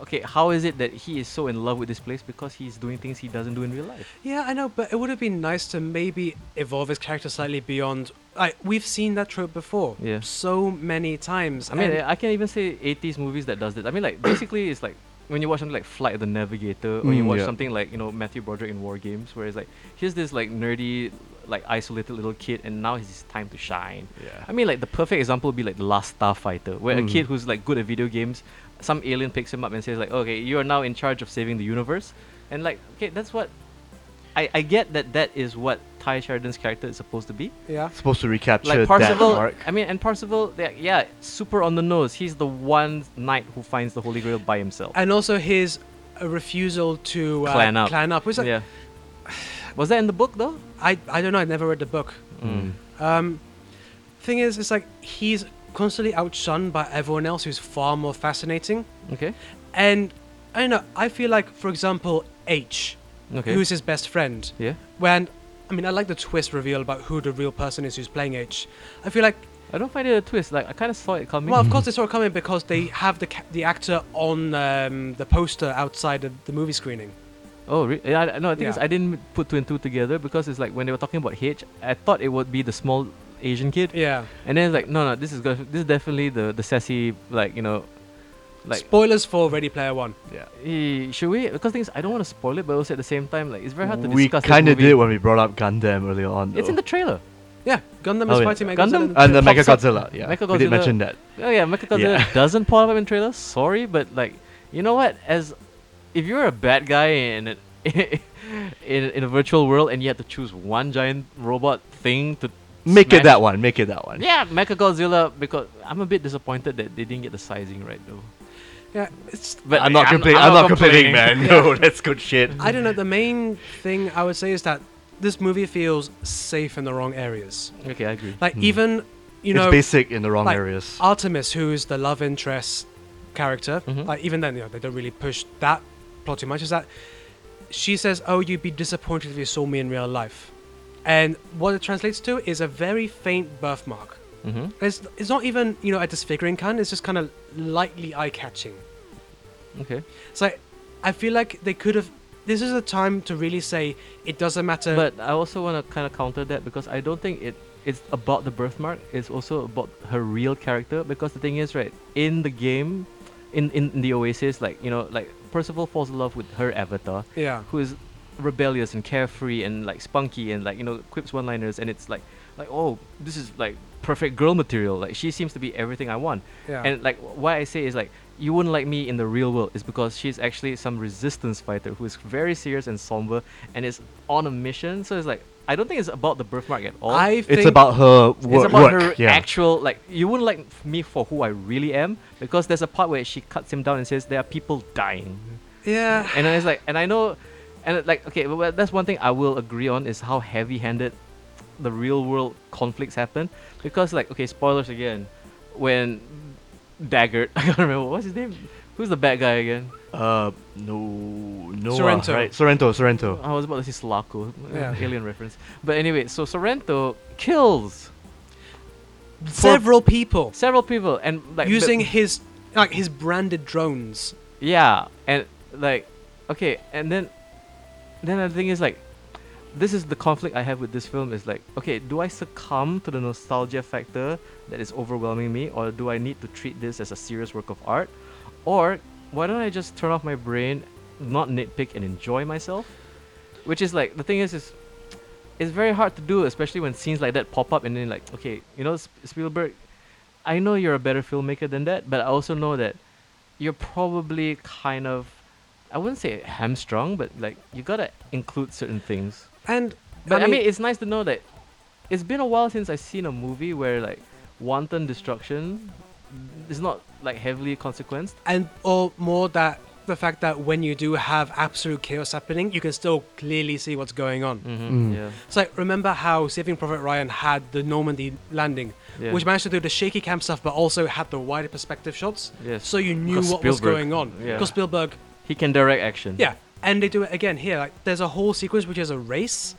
S3: okay, how is it that he is so in love with this place because he's doing things he doesn't do in real life?
S2: yeah i know but it would have been nice to maybe evolve his character slightly beyond like we've seen that trope before
S3: Yeah.
S2: so many times
S3: I mean,
S2: and-
S3: I can even say 80s movies that does this. I mean, like basically, it's like when you watch something like Flight of the Navigator, or you
S1: Mm,
S3: watch
S1: yeah.
S3: something like you know Matthew Broderick in War Games, where it's like here's this like nerdy, like isolated little kid, and now it's his time to shine.
S1: Yeah.
S3: I mean, like the perfect example would be like the Last Starfighter, where
S1: Mm.
S3: a kid who's like good at video games, some alien picks him up and says like, okay, you are now in charge of saving the universe, and like okay, that's what. I, I get that that is what Ty Sheridan's character is supposed to be.
S2: Yeah.
S1: supposed to recapture
S3: Like
S1: that
S3: Parzival,
S1: arc.
S3: I mean, and Parzival, they- yeah, super on the nose. He's the one knight who finds the Holy Grail by himself.
S2: And also his uh, refusal to uh,
S3: Clan up.
S2: Clan up. It's like,
S3: yeah. Was that in the book though?
S2: I, I don't know. I never read the book.
S1: Mm.
S2: Um, thing is, it's like he's constantly outshunned by everyone else who's far more fascinating.
S3: Okay.
S2: And I don't know. I feel like, for example, H,
S3: Okay.
S2: who's his best friend,
S3: yeah?
S2: when I mean, I like the twist reveal about who the real person is who's playing H. I feel like,
S3: I don't find it a twist. Like I mm-hmm. kind of saw it coming.
S2: well, of course they saw it coming because they have the ca- the actor on um, the poster outside the, the movie screening.
S3: Oh, re- yeah, I, no, I think it's,
S2: Yeah.
S3: I didn't put two and two together because it's like when they were talking about H, I thought it would be the small Asian kid,
S2: Yeah.
S3: and then it's like no, no, this is go- this is definitely the the sassy like you know, like.
S2: Spoilers for Ready Player One.
S1: Yeah.
S3: eh, should we? Because things I don't want to spoil it, but also at the same time, like it's very hard to
S1: we
S3: discuss.
S1: kind of
S3: of
S1: did when we brought up Gundam earlier on.
S3: It's in
S1: though.
S3: the trailer.
S2: Yeah, Gundam
S1: Oh,
S2: is
S1: yeah.
S2: fighting
S3: Gundam
S2: Megagodzilla in
S1: and the
S2: trailer.
S3: pops up.
S1: Mechagodzilla. Yeah, we
S3: Mechagodzilla.
S1: did mention that.
S3: Oh yeah, Mechagodzilla
S1: Yeah.
S3: doesn't pop up in trailers. Sorry, but like, you know what? As if you're a bad guy in a, in in a virtual world and you had to choose one giant robot thing to
S1: Make
S3: smash-
S1: it that one. Make it that one.
S3: Yeah, Mechagodzilla. Because I'm a bit disappointed that they didn't get the sizing right though.
S2: Yeah, it's
S3: But
S1: I'm not complaining. I'm, not complaining, man. No, that's good shit.
S2: I don't know. The main thing I would say is that this movie feels safe in the wrong areas.
S3: Okay, I agree.
S2: Like
S1: Hmm.
S2: even you know
S1: it's basic in the wrong
S2: like,
S1: areas.
S2: Artemis, who is the love interest character.
S3: Mhm.
S1: Mm-hmm.
S2: Like even then, you know, they don't really push that plot too much. Is that she says, "Oh, you'd be disappointed if you saw me in real life," and what it translates to is a very faint birthmark.
S3: hmm
S2: It's it's not even you know a disfiguring kind. It's just kind of lightly eye catching.
S3: Okay.
S2: It's like I feel like they could have. This is a time to really say it doesn't matter.
S3: But I also want to kind of counter that because I don't think it it's about the birthmark. It's also about her real character because the thing is, right, in the game, in in, in the Oasis, like you know, like Percival falls in love with her avatar,
S2: yeah,
S3: who is rebellious and carefree and like spunky and like you know quips one-liners, and it's like like oh, this is like perfect girl material. Like she seems to be everything I want.
S2: yeah,
S3: And like wh- why I say is like you wouldn't like me in the real world is because she's actually some resistance fighter who is very serious and somber and is on a mission. So it's like I don't think it's about the birthmark at all.
S2: I think
S1: It's about her
S3: it's
S1: wor-
S3: about
S1: work.
S3: her
S1: yeah.
S3: actual like you wouldn't like f- me for who I really am because there's a part where she cuts him down and says there are people dying.
S2: yeah,
S3: And then it's like and I know and like okay, well, well, that's one thing I will agree on is how heavy-handed the real world conflicts happen because like okay spoilers again when Daggert I can't remember what's his name who's the bad guy again
S1: Uh, no, no.
S2: Sorrento.
S1: Right, Sorrento. Sorrento.
S3: I was about to say Slaco
S2: Yeah.
S3: alien reference but anyway so Sorrento kills
S2: several people
S3: several people and like but-
S2: using his like his branded drones.
S3: yeah and like okay and then then the thing is like this is the conflict I have with this film is like okay do I succumb to the nostalgia factor that is overwhelming me or do I need to treat this as a serious work of art or why don't I just turn off my brain not nitpick and enjoy myself which is like the thing is is it's very hard to do especially when scenes like that pop up and then like okay you know Sp- Spielberg I know you're a better filmmaker than that but I also know that you're probably kind of I wouldn't say hamstrung, but like you gotta include certain things.
S2: And
S3: But I mean, it's nice to know that it's been a while since I've seen a movie where like wanton destruction is not like heavily consequenced.
S2: and or more that the fact that when you do have absolute chaos happening, you can still clearly see what's going on.
S1: Mm.
S3: Yeah.
S2: It's like remember how Saving Private Ryan had the Normandy landing,
S3: Yeah.
S2: which managed to do the shaky cam stuff, but also had the wider perspective shots,
S3: Yes.
S2: so you knew
S3: Because
S2: what was
S3: Spielberg.
S2: going on.
S3: Yeah.
S2: Because Spielberg
S3: he can direct action.
S2: Yeah, and they do it again here. Like, there's a whole sequence which is a race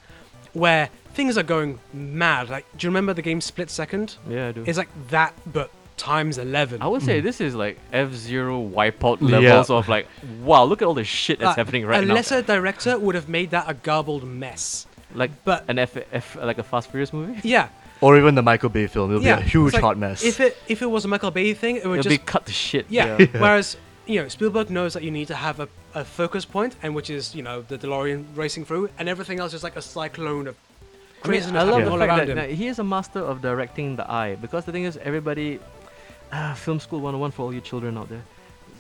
S2: where things are going mad. Like, do you remember the game Split Second?
S3: Yeah, I do.
S2: It's like that, but times eleven.
S3: Mm-hmm. I would say this is like F Zero wipeout
S1: Mm. Yeah.
S3: levels of like, wow, look at all the shit that's
S2: Like,
S3: happening right
S2: Uh, a
S3: now.
S2: lesser director would have made that a garbled mess.
S3: Like
S2: But
S3: an F, F like a Fast Furious movie.
S2: yeah,
S1: Or even the Michael Bay film. It'll
S2: yeah,
S1: be a
S2: It's
S1: huge
S2: like,
S1: hot mess.
S2: If it if it was a Michael Bay thing, it would
S3: It'll be
S2: just
S3: cut to shit.
S2: yeah. Whereas you know, Spielberg knows that you need to have a, a focus point, and which is you know the DeLorean racing through, and everything else is like a cyclone
S3: I,
S2: of
S3: mean,
S2: craziness
S3: I love
S2: happening
S3: the
S2: all
S3: fact
S2: around
S3: that,
S2: him.
S3: that he is a master of directing the eye because the thing is everybody ah, film school 101 for all you children out there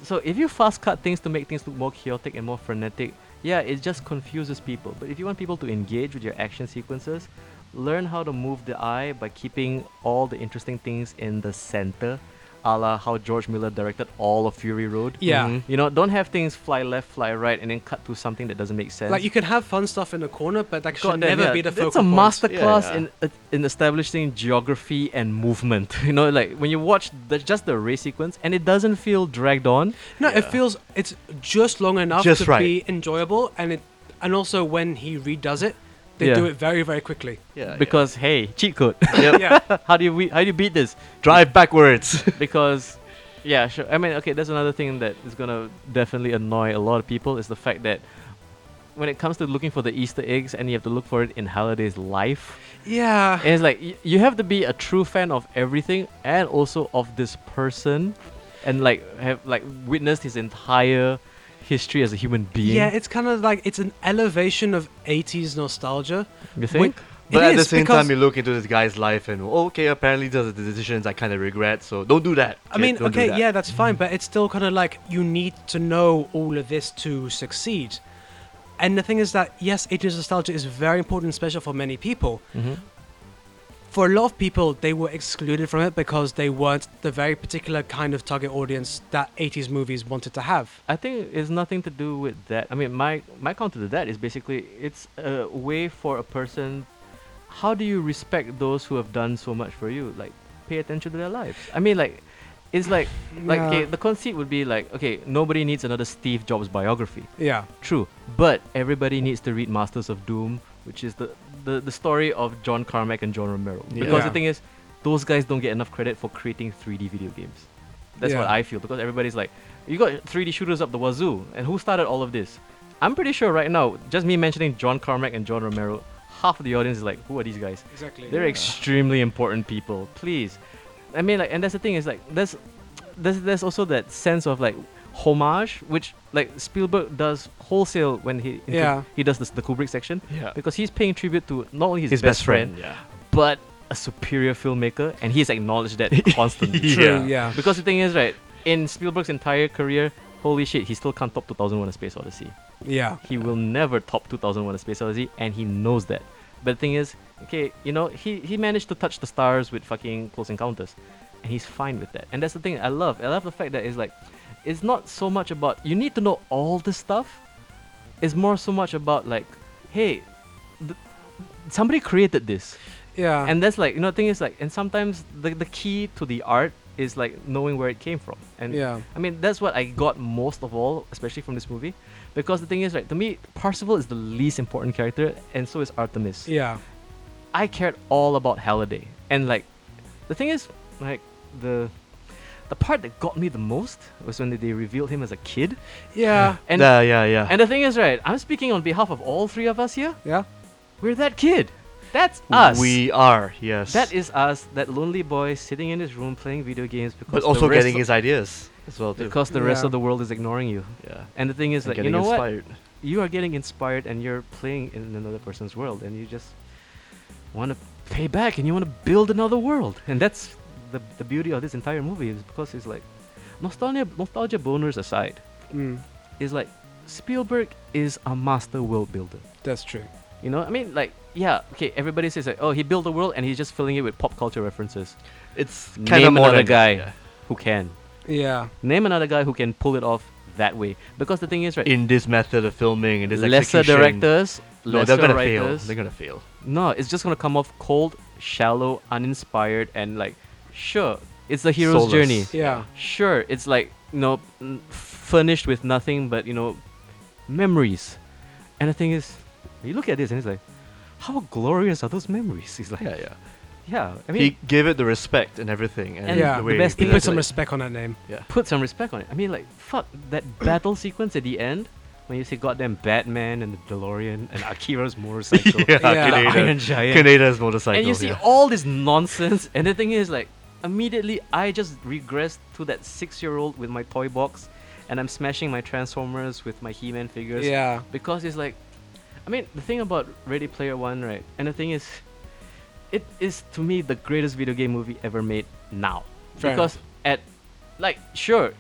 S3: so if you fast cut things to make things look more chaotic and more frenetic yeah it just confuses people but if you want people to engage with your action sequences learn how to move the eye by keeping all the interesting things in the center a la how george miller directed all of fury road Mm-hmm.
S2: Yeah.
S1: Mhm.
S3: you know don't have things fly left fly right and then cut to something that doesn't make sense
S2: Like you can have fun stuff in the corner, but that should
S3: God damn,
S2: never
S3: yeah,
S2: be the focal
S3: That's a
S2: point.
S3: masterclass
S1: Yeah, yeah.
S3: in uh, in establishing geography and movement. You know, like when you watch the, just the race sequence and it doesn't feel dragged on.
S2: No, it
S1: Yeah.
S2: feels it's just long enough
S1: Just
S2: to
S1: right.
S2: be enjoyable, and it and also when he redoes it, they
S3: Yeah.
S2: do it very very quickly.
S1: Yeah,
S3: because hey, cheat code.
S1: yeah. Yep.
S2: Yeah,
S3: how do you we- how do you beat this?
S1: drive backwards.
S3: Because yeah, sure. I mean, okay, that's another thing that is gonna definitely annoy a lot of people is the fact that when it comes to looking for the Easter eggs and you have to look for it in Halliday's life.
S2: yeah.
S3: And it's like y- you have to be a true fan of everything and also of this person, and like have like witnessed his entire history as a human being.
S2: Yeah, it's kind of like it's an elevation of 80s nostalgia.
S3: you think?
S1: But
S2: It
S1: at the
S2: is,
S1: same
S2: because-
S1: time, you look into this guy's life and oh, okay, apparently those are the decisions I kind of regret. So don't do that.
S2: I mean,
S1: kid, don't do
S2: okay,
S1: that.
S2: yeah, that's fine, but it's still kind of like you need to know all of this to succeed. And the thing is that yes, 80s nostalgia is very important and special for many people.
S3: Mhm.
S2: For a lot of people, they were excluded from it because they weren't the very particular kind of target audience that 80s movies wanted to have.
S3: I think it's nothing to do with that. I mean, my my counter to that is basically it's a way for a person. How do you respect those who have done so much for you? Like, pay attention to their lives. I mean, like, it's like like
S2: Yeah.
S3: okay, the conceit would be like okay, nobody needs another Steve Jobs biography.
S2: Yeah.
S3: True, but everybody needs to read Masters of Doom, which is the, the, the story of John Carmack and John Romero.
S1: Yeah.
S3: Because
S2: Yeah.
S3: the thing is, those guys don't get enough credit for creating 3D video games. That's what
S2: Yeah.
S3: I feel, because everybody's like, you got 3D shooters up the wazoo, and who started all of this? I'm pretty sure right now, just me mentioning John Carmack and John Romero, half of the audience is like, who are these guys?
S2: Exactly.
S3: They're extremely important people. Please, I mean, like, and that's the thing is like, there's, there's, there's also that sense of like homage, which like Spielberg does wholesale when he intro-
S2: Yeah.
S3: he does this, the Kubrick section
S1: yeah.
S3: because he's paying tribute to not only his,
S1: His, best, friend.
S3: but a superior filmmaker, and he's acknowledged that
S1: Yeah.
S3: constantly.
S2: True,
S1: Yeah.
S2: yeah.
S3: because the thing is, right, in Spielberg's entire career, holy shit, he still can't top 2001: A Space Odyssey.
S2: Yeah.
S3: He will never top 2001 A Space Odyssey, and he knows that. But the thing is, okay, you know, he, he managed to touch the stars with fucking Close Encounters, and he's fine with that. And that's the thing I love. I love the fact that it's like, it's not so much about, you need to know all this stuff, it's more so much about, like, hey, th- somebody created this.
S2: Yeah.
S3: And that's like, you know, the thing is like, and sometimes the, the key to the art is like knowing where it came from. And
S2: yeah.
S3: I mean, that's what I got most of all, especially from this movie. Because the thing is, right, to me, Parsifal is the least important character, and so is Artemis.
S2: Yeah.
S3: I cared all about Halliday. And, like, the thing is, like, the. The part that got me the most was when they- they revealed him as a kid.
S2: Yeah.
S3: And
S1: yeah, yeah, yeah.
S3: and the thing is, right, I'm speaking on behalf of all three of us here.
S2: Yeah.
S3: We're that kid. That's us.
S1: We are, yes.
S3: That is us, that lonely boy sitting in his room playing video games because
S1: But
S3: the
S1: also
S3: rest
S1: getting
S3: of,
S1: his ideas as well, too.
S3: because the rest
S2: Yeah.
S3: of the world is ignoring you.
S1: yeah.
S3: And the thing is,
S1: And
S3: like,
S1: getting
S3: you know what?
S1: inspired.
S3: you are getting inspired and you're playing in another person's world and you just want to pay back and you want to build another world and that's the, the beauty of this entire movie is because it's like nostalgia nostalgia boners aside
S2: Mm,
S3: is like spielberg is a master world builder
S2: that's true.
S3: you know i mean like yeah okay everybody says like oh he built the world and he's just filling it with pop culture references
S1: It's kind of
S3: name
S1: more
S3: another
S1: than
S3: guy who can
S2: Yeah.
S3: name another guy who can pull it off that way because the thing is right
S1: in this method of filming and this
S3: lesser
S1: execution.
S3: directors
S1: No,
S3: lesser
S1: they're gonna fail.
S3: writers
S1: They're gonna fail.
S3: No, it's just gonna come off cold, shallow, uninspired, and like, sure, it's a hero's
S1: Soulless.
S3: journey.
S2: Yeah.
S3: Sure, it's like you know, n- furnished with nothing but you know, memories. And the thing is, you look at this and it's like, how glorious are those memories? He's like, yeah,
S1: Yeah, yeah.
S3: I mean,
S1: he gave it the respect and everything, and,
S3: And
S2: Yeah.
S1: the
S2: the
S1: way
S3: best
S2: He
S3: thing
S1: that-
S2: put some respect on that name.
S1: yeah.
S3: put some respect on it. I mean, like, fuck that battle sequence at the end when you see goddamn Batman and the DeLorean and Akira's motorcycle,
S1: yeah,
S2: Yeah.
S3: and the
S1: Canada.
S3: Iron Giant.
S1: Canada's motorcycle.
S3: and you see
S1: yeah.
S3: all this nonsense and the thing is like immediately i just regressed to that six year old with my toy box and I'm smashing my Transformers with my He-Man figures.
S2: Yeah.
S3: Because it's like, I mean, the thing about Ready Player One, right? And the thing is, it is to me the greatest video game movie ever made now.
S2: Fair
S3: because at, like, sure,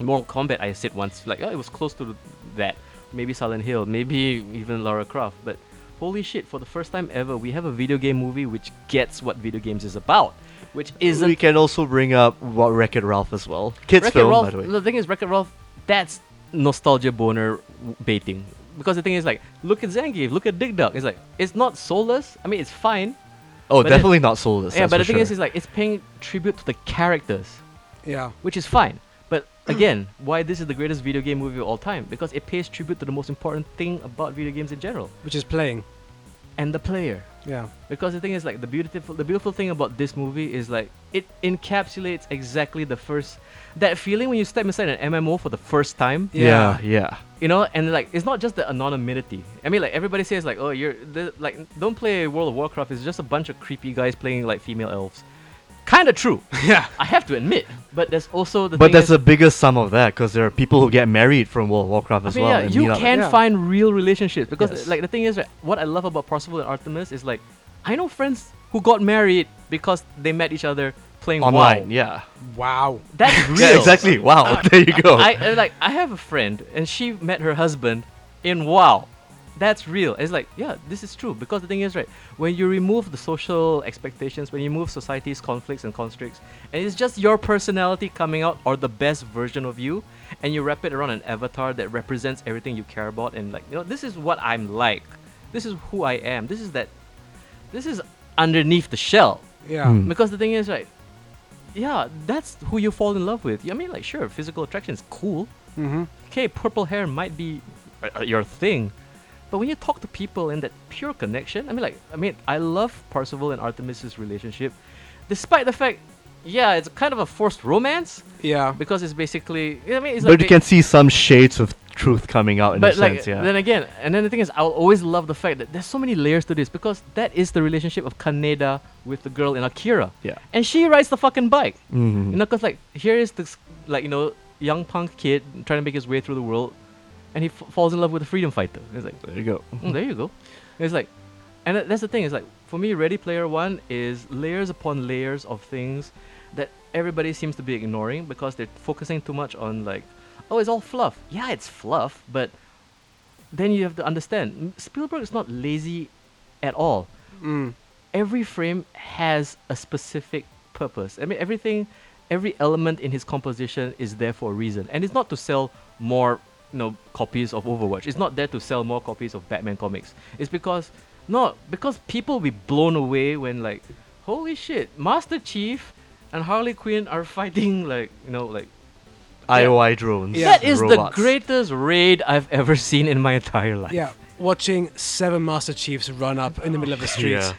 S3: Mortal Kombat I said once, like, oh, it was close to that. Maybe Silent Hill, maybe even Lara Croft, but holy shit, for the first time ever, we have a video game movie which gets what video games is about, which isn't
S1: we can also bring up what Wreck-It Ralph as well. Kids
S3: Wreck-It
S1: film,
S3: Ralph,
S1: by the way.
S3: thing is, Wreck-It Ralph, that's nostalgia boner w- baiting. Because the thing is, like, look at Zangief, look at Dig Dug. It's like, it's not soulless. I mean, it's fine.
S1: oh,
S3: but it-
S1: definitely not soulless.
S3: yeah,
S1: that's
S3: but the
S1: for
S3: thing is,
S1: sure.
S3: it's like, it's paying tribute to the characters,
S2: Yeah.
S3: which is fine. But again, why this is the greatest video game movie of all time? Because it pays tribute to the most important thing about video games in general,
S2: Which is playing.
S3: and the player.
S2: Yeah.
S3: Because the thing is, like the beautiful, the beautiful thing about this movie is like it encapsulates exactly the first, that feeling when you step inside an MMO for the first time.
S1: yeah,
S2: Yeah.
S1: yeah.
S3: you know and like it's not just the anonymity i mean like everybody says like oh you're the, like don't play world of warcraft it's just a bunch of creepy guys playing like female elves kind of true
S2: Yeah.
S3: i have to admit but there's also the
S1: But
S3: thing
S1: that's
S3: is,
S1: the biggest sum of that because there are people who get married from World of Warcraft as
S3: I mean,
S1: well.
S3: yeah,
S1: and
S3: you
S1: meet up.
S3: can
S2: Yeah.
S3: find real relationships because
S1: Yes.
S3: like the thing is right, what i love about Parsifal and artemis is like i know friends who got married because they met each other playing WoW.
S1: online. Yeah,
S2: Wow.
S3: that's real Ah,
S1: yeah, exactly. Wow, there you go.
S3: I I- like I have a friend and she met her husband in WoW. That's real. It's like, yeah, this is true. Because the thing is, right, when you remove the social expectations, when you remove society's conflicts and constricts, and it's just your personality coming out or the best version of you, and you wrap it around an avatar that represents everything you care about, and like, you know, this is what I'm like. This is who I am. This is that. This is underneath the shell.
S2: Yeah.
S1: Hmm.
S3: Because the thing is, right? Yeah, that's who you fall in love with. I mean, like, sure, physical attraction is cool.
S2: Mm-hmm.
S3: Okay, purple hair might be uh, uh, your thing, but when you talk to people and that pure connection, I mean, like, I mean, I love Parsifal and Artemis's relationship, despite the fact, yeah, it's kind of a forced romance
S2: Yeah.
S3: because it's basically, I mean, it's
S1: but
S3: like
S1: you
S3: ba-
S1: can see some shades of truth coming out in
S3: but
S1: a
S3: like
S1: sense. Yeah.
S3: then again, and then the thing is, I'll always love the fact that there's so many layers to this because that is the relationship of Kaneda with the girl in Akira.
S1: Yeah.
S3: And she rides the fucking bike.
S1: Mhm.
S3: You know, cause like here is this like you know young punk kid trying to make his way through the world, and he f- falls in love with a freedom fighter. It's like
S1: There you go.
S3: "Mm, there you go. It's like, and tha- that's the thing. It's like for me, Ready Player One is layers upon layers of things that everybody seems to be ignoring because they're focusing too much on like, oh, it's all fluff. Yeah, it's fluff, but then you have to understand M- Spielberg is not lazy at all
S2: Mm.
S3: every frame has a specific purpose. I mean, everything, every element in his composition is there for a reason, and it's not to sell more, you know, copies of Overwatch. It's not there to sell more copies of Batman comics. It's because no, because people will be blown away when like, holy shit, Master Chief and Harley Quinn are fighting like you know like
S1: IOI drones.
S2: Yeah.
S3: that is
S1: robots.
S3: the greatest raid I've ever seen in my entire life.
S2: Yeah. Watching seven Master Chiefs run up in the middle of the street.
S1: Yeah.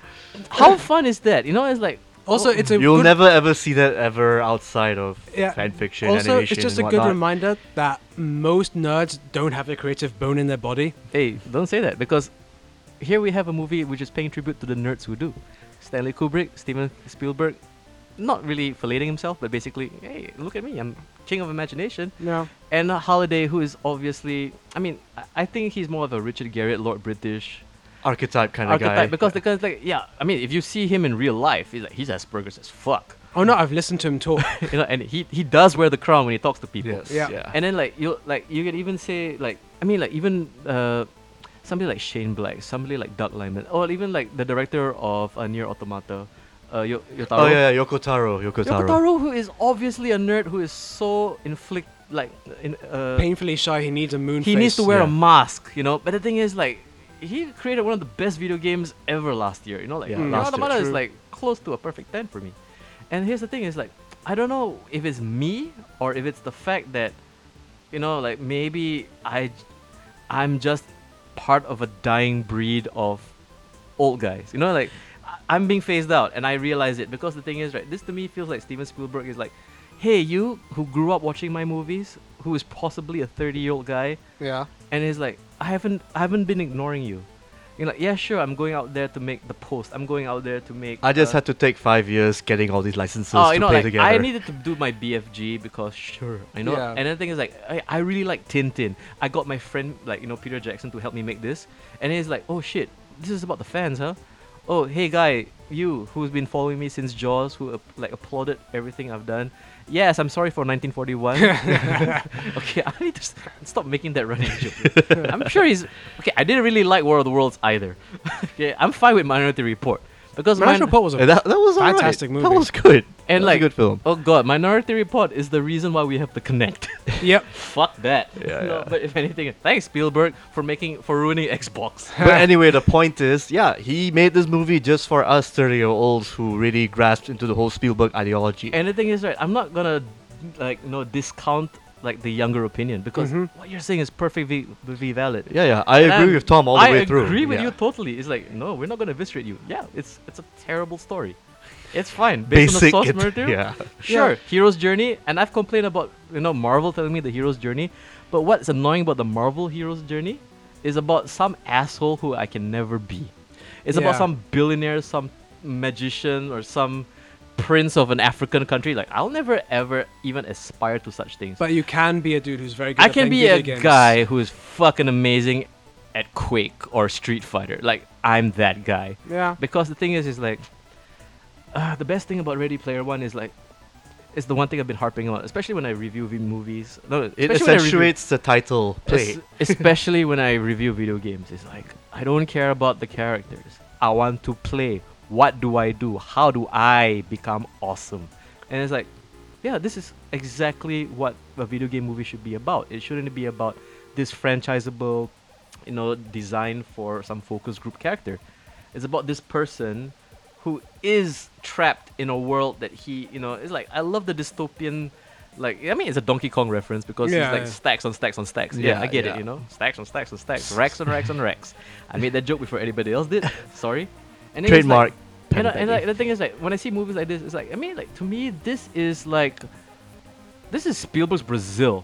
S3: How fun is that? You know, it's like
S2: Also, it's a
S1: You'll
S2: good,
S1: never ever see that ever outside of
S2: Yeah.
S1: fan fiction,
S2: also
S1: animation,
S2: it's just a
S1: and
S2: good
S1: whatnot.
S2: reminder that most nerds don't have the creative bone in their body.
S3: Hey, don't say that because here we have a movie which is paying tribute to the nerds who do. Stanley Kubrick, Steven Spielberg, not really filleting himself, but basically, hey, look at me, I'm king of imagination.
S2: No.
S3: And Holiday, who is obviously, I mean, I- I think he's more of a Richard Garriott, Lord British
S1: archetype kind of
S3: archetype
S1: guy.
S3: because, because, like, yeah, I mean, if you see him in real life, he's like, he's Asperger's as fuck,
S2: Oh no, I've listened to him talk.
S3: you know, and he he does wear the crown when he talks to people.
S1: Yes,
S2: Yeah.
S1: yeah.
S3: And then like you like you can even say like I mean like even uh somebody like Shane Black, somebody like Doug Lyman, or even like the director of uh, Near Automata, uh Yo- Yotaro.
S1: oh yeah, yeah, Yoko Taro, Yoko Taro.
S3: Yoko Taro, who is obviously a nerd who is so inflict like in uh
S2: Painfully shy, he needs a moon
S3: he needs
S2: face.
S3: to wear a
S1: yeah.
S3: mask, you know. But the thing is like he created one of the best video games ever last year, you know, like
S1: Yeah,
S3: Near
S1: last year.
S3: Automata is
S2: True.
S3: like close to a perfect 10 for me. And here's the thing is like I don't know if it's me or if it's the fact that you know like maybe I j- I'm just part of a dying breed of old guys. You know like I- I'm being phased out and I realize it because the thing is right this to me feels like Steven Spielberg is like hey you who grew up watching my movies who is possibly a 30 year old guy
S2: Yeah.
S3: and it's like I haven't I haven't been ignoring you. You're like, yeah, sure, I'm going out there to make the post. I'm going out there to make.
S1: I just
S3: uh,
S1: had to take five years getting all these licenses
S3: Oh,
S1: to
S3: you know,
S1: play
S3: like
S1: together.
S3: I needed to do my BFG because sure, you know.
S2: Yeah.
S3: And the thing is, like, I, I really like Tintin. I got my friend, like you know, Peter Jackson, to help me make this, and he's like, oh shit, this is about the fans, huh? Oh, hey guy, you who's been following me since Jaws, who ap- like applauded everything I've done. Yes, I'm sorry for 1941. okay, I need to s- stop making that running joke. I'm sure he's okay. I didn't really like War of the Worlds either. okay, I'm fine with Minority Report because
S2: Minority
S3: Min-
S2: Report was a
S1: And that, that was alright.
S2: Fantastic movie.
S1: That was good.
S3: And
S1: That was
S3: like
S1: a good film.
S3: Oh god, Minority Report is the reason why we have to connect.
S2: yep.
S3: Fuck that.
S1: Yeah,
S3: No,
S1: yeah.
S3: But if anything, thanks Spielberg for making for ruining Xbox.
S1: but anyway, the point is, yeah, he made this movie just for us 30 year olds who really grasped into the whole Spielberg ideology.
S3: and the thing is, right, I'm not gonna like you know discount like the younger opinion because
S2: Mhm.
S3: what you're saying is perfectly perfectly valid.
S1: yeah, yeah, Mm-hmm. I
S3: And
S1: agree with Tom all the
S3: I
S1: way through.
S3: agree with
S1: yeah.
S3: you totally. It's like no, we're not gonna eviscerate you. Yeah, it's it's a terrible story. It's fine based
S1: Basic,
S3: on the source
S1: it-
S3: material.
S1: yeah.
S3: Sure,
S2: Yeah.
S3: hero's journey, and I've complained about you know Marvel telling me the hero's journey, but what's annoying about the Marvel hero's journey is about some asshole who I can never be. It's about
S2: Yeah.
S3: some billionaire, some magician, or some prince of an African country. Like I'll never ever even aspire to such things.
S2: But you can be a dude who's very good
S3: I
S2: at
S3: can
S2: playing
S3: be
S2: video
S3: a
S2: games.
S3: guy who is fucking amazing at Quake or Street Fighter. Like I'm that guy.
S2: Yeah.
S3: Because the thing is, is like, uh, the best thing about Ready Player One is like, it's the one thing I've been harping on, especially when I review v- movies. No,
S1: It
S3: especially when I review-
S1: accentuates the title play.
S3: es- especially when I review video games, it's like I don't care about the characters. I want to play. What do I do? How do I become awesome? And it's like, yeah, this is exactly what a video game movie should be about. It shouldn't be about this franchisable, you know, design for some focus group character. It's about this person who is trapped in a world that he, you know, it's like I love the dystopian. Like I mean, it's a Donkey Kong reference because
S2: Yeah,
S3: it's like
S2: yeah.
S3: stacks on stacks on stacks. Yeah,
S1: Yeah,
S3: I get
S1: yeah.
S3: it. You know, stacks on stacks on stacks, racks on racks on racks. I made that joke before anybody else did. Sorry. And then it's
S1: Trademark.
S3: Like, and, I- and
S1: Penny.
S3: like, the thing is, like, when I see movies like this, it's like I mean, like to me, this is like, this is Spielberg's Brazil.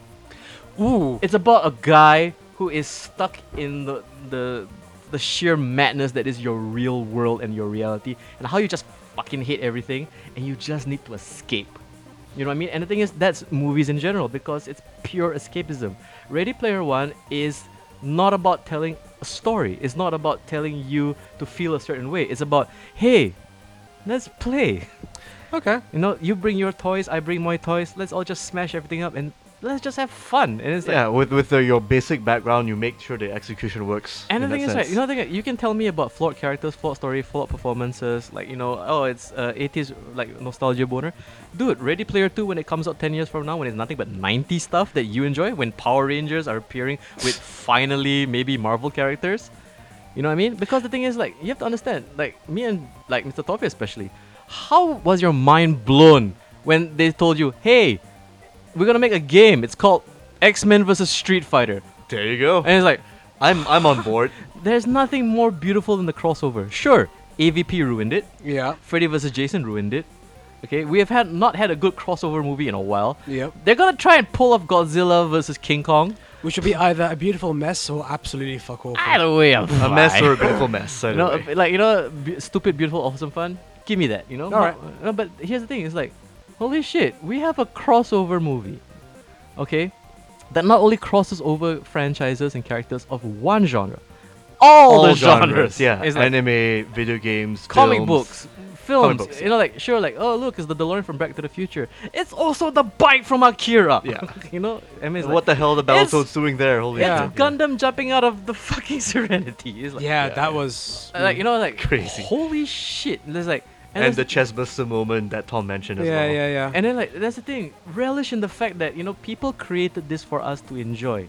S2: Ooh.
S3: It's about a guy who is stuck in the the the sheer madness that is your real world and your reality, and how you just fucking hate everything, and you just need to escape. You know what I mean? And the thing is, that's movies in general because it's pure escapism. Ready Player One is not about telling a story. It's not about telling you to feel a certain way. It's about hey, let's play.
S2: Okay.
S3: You know, you bring your toys, I bring my toys. Let's all just smash everything up and let's just have fun. And it's like
S1: yeah, with with uh, your basic background, you make sure the execution works.
S3: And the
S1: in
S3: thing
S1: that
S3: is, right?
S1: sense.
S3: You know, the thing, you can tell me about flawed characters, flawed story, flawed performances. Like you know, oh, it's uh, 80s like nostalgia boner, dude. Ready Player Two, when it comes out 10 years from now, when it's nothing but 90s stuff that you enjoy, when Power Rangers are appearing with finally maybe Marvel characters, you know what I mean? Because the thing is, like, you have to understand, like me and like Mr. Toffee especially, how was your mind blown when they told you, hey, we're gonna make a game. It's called X Men versus Street Fighter,
S1: there you go.
S3: and it's like.
S1: I'm I'm on board.
S3: There's nothing more beautiful than the crossover. Sure, AVP ruined it.
S2: Yeah.
S3: Freddy vs. Jason ruined it. Okay, we have had not had a good crossover movie in a while.
S2: Yep.
S3: They're gonna try and pull off Godzilla versus King Kong.
S2: Which would be either a beautiful mess or absolutely fuck awful.
S3: Either way, I'm
S1: a mess or a beautiful mess.
S3: you
S1: Either
S3: know,
S1: way.
S3: like you know, b- stupid, beautiful, awesome, fun. Give me that. You know.
S2: All right.
S3: No, but here's the thing: it's like, holy shit, we have a crossover movie, okay, that not only crosses over franchises and characters of one genre, all, the genres.
S1: Yeah,
S3: It's like,
S1: anime, video games,
S3: comic
S1: films.
S3: books, films.
S1: books,
S3: You know, like sure, like oh look, it's the DeLorean from Back to the Future. It's also the bike from Akira.
S1: Yeah.
S3: you know, I mean, it's
S1: What
S3: like,
S1: the hell the
S3: It's-
S1: Battletoads doing there? Holy
S2: Yeah.
S1: shit.
S3: It's Gundam jumping out of the fucking Serenity. It's like,
S2: yeah,
S1: Yeah,
S2: that
S1: yeah.
S2: was.
S3: uh, like you know, like
S1: Crazy.
S3: Holy shit! There's like,
S1: And,
S3: there's-
S1: the chessbuster moment that Tom mentioned
S2: Yeah,
S1: as well.
S2: yeah, yeah.
S3: And then like that's the thing, relish in the fact that you know people created this for us to enjoy,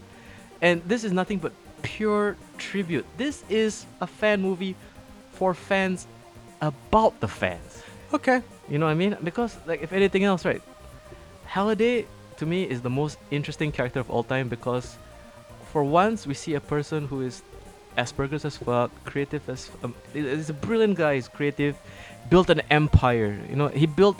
S3: and this is nothing but pure tribute. This is a fan movie for fans about the fans.
S2: okay.
S3: You know what I mean? Because like if anything else, right? Halliday to me is the most interesting character of all time because for once we see a person who is Asperger's as fuck, creative as um, he- he's a brilliant guy, he's creative, built an empire. You know, he built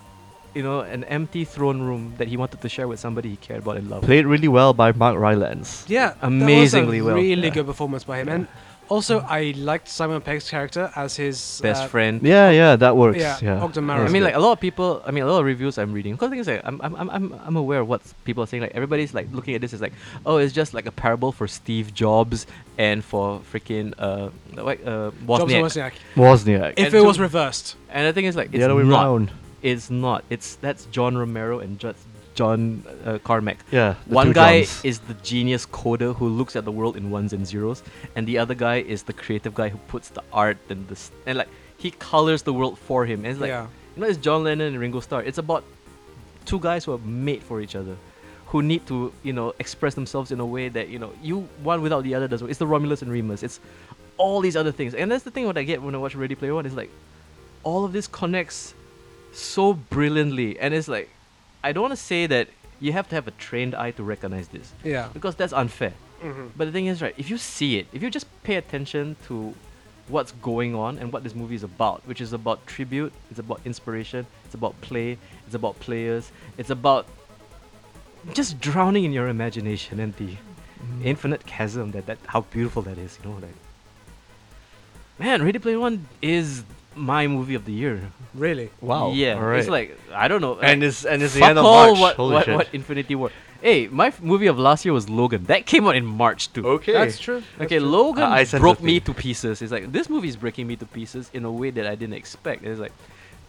S3: you know an empty throne room that he wanted to share with somebody he cared about and loved.
S1: Played really well by Mark Rylance.
S2: Yeah. that was a
S3: amazingly well.
S2: Really
S3: Yeah.
S2: good performance by him. And Also, I liked Simon Pegg's character as his
S3: Best
S2: uh,
S3: friend.
S1: Yeah, yeah, that works.
S2: Yeah,
S1: Yeah,
S2: Ogden
S3: I
S1: That's
S3: mean,
S1: good.
S3: like a lot of people. I mean, a lot of reviews I'm reading. Because things like I'm, I'm, I'm- I'm, I'm aware of what people are saying. Like everybody's like looking at this as like, oh, it's just like a parable for Steve Jobs and for freaking uh, like uh,
S2: Jobs and
S3: Wozniak.
S2: Wozniak.
S1: Wozniak.
S3: And
S2: If it
S3: so-
S2: was reversed,
S3: And the thing is like, it's
S1: the other way
S3: not.
S1: round.
S3: It's not. It's that's John Romero and just John uh, Carmack.
S1: Yeah, the
S3: one
S1: two
S3: guy
S1: Johns.
S3: is the genius coder who looks at the world in ones and zeros, and the other guy is the creative guy who puts the art and the s and like he colors the world for him. And it's like
S2: yeah,
S3: you know, it's John Lennon and Ringo Starr. It's about two guys who are made for each other, who need to, you know, express themselves in a way that, you know, you one without the other doesn't. It's the Romulus and Remus. It's all these other things. And that's the thing what I get when I watch Ready Player One is like, all of this connects so brilliantly. And it's like, I don't want to say that you have to have a trained eye to recognize this
S2: yeah,
S3: because that's unfair.
S2: hmm
S3: But the thing is, right, if you see it, if you just pay attention to what's going on and what this movie is about, which is about tribute, it's about inspiration, it's about play, it's about players, it's about just drowning in your imagination and the
S1: Mm.
S3: infinite chasm that, that how beautiful that is, you know, like Man, Ready Player One is my movie of the year.
S2: really.
S1: Wow.
S3: Yeah.
S1: alright.
S3: It's like I don't know. like,
S1: and it's and it's the
S3: fuck
S1: end of
S3: all
S1: March.
S3: What,
S1: Holy
S3: what,
S1: shit.
S3: what Infinity War. Hey, my f- movie of last year was Logan. That came out in March too.
S1: okay.
S2: That's true.
S3: Okay, Logan
S1: I- I sense
S3: broke
S1: a
S3: me to
S1: theme.
S3: pieces. It's like this movie is breaking me to pieces in a way that I didn't expect. It's like,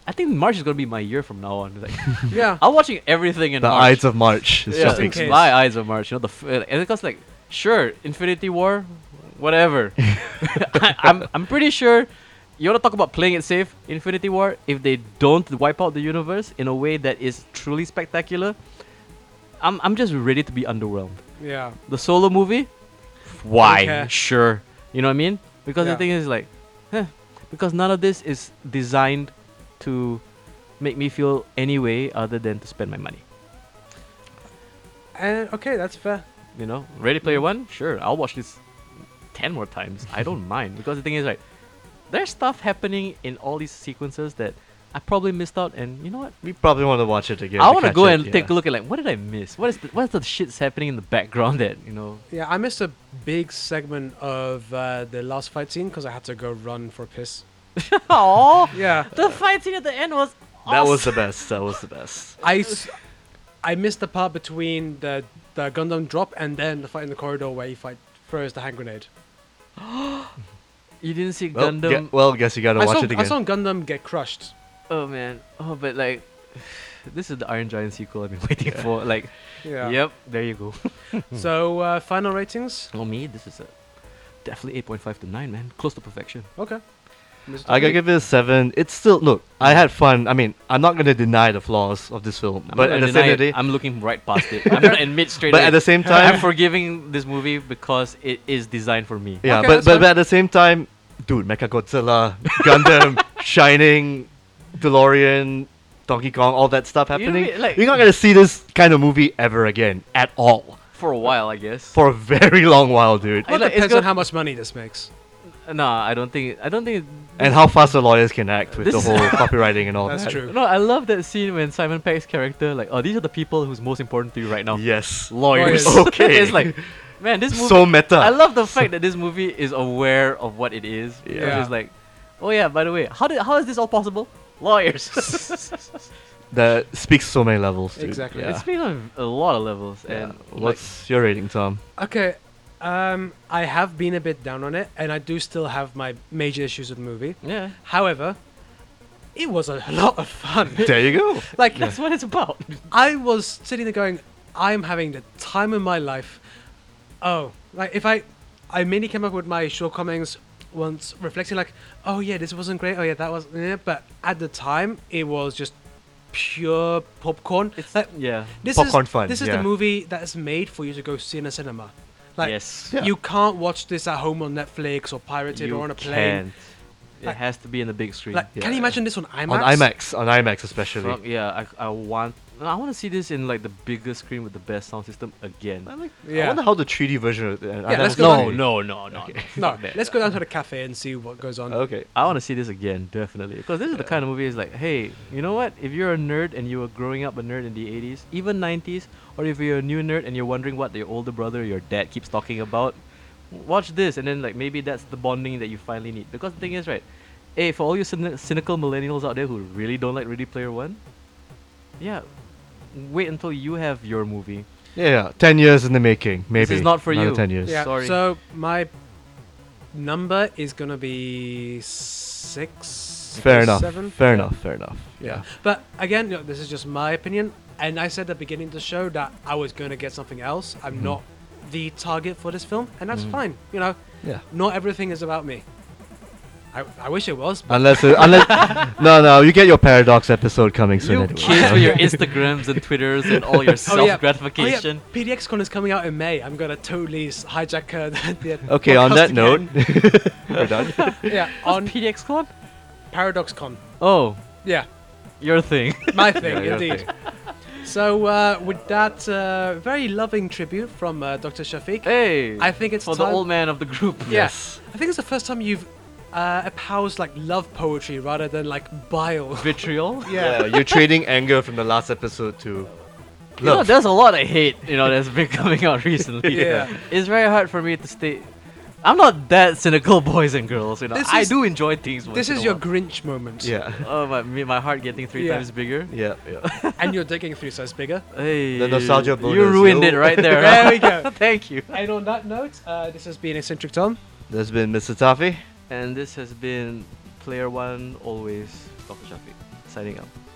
S3: I think March is gonna be my year from now on. Like,
S2: Yeah.
S3: I'm watching everything in
S1: the
S3: March.
S1: Ides of March. It's
S3: yeah,
S1: just
S2: in
S1: ex-
S2: case.
S3: my eyes of March. You know the f- uh, and because like, sure, Infinity War, whatever. I, I'm I'm pretty sure. You want to talk about playing it safe, Infinity War? If they don't wipe out the universe in a way that is truly spectacular, I'm I'm just ready to be underwhelmed.
S2: Yeah.
S3: The solo movie, why?
S2: care.
S3: Sure. You know what I mean? Because
S2: Yeah.
S3: the thing is like, huh, because none of this is designed to make me feel any way other than to spend my money.
S2: And okay, that's fair.
S3: You know, Ready Player
S1: Mm-hmm.
S3: One, sure, I'll watch this ten more times. I don't mind because the thing is like, there's stuff happening in all these sequences that I probably missed out, and you know what?
S1: we probably want to watch it again.
S3: I want to
S1: catch
S3: go
S1: it,
S3: and
S1: yeah.
S3: take a look at like what did I miss? What is the, what is the shit's happening in the background that you know?
S2: Yeah, I missed a big segment of uh, the last fight scene because I had to go run for a piss.
S3: Oh,
S2: Yeah.
S3: the fight scene at the end was
S1: That was the best. That was the best.
S2: I, s- I missed the part between the, the Gundam drop and then the fight in the corridor where he fight, throws the hand grenade.
S3: you didn't see
S1: Well,
S3: Gundam.
S1: gue- well, guess you gotta
S2: I
S1: watch
S2: saw,
S1: it
S2: I
S1: again.
S2: saw Gundam get crushed.
S3: Oh man. Oh, but like, this is the Iron Giant sequel I've been waiting for. Like,
S2: Yeah.
S3: yep, there you go.
S2: So uh, final ratings.
S3: For me, this is a definitely 8.5 to 9, man. Close to perfection.
S2: Okay. Mr.
S1: I gotta
S2: Lee?
S1: give it a seven. It's still look. I had fun. I mean, I'm not gonna deny the flaws of this film,
S3: I'm
S1: but
S3: not
S1: at
S3: gonna
S1: the same
S3: deny
S1: day,
S3: it. I'm looking right past it. I'm gonna admit straight.
S1: but
S3: away,
S1: at the same
S3: I'm
S1: time,
S3: forgiving this movie because it is designed for me.
S1: yeah.
S2: Okay,
S1: but
S2: that's
S1: but,
S2: fine.
S1: but at the same time, dude, Mecha Godzilla, Gundam, Shining, DeLorean, Donkey Kong, all that stuff
S3: You know,
S1: happening.
S3: like-
S1: You're not gonna see this kind of movie ever again at all
S3: For a while, I guess.
S1: for a very long while, dude.
S3: I-
S2: Well,
S3: like,
S2: it
S3: it's
S2: depends on
S3: gonna-
S2: how much money this makes.
S3: nah, I don't think. I don't think.
S1: And how fast the lawyers can act with the
S3: This-
S1: whole copywriting and all
S2: That's
S1: that.
S2: true.
S3: No, I love that scene when Simon Pegg's character like, oh, these are the people who's most important to you right now.
S1: Yes.
S3: Lawyers.
S2: Lawyers.
S1: Okay.
S3: it's like, man, this movie.
S1: So meta.
S3: I love the fact that this movie is aware of what it is.
S2: Yeah.
S3: Yeah. Which is like, oh yeah, by the way, how did how is this all possible? Lawyers.
S1: that speaks so many levels. Dude.
S2: Exactly.
S1: Yeah.
S3: It's been on a lot of levels
S1: Yeah.
S3: and like,
S1: What's your rating, Tom?
S2: Okay. Um, I have been a bit down on it, and I do still have my major issues with the movie.
S3: yeah.
S2: However, it was a lot of fun.
S1: There you go.
S2: like
S3: That's what it's about.
S2: I was sitting there going, I'm having the time of my life. Oh, like if I, I mainly came up with my shortcomings once reflecting, like, oh yeah, this wasn't great. Oh yeah, that was. eh," But at the time, it was just pure popcorn.
S3: It's
S2: Like,
S3: yeah.
S2: this
S1: popcorn
S2: is,
S1: fun,
S2: This is
S1: yeah.
S2: the movie that is made for you to go see in a cinema. Like,
S3: yes.
S1: Yeah.
S2: you can't watch this at home on Netflix or pirated
S3: You
S2: or on a plane.
S3: can't.
S2: Like-
S3: It has to be in the big screen.
S2: Like,
S1: Yeah,
S2: can you
S1: yeah.
S2: imagine this on IMAX?
S1: On IMAX, on IMAX especially.
S3: Fuck yeah, I, I want no, I want to see this in like the bigger screen with the best sound system again.
S1: I
S2: Yeah.
S1: wonder how the 3D version. Of, uh, yeah,
S2: let's go
S3: No,
S2: on.
S3: no, no, no. no.
S2: No, let's go down to the cafe and see what goes on.
S1: Okay.
S3: I want to see this again, definitely. Because this is the kind of movie is like, hey, you know what? If you're a nerd and you were growing up a nerd in the 80s, even 90s, or if you're a new nerd and you're wondering what your older brother or your dad keeps talking about, watch this, and then like maybe that's the bonding that you finally need. Because the thing is, right? Hey, for all you cyni- cynical millennials out there who really don't like Ready Player One, yeah, wait until you have your movie.
S1: Yeah, yeah, ten years in the making, maybe.
S3: is not for
S1: Another
S3: you.
S1: Ten years.
S2: Yeah.
S3: Sorry.
S2: So my number is gonna be six.
S1: Fair
S2: or
S1: enough.
S2: Seven.
S1: Fair
S2: Yeah.
S1: enough. Fair enough. Yeah.
S2: But again, you know, this is just my opinion, and I said at the beginning of the show that I was gonna get something else. I'm
S1: Mhm.
S2: not the target for this film, and that's
S1: Mhm.
S2: fine. You know,
S1: Yeah.
S2: not everything is about me. I, I wish it was. But
S1: Unless, it, unless, no, no, you get your paradox episode coming soon.
S3: You
S1: anyway,
S3: kids
S1: so-
S3: with your Instagrams and Twitters and all your
S2: Oh, yeah.
S3: self gratification.
S2: Oh, yeah. PDXCon is coming out in May. I'm gonna totally s- hijack uh, the, the
S1: Okay, on
S2: podcast
S1: that
S2: again.
S1: note, we're done.
S2: yeah,
S3: On
S2: on
S3: PDX Con?
S2: ParadoxCon.
S3: Oh,
S2: Yeah,
S3: your thing.
S2: my thing
S1: your
S2: indeed. So uh, with that uh, very loving tribute from uh, Dr. Shafiq,
S3: hey.
S2: I think it's
S3: for
S2: time.
S3: the old man of the group.
S2: Yeah. I think it's the first time you've uh, espoused like love poetry rather than like bile.
S3: Vitriol.
S1: Yeah, you're trading anger from the last episode to
S3: You know,
S1: love.
S3: there's a lot of hate, you know, that's been coming out recently.
S2: Yeah.
S3: It's very hard for me to stay. I'm not that cynical, boys and girls. You know,
S2: This
S3: I
S2: is-
S3: do enjoy things. Once
S2: This
S3: in
S2: is
S3: a
S2: your
S3: while.
S2: Grinch moment.
S1: yeah,
S3: oh my, me- my heart getting three
S2: Yeah.
S3: times bigger.
S1: yeah, yeah.
S2: And you're digging three sizes bigger.
S3: Hey,
S1: nostalgia
S3: You
S1: bonus,
S3: ruined it
S1: yo.
S3: right there.
S2: There we go.
S3: Thank you.
S2: And on that note, uh, this has been Eccentric Tom.
S1: There's been Mr. Taffy.
S3: And this has been Player One Always Dr. Shafiq signing out.